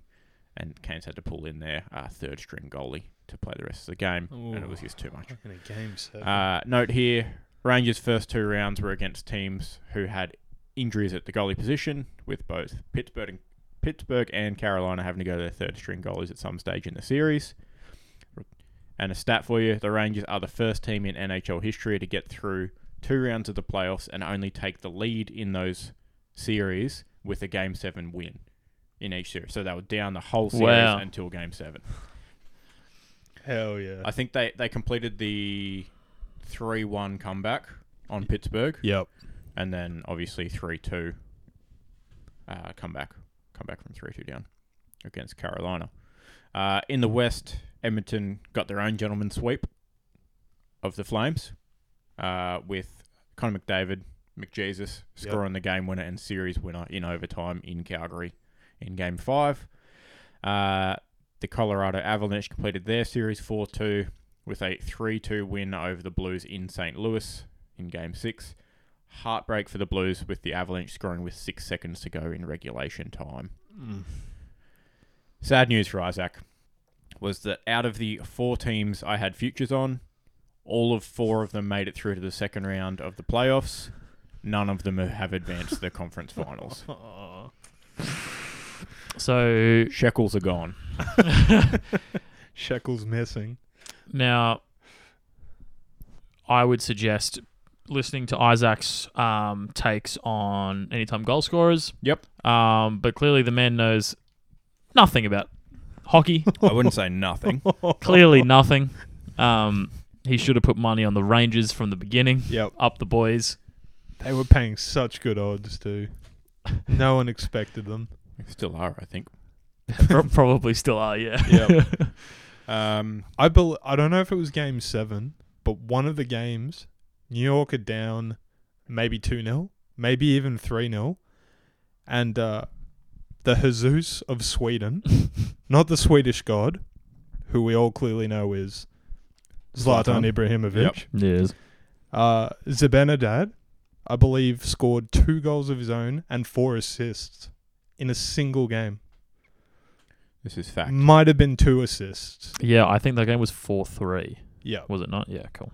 A: And Canes had to pull in their uh, third string goalie to play the rest of the game. And it was just too much.
C: Fucking a game seven.
A: Uh, note here Rangers' first two rounds were against teams who had injuries at the goalie position, with both Pittsburgh and, Pittsburgh and Carolina having to go to their third string goalies at some stage in the series. And a stat for you the Rangers are the first team in NHL history to get through two rounds of the playoffs and only take the lead in those series with a Game 7 win in each series. So they were down the whole series
B: Wow.
A: until Game 7.
C: Hell yeah.
A: I think they, they completed the 3 1 comeback on Pittsburgh
C: yep.
A: and then obviously 3 2 uh, comeback. Comeback from 3 2 down against Carolina. Uh, in the West, Edmonton got their own gentleman sweep of the Flames uh, with Connor McDavid, McJesus
C: Yep.
A: scoring the game winner and series winner in overtime in Calgary in Game 5. Uh, the Colorado Avalanche completed their series 4 2 with a 3 2 win over the Blues in St. Louis in Game 6. Heartbreak for the Blues with the Avalanche scoring with six seconds to go in regulation time. Sad news for Isaac was that out of the four teams I had futures on, all of four of them made it through to the second round of the playoffs. None of them have advanced to the conference finals.
B: So
A: Shekels are gone.
C: Shekels missing.
B: now, I would suggest listening to Isaac's um, takes on anytime goal scorers.
A: Yep.
B: Um, but clearly, the man knows nothing about hockey.
A: I wouldn't say nothing.
B: clearly,
A: Oh.
B: nothing. Um, he should have put money on the Rangers from the beginning.
C: Yep.
B: Up the boys.
C: They were paying such good odds, too. No one expected them.
A: Still are, I think.
B: Pro- Probably still are. Yeah.
C: Yep.
A: Um,
C: I bel I don't know if it was game seven, but one of the games, New York are down maybe 2 0, maybe even 3 0. And uh, the Jesus of Sweden, not the Swedish god, who we all clearly know is Zlatan
A: Zlatan.
C: Ibrahimovic,
A: Yep.
B: Yes.
C: uh, Zibanejad, I believe, scored two goals of his own and four assists in a single game.
A: this is fact.
C: Might have been two assists.
B: Yeah, I think that game was four three.
C: Yeah.
B: Was it not? Yeah. Cool.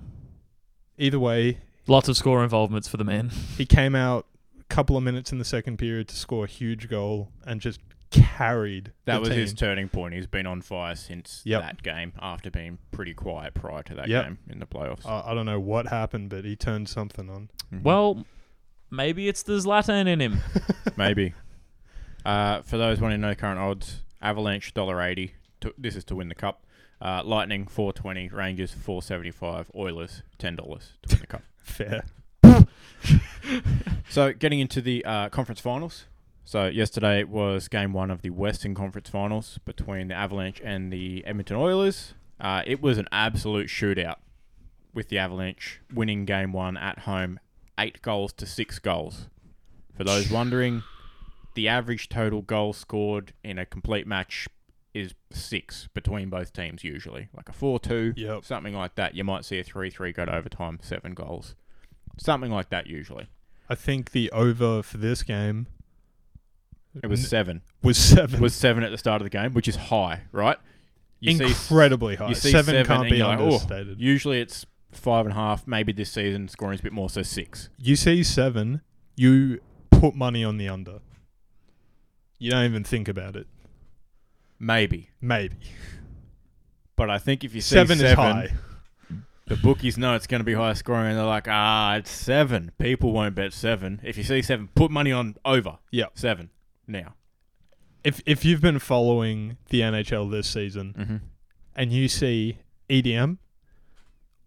C: Either way,
B: Lots of score involvements for the man.
C: he came out a couple of minutes in the second period to score a huge goal and just carried
A: That
C: the
A: was
C: team.
A: his turning point. He's been on fire since
C: Yep.
A: that game after being pretty quiet prior to that
C: Yep. Uh,
A: game in the playoffs.
C: I I don't know what happened, but he turned something on.
A: Mhm.
B: Well, maybe it's the Zlatan in him.
A: Maybe. Uh, for those wanting to know current odds, Avalanche dollar eighty. To, this is to win the cup. Uh, Lightning four twenty, Rangers four seventy five, Oilers ten dollars to win the cup.
C: Fair.
A: So getting into the uh, conference finals. So yesterday was game one of the Western Conference Finals between the Avalanche and the Edmonton Oilers. Uh, it was an absolute shootout with the Avalanche winning game one at home, eight goals to six goals. For those wondering, the average total goal scored in a complete match is six between both teams usually, like a four-two,
C: Yep.
A: something like that. You might see a three-three go to overtime, seven goals, something like that usually.
C: I think the over for this game
A: It was seven.
C: was seven.
A: Was seven at the start of the game, which is high, right? You see-
C: incredibly high.
A: you see
C: seven,
A: seven
C: can't
A: and
C: be
A: you're like, "Oh."
C: understated.
A: usually it's five and a half. Maybe this season scoring's a bit more, so six.
C: you see seven, you put money on the under. You don't even think about it.
A: Maybe.
C: Maybe
A: But I think if you see
C: seven, is high.
A: the bookies know it's going to be high scoring, and they're like, ah, it's seven. People won't bet seven. If you see seven, put money on over.
C: Yeah.
A: seven now.
C: If if you've been following the NHL this season
A: Mm-hmm.
C: and you see EDM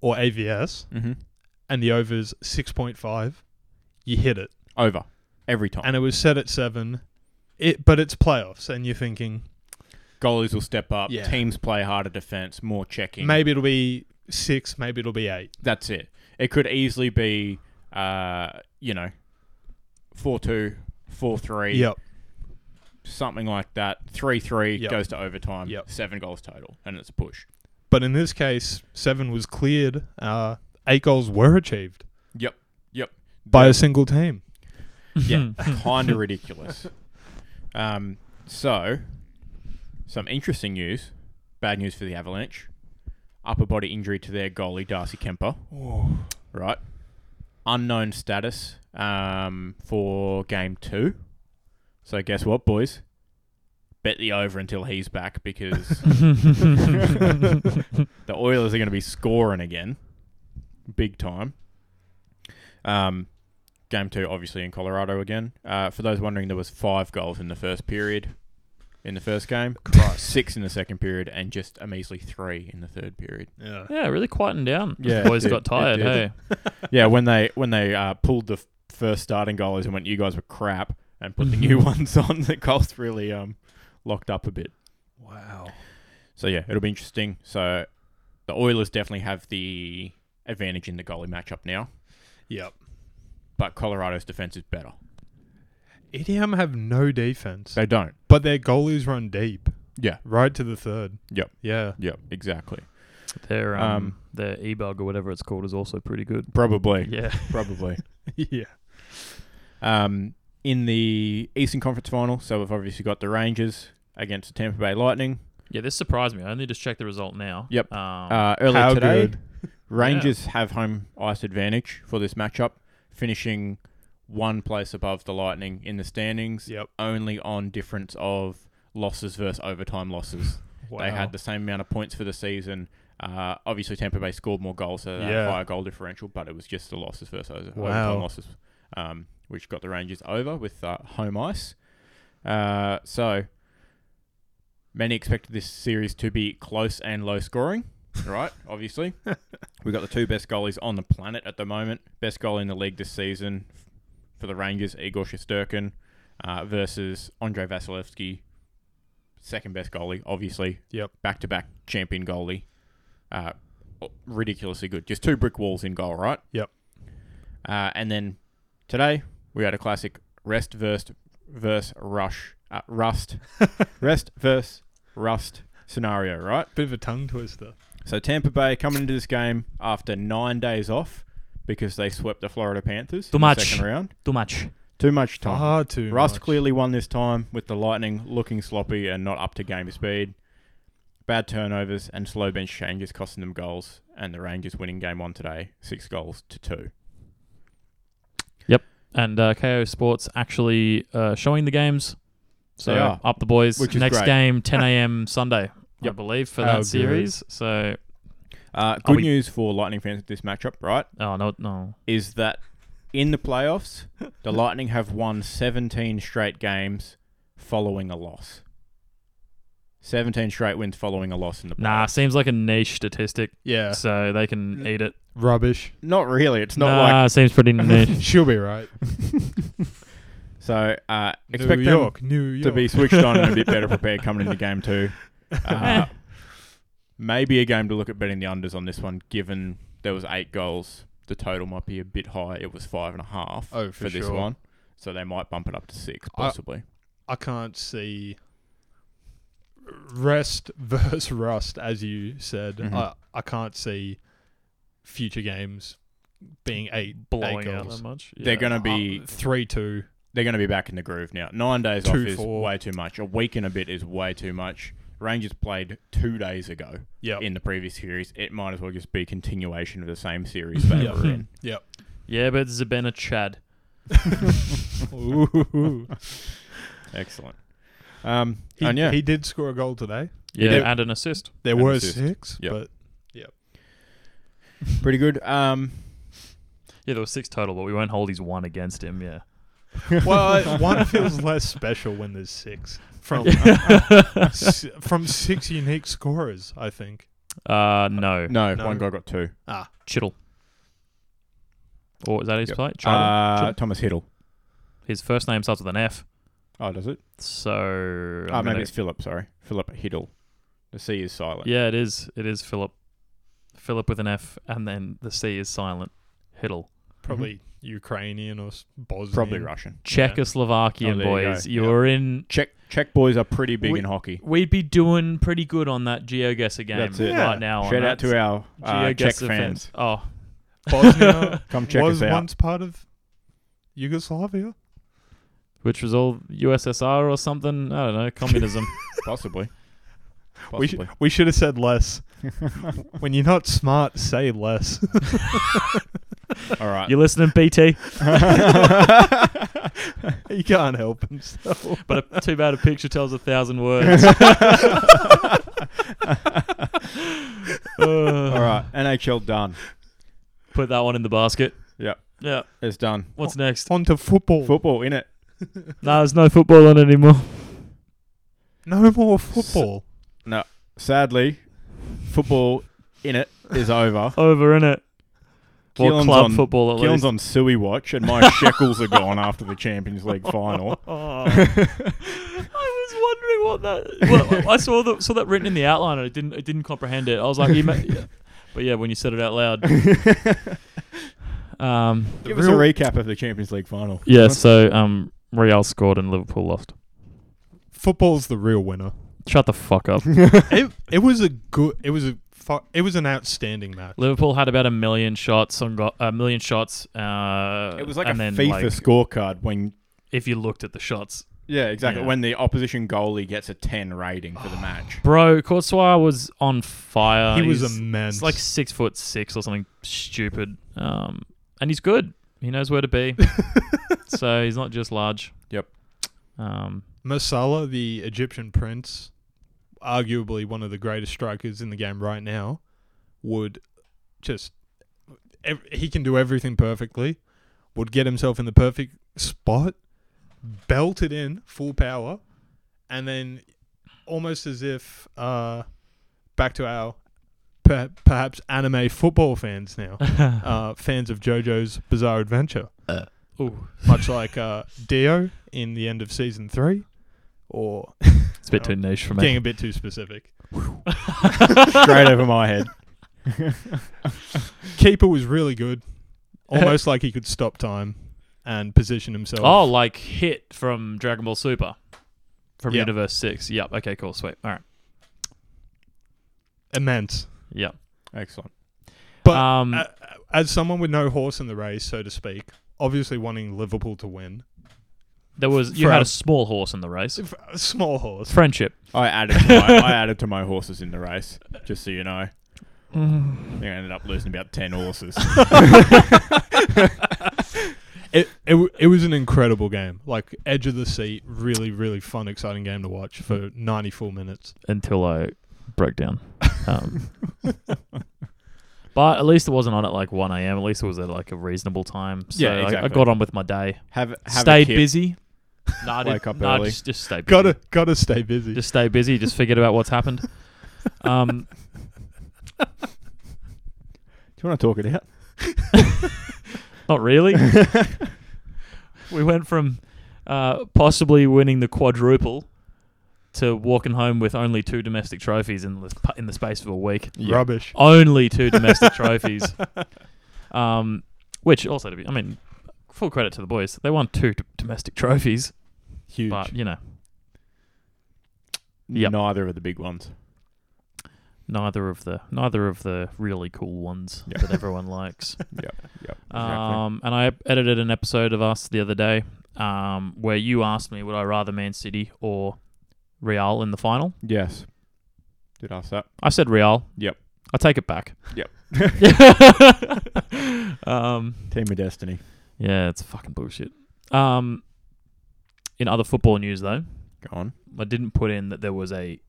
C: or AVS
A: Mm-hmm.
C: and the overs six point five, you hit it.
A: Over every time.
C: And it was set at seven. It but it's playoffs and you're thinking
A: Goalies will step up.
C: Yeah.
A: Teams play harder defense, more checking.
C: maybe it'll be six, maybe it'll be eight.
A: That's it. It could easily be, uh, you know, 4 2, 4 3,
C: Yep.
A: something like that. 3 3
C: Yep.
A: goes to overtime,
C: Yep.
A: seven goals total, and it's a push.
C: But in this case, seven was cleared. Uh, eight goals were achieved
A: Yep. Yep.
C: by a single team.
A: Yeah. kind of ridiculous. Um, so, some interesting news. Bad news for the Avalanche. Upper body injury to their goalie, Darcy Kemper. Right. Unknown status um, for game two. So, guess what, boys? Bet the over until he's back because the Oilers are going to be scoring again, big time. Um, game two, obviously in Colorado again. Uh, for those wondering, there was five goals in the first period, in the first game, six in the second period, and just a measly three in the third period.
C: Yeah.
B: yeah, really quieting down.
A: Yeah,
B: Yeah,
A: it
B: boys
A: did.
B: got tired.
A: It
B: Hey,
A: did. yeah, when they when they uh, pulled the f- first starting goalies and went, "You guys were crap," and put the new ones on, the goals really um locked up a bit.
C: Wow.
A: So yeah, it'll be interesting. So the Oilers definitely have the advantage in the goalie matchup now,
C: Yep.
A: but Colorado's defense is better.
C: EDM E have no defense,
A: They don't.
C: but their goalies run deep,
A: Yeah.
C: right to the third.
A: Yep.
C: Yeah.
A: Yep. Exactly.
B: their um,
A: Um,
B: their e bug or whatever it's called is also pretty good.
A: Probably.
B: Yeah,
A: Probably.
C: yeah.
A: Um, in the Eastern Conference final, so we've obviously got the Rangers against the Tampa Bay Lightning.
B: yeah. This surprised me. I only just checked the result now.
A: Yep.
B: Um,
A: Uh, earlier
C: How
A: today,
C: good?
A: Rangers have home ice advantage for this matchup, finishing one place above the Lightning in the standings,
C: Yep.
A: only on difference of losses versus overtime losses. They had the same amount of points for the season. Uh, obviously, Tampa Bay scored more goals, so they had
C: Yeah.
A: a higher goal differential, but it was just the losses versus over-
C: Wow.
A: overtime losses, um, which got the Rangers over with uh, home ice. Uh, so, many expected this series to be close and low scoring, right? obviously. We've got the two best goalies on the planet at the moment. Best goalie in the league this season for the Rangers, Igor Shesterkin, uh, versus Andre Vasilevsky, second best goalie, obviously.
C: Yep.
A: Back to back champion goalie. Uh, ridiculously good. Just two brick walls in goal, right?
C: Yep.
A: Uh, and then today we had a classic rest versus versus rush uh, rust rest versus rust scenario, right?
C: Bit of a tongue twister.
A: So Tampa Bay coming into this game after nine days off because they swept the Florida Panthers
B: Too
A: in
B: much. Oh,
A: the second round.
B: Too much.
A: Too much time.
C: Far Ah, too
A: Rust
C: much.
A: clearly won this time with the Lightning looking sloppy and not up to game speed. Bad turnovers and slow bench changes costing them goals, and the Rangers winning game one today, six goals to two.
B: And uh, KO Sports actually uh, showing the games. So
A: They are.
B: up the boys.
A: Which is
B: Next
A: great.
B: game, 10 a.m. Sunday, I
A: Yep.
B: believe, for
C: How
B: that
C: good.
B: series. So,
A: Uh,
B: Are
A: good
B: we-
A: news for Lightning fans with this matchup, right?
B: oh no, no.
A: Is that in the playoffs, the Lightning have won 17 straight games following a loss. 17 straight wins following a loss in the
B: Nah,
A: playoffs.
B: seems like a niche statistic,
C: Yeah,
B: so they can
C: N-
B: eat it.
C: rubbish.
A: Not really. It's not
B: nah,
A: like.
B: seems pretty niche.
C: She'll be right.
A: So uh, expect
C: New
A: them
C: York, New York.
A: to be switched on and a bit better prepared coming into game two. Uh, maybe a game to look at betting the unders on this one, given there was eight goals. The total might be a bit high. It was five and a half
C: Oh, for
A: this
C: sure.
A: one. So they might bump it up to six,
C: I-
A: possibly.
C: I can't see rest versus rust, as you said.
A: Mhm.
C: I, I can't see future games being eight
B: blowing
C: eight
B: out
C: goals.
B: that much.
A: They're gonna
C: Uh,
A: be-
C: three two.
A: They're going to be back in the groove now. Nine days off
C: Two,
A: is
C: four.
A: way too much. A week and a bit is way too much. Rangers played two days ago
C: Yep.
A: in the previous series. It might as well just be a continuation of the same series they
C: Yeah.
A: were in.
C: Yep.
B: yeah, but Zabena Chad.
C: Ooh.
A: Excellent. Um,
C: He,
A: and yeah,
C: he did score a goal today.
B: Yeah,
A: did.
B: and an assist.
C: There
A: An
C: were
A: assist.
C: six,
A: Yep.
C: but
A: pretty good. Um,
B: Yeah, there were six total, but we won't hold his one against him. Yeah.
C: well, it- one feels less special when there's six from uh, s- from six unique scorers. I think.
B: Uh, no.
A: no,
C: No.
A: one guy got two.
B: Chittle. Or is that his
A: Yep.
B: play? Chittle.
A: Uh,
B: Chittle?
A: Thomas Hiddle.
B: his first name starts with an F.
A: Oh, does it?
B: So
A: Oh,
B: I'm
A: maybe
B: gonna-
A: it's Philip. Sorry, Philip Hiddle. The C is silent.
B: yeah, it is. It is Philip. Philip with an F, and then the C is silent. Hiddle.
C: Probably Ukrainian or s- Bosnian.
A: Mm-hmm. Probably Russian.
B: Czechoslovakian
A: Oh, there you go.
B: boys, you're in.
A: Czech Czech boys are pretty big
B: We-
A: in hockey.
B: We'd be doing pretty good on that GeoGuessr game
A: That's it.
B: right
C: Yeah.
B: now.
A: Shout out to our uh, Czech
B: GeoGuessr
A: fans.
B: Oh,
C: Bosnia
A: Come check
C: was
A: us out.
C: once part of Yugoslavia.
B: which was all USSR or something. I don't know, communism.
A: Possibly.
C: We, sh-
A: Possibly.
C: we should have said less. when you're not smart, say less.
A: All right.
B: you listening, BT?
C: you can't help himself.
B: But a, too bad a picture tells a thousand words.
A: Uh. All right. NHL done.
B: Put that one in the basket.
A: Yep.
B: Yeah.
A: It's done.
B: What's next?
C: On to football.
A: Football in it.
B: No, there's no football on anymore.
C: no more football.
A: Sadly, football in it is over.
B: Over in it. Well,
A: Keelan's
B: club
A: on-
B: football at
A: Keelan's
B: least.
A: on Suey watch, and my shekels are gone after the Champions League final.
B: Oh. I was wondering what that. Well, I saw that saw that written in the outline, and I didn't I didn't comprehend it. I was like, you ma- but yeah, when you said it out loud, um,
A: Give us a recap of the Champions League final.
B: yeah. So um, Real scored and Liverpool lost.
C: Football's the real winner.
B: Shut the fuck up.
C: it, it was a good. It was a. Fu- it was an outstanding match.
B: Liverpool had about a million shots and got a million shots. Uh,
A: It was like
B: and
A: a
B: then,
A: FIFA
B: like,
A: scorecard when
B: if you looked at the shots,
A: yeah, exactly
B: Yeah.
A: when the opposition goalie gets a ten rating for the match.
B: bro, Courtois was on fire.
C: he was
B: He's-
C: immense.
B: It's like six foot six or something stupid. Um, and he's good. He knows where to be. so he's not just large.
A: Yep.
B: Um,
C: Masala, the Egyptian prince, arguably one of the greatest strikers in the game right now, would just ev- he can do everything perfectly. Would get himself in the perfect spot, belt it in full power, and then almost as if uh, back to our per- perhaps anime football fans now, uh, fans of JoJo's Bizarre Adventure
B: ooh,
C: much like uh, Dio in the end of season three, or
B: it's a bit too niche for
C: getting
B: me.
C: a bit too specific.
A: Straight over my head.
C: Keeper was really good, almost like he could stop time and position himself.
B: Oh, like hit from Dragon Ball Super from
C: Yep.
B: Universe Six. Yep. Okay. Cool. Sweet. All right.
C: immense!
B: Yep.
A: Excellent.
C: But
B: um,
C: uh, as someone with no horse in the race, so to speak, obviously wanting Liverpool to win,
B: there was you
C: Fran-
B: had a small horse in the race.
C: If- a small horse.
B: Friendship.
A: I added to my, I added to my horses in the race, just so you know. I think I ended up losing about ten horses.
C: It, it w- it was an incredible game, like edge of the seat, really really fun, exciting game to watch for
B: Mm.
C: ninety four minutes.
B: until I broke down. Um, but at least it wasn't on at like 1 a.m. At least it was at like a reasonable time. So
A: Yeah,
B: I- I,
A: exactly.
B: got on with my day.
A: Have, have a
B: Stayed
A: kip.
B: busy. Nah, I did-
A: Wake up
B: nah,
A: early.
B: Just, just stay busy.
C: gotta gotta stay busy.
B: Just stay busy. Just forget about what's happened. Um,
A: Do you want to talk it out?
B: not really. we went from uh, possibly winning the quadruple to walking home with only two domestic trophies in the in the space of a week.
C: Rubbish.
B: Only two domestic trophies. Um, which also to be, I mean, full credit to the boys. They won two d- domestic trophies,
A: Huge.
B: but you know, Yep.
A: Neither of the big ones.
B: neither of the neither of the really cool ones
A: Yeah.
B: that everyone likes.
A: Yep. Exactly.
B: Um, and I edited an episode of us the other day um, where you asked me would I rather Man City or Real in the final.
A: yes. Did ask that.
B: I said Real.
A: Yep.
B: I take it back.
A: Yep.
B: um,
A: Team of Destiny.
B: yeah, it's fucking bullshit. Um, in other football news, though,
A: Go on.
B: I didn't put in that there was a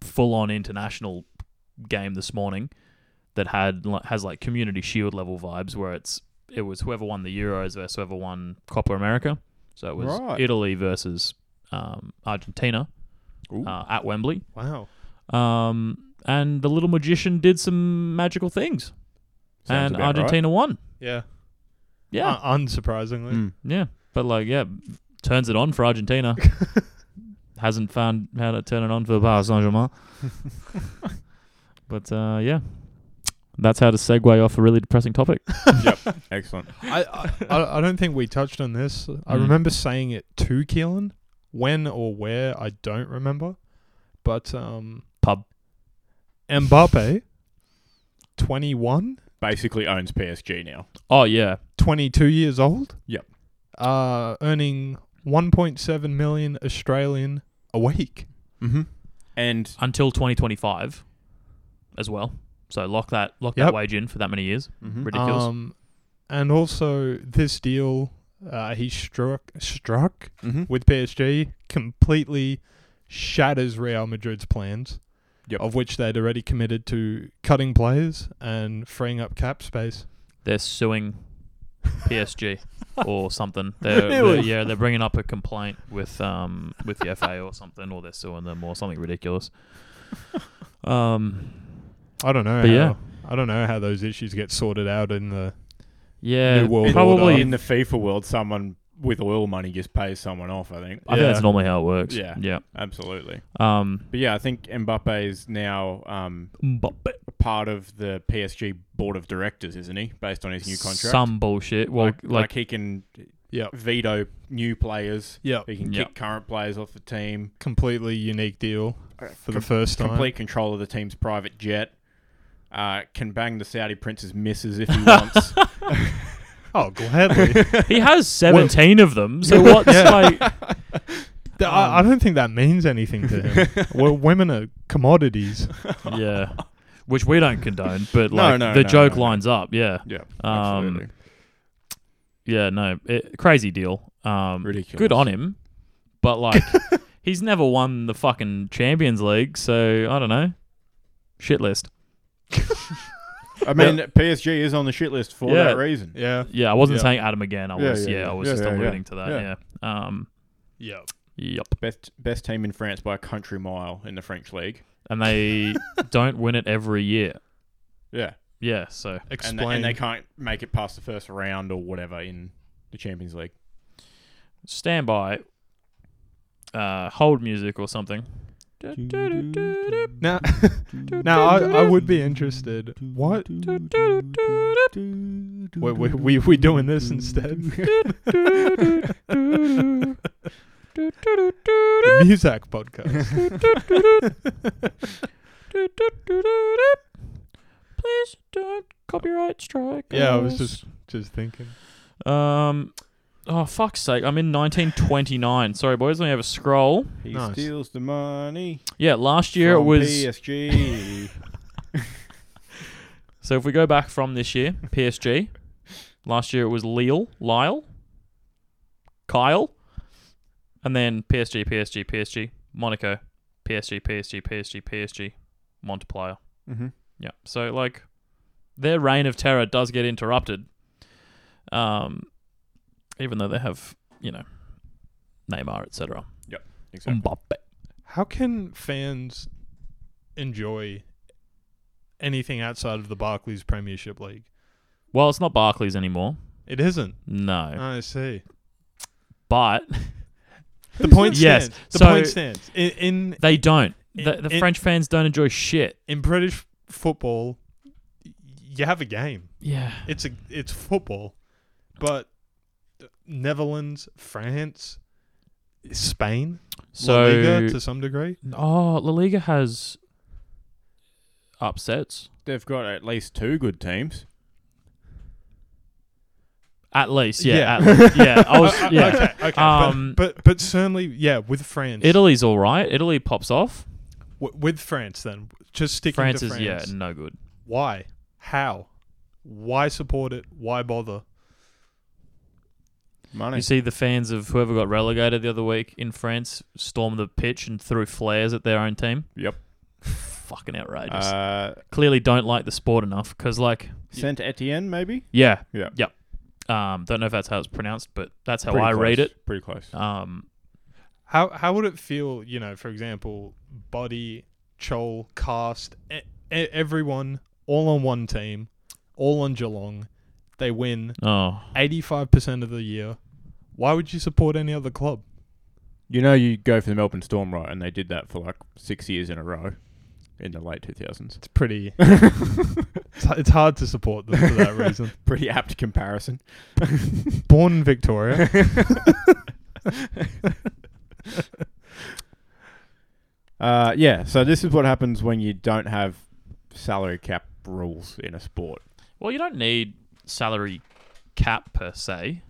B: full-on international game this morning that had li- has like community shield level vibes where it's it was whoever won the Euros versus whoever won Copa America. So it was
A: Right.
B: Italy versus um, Argentina
A: Ooh.
B: uh, at Wembley.
C: Wow.
B: Um, and the little magician did some magical things,
A: Sounds
B: and
A: about right. Uh,
B: Argentina won.
C: Yeah.
B: Yeah,
C: Un- Uh, unsurprisingly.
A: Mm.
B: yeah. But like, yeah, turns it on for Argentina. Hasn't found how to turn it on for Paris Saint Germain. but uh, yeah, that's how to segue off a really depressing topic.
A: Excellent.
C: I, I- I I don't think we touched on this. I
B: Mm.
C: remember saying it to Keelan. When or where I don't remember, but um,
B: Pub.
C: Mbappe, 21,
A: Basically owns PSG now.
B: Oh yeah,
C: 22 years old.
A: Yep.
C: Uh, earning 1.7 million Australian a week.
A: Mm-hmm. And
B: until 2025, as well. So lock that lock
C: Yep.
B: that wage in for that many years.
A: Mhm.
B: Ridiculous.
C: Um, and also this deal, uh, he struck struck
A: Mhm.
C: with PSG completely shatters Real Madrid's plans,
A: Yep.
C: of which they'd already committed to cutting players and freeing up cap space.
B: They're suing PSG or something. They're,
C: Really?
B: they're- yeah, they're bringing up a complaint with um with the FA or something, or they're suing them or something ridiculous. Um,
C: I don't know.
B: But
C: how,
B: yeah.
C: I don't know how those issues get sorted out in the.
B: yeah,
C: New world
B: probably.
C: order.
A: in the FIFA world, someone with oil money just pays someone off. I think.
B: I think
C: Yeah.
B: that's normally how it works.
A: Yeah.
B: yeah.
A: Absolutely.
B: Um,
A: But yeah, I think Mbappe is now um,
B: but
A: part of the PSG board of directors, isn't he? Based on his new contract.
B: some bullshit. Well,
A: like,
B: like,
A: like he can
C: Yeah.
A: veto new players.
C: Yeah.
A: He can
B: Yep.
A: kick current players off the team.
C: Completely unique deal for the
A: Com-
C: first time.
A: complete control of the team's private jet. Uh, can bang the Saudi prince's misses if he wants.
C: Oh, gladly.
B: he has seventeen of them. So what's
C: Yeah.
B: like?
C: Th- I, I don't think that means anything to him. well, women are commodities.
B: Yeah, which we don't condone, but
A: No,
B: like
A: no,
B: the
A: no,
B: joke
A: no, no.
B: lines up. Yeah,
A: yeah,
B: Um,
A: absolutely
B: yeah, no, it, crazy deal. Um,
A: ridiculous.
B: good on him, but like he's never won the fucking Champions League, so I don't know. Shit list.
A: I mean, PSG is on the shit list for
B: Yeah.
A: that reason.
C: Yeah.
B: Yeah, I wasn't
C: Yeah.
B: saying Adam again. I
A: Yeah,
B: was yeah,
A: yeah, yeah.
B: I was
A: Yeah,
B: just
A: yeah, yeah.
B: alluding to that. Yeah.
A: Yeah.
B: Um.
C: Yeah.
B: Yep.
A: Best best team in France by a country mile in the French league.
B: And they don't win it every year.
A: Yeah,
B: Yeah. So
A: and
C: Explain.
A: they, and they can't make it past the first round or whatever in the Champions League.
B: stand by. Uh, hold music or something.
C: now, now I, I would be interested. What? We we we, we doing this instead? the Muzak podcast.
B: Please don't copyright strike.
C: Yeah, I was
B: us.
C: just just thinking.
B: Um. Oh fuck's sake! I'm in 1929. Sorry, boys. Let me have a scroll.
A: He
C: Nice.
A: steals the money.
B: Yeah, last year it
A: from
B: was.
A: PSG.
B: So if we go back from this year, PSG. Last year it was Lille, Lyle, Kyle, and then PSG, PSG, PSG, Monaco, PSG, PSG, PSG, PSG, Montpellier.
A: mm-hmm.
B: Yeah. So like, their reign of terror does get interrupted. Um, even though they have you know Neymar, etc.
A: Exactly.
B: Mbappe.
C: How can fans enjoy anything outside of the Barclays Premiership League?
B: Well, it's not Barclays anymore.
C: It isn't.
B: No,
C: I see.
B: but
C: The point
B: Yes,
C: stands. The
B: so-
C: point stands. In in,
B: they don't. The,
C: It-
B: the
C: it-
B: French fans don't enjoy shit.
C: in British football, y- you have a game.
B: Yeah.
C: It's a it's football, but Netherlands, France, Spain,
B: So
C: La Liga to some degree.
B: oh, La Liga has upsets
A: They've got at least two good teams.
B: at least. Yeah,
C: Yeah.
B: yeah. At least. yeah I was,
C: Uh, uh,
B: yeah.
C: Okay. Okay.
B: Um,
C: but, but but certainly, yeah, with France.
B: Italy's all right. Italy pops off.
C: W- with France, then just sticking
B: France
C: to
B: is
C: France.
B: yeah, no good.
C: Why? How? Why support it? Why bother?
A: Money.
B: You see the fans of whoever got relegated the other week in France stormed the pitch and threw flares at their own team.
A: Yep.
B: Fucking outrageous.
A: Uh,
B: Clearly don't like the sport enough because like
A: Saint Etienne, maybe.
B: yeah
A: Yeah.
B: yep. Um, don't know if that's how it's pronounced, but that's how
A: Pretty
B: I
A: close.
B: read it.
A: Pretty close.
B: Um,
C: How how would it feel? You know, for example, Buddy, Chol, Cast, e- e- everyone all on one team, all on Geelong. They win
B: oh,
C: eighty five percent of the year. Why would you support any other club?
A: You know, you go for the Melbourne Storm, right? And they did that for like six years in a row in the late 2000s.
C: It's pretty. it's, it's hard to support them for that reason.
A: Pretty apt comparison.
C: Born in Victoria.
A: Uh, yeah, so this is what happens when you don't have salary cap rules in a sport,
B: well, you don't need salary cap per se.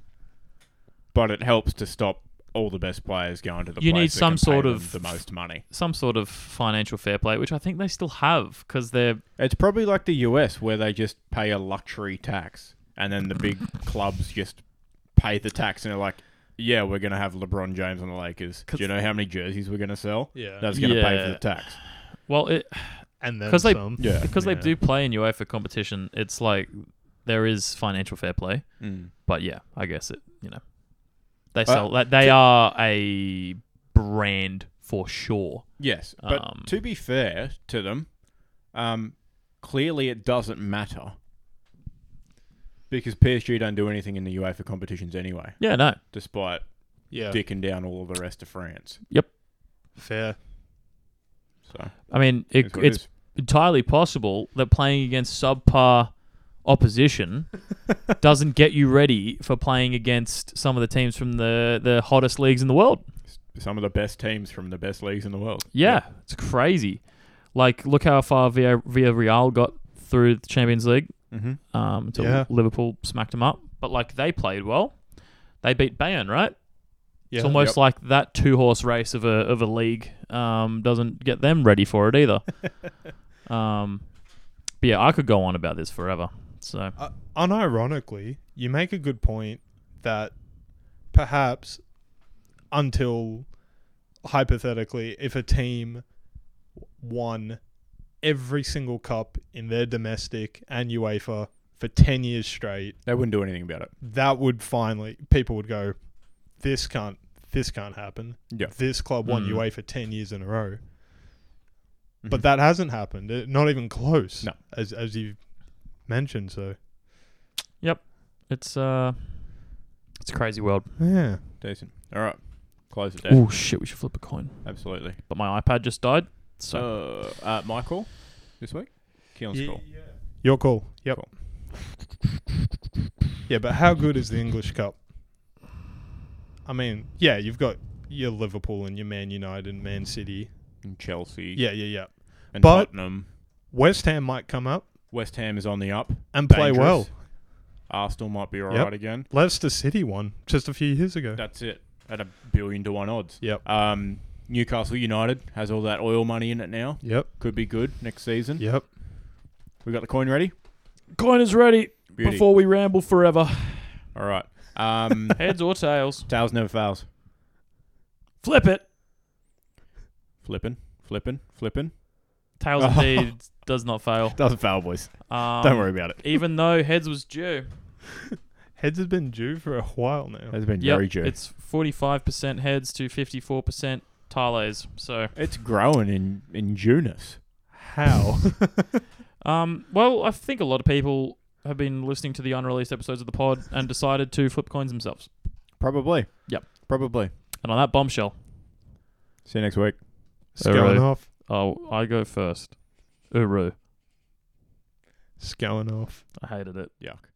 A: but it helps to stop all the best players going to the
B: You
A: place
B: need
A: that
B: some
A: can pay
B: sort
A: them
B: of-
A: the most money.
B: Some sort of financial fair play, which I think they still have because they're
A: It's probably like the US where they just pay a luxury tax and then the big clubs just pay the tax and they're like, yeah, we're going to have LeBron James on the Lakers. Do you know how many jerseys we're going to sell?
C: yeah.
A: That's going to pay for
B: Yeah.
A: the tax.
B: well, it,
C: and then
B: 'Cause they-
C: some.
A: Yeah.
B: because
C: Yeah.
B: they do play in UEFA competition. It's like there is financial fair play.
A: Mm.
B: But yeah, I guess it. You know, they
A: Uh,
B: sell. that they are a brand for sure.
A: Yes, but
B: Um,
A: to be fair to them, um, clearly it doesn't matter because PSG don't do anything in the UEFA competitions anyway,
B: Yeah, no,
A: despite
C: Yeah.
A: dicking down all of the rest of France.
C: Fair.
A: So
B: I mean it,
A: that's what
B: it's
A: is.
B: entirely possible that playing against subpar opposition doesn't get you ready for playing against some of the teams from the the hottest leagues in the world.
A: some of the best teams from the best leagues in the world.
B: Yeah, it's crazy. Like, look how far Via Villarreal got through the Champions League.
A: Mm-hmm.
B: um, until
C: Yeah.
B: Liverpool smacked them up. But like they played well, they beat Bayern, right?
C: Yeah.
B: it's almost like that two horse race of a of a league um, doesn't get them ready for it either. um, but yeah, I could go on about this forever. So
C: uh, unironically, you make a good point that perhaps until hypothetically, if a team won every single cup in their domestic and UEFA for 10 years straight,
A: They wouldn't do anything about it.
C: that would finally, people would go, this can't, this can't happen.
A: Yeah. Mm-hmm.
C: This club won
B: Mm.
C: UEFA 10 years in a row.
A: Mhm.
C: But that hasn't happened. Uh, Not even close.
A: No.
C: As, as you mentioned. So,
B: it's uh, it's a crazy world.
C: yeah.
A: Decent. All right, close it down.
B: Oh shit, we should flip a coin.
A: Absolutely.
B: But my iPad just died. So
A: So, uh, my call this week, Keelan's
C: Ye-
A: call.
C: Your call. Yep. Yeah, but how good is the English Cup? I mean, yeah, you've got your Liverpool and your Man United and Man City.
A: And Chelsea.
C: Yeah, yeah, yeah.
A: And
C: but-
A: Tottenham.
C: West Ham might come up
A: West Ham is on the up.
C: and play
A: Dangerous.
C: well.
A: Arsenal might be alright
C: Yep.
A: again.
C: Leicester City won just a few years ago.
A: That's it. At a billion to one odds.
C: Yep.
A: Um, Newcastle United has all that oil money in it now.
C: Yep.
A: Could be good next season.
C: Yep.
A: We got the coin ready.
B: coin is ready
A: Beauty.
B: before we ramble forever.
A: all right. Um,
B: Heads or tails,
A: tails never fails.
B: flip it.
A: Flipping, flipping, flipping.
B: Tails indeed does not fail.
A: Doesn't fail, boys.
B: Um,
A: Don't worry about it.
B: even though heads was due.
C: Heads has been due for a while now.
A: Has been
B: Yep,
A: very due. It's,
B: It's 45% heads to 54% Thales. So,
A: growing in in Junus.
C: How?
B: um, well, I think a lot of people have been listening to the unreleased episodes of the pod and decided to flip coins themselves.
A: Probably.
B: Yep.
A: Probably.
B: And on that bombshell,
A: See you next week.
C: Scaling
B: Alright.
C: off.
B: oh, I go first. Uru.
C: Scaling off.
B: I hated it.
A: Yuck.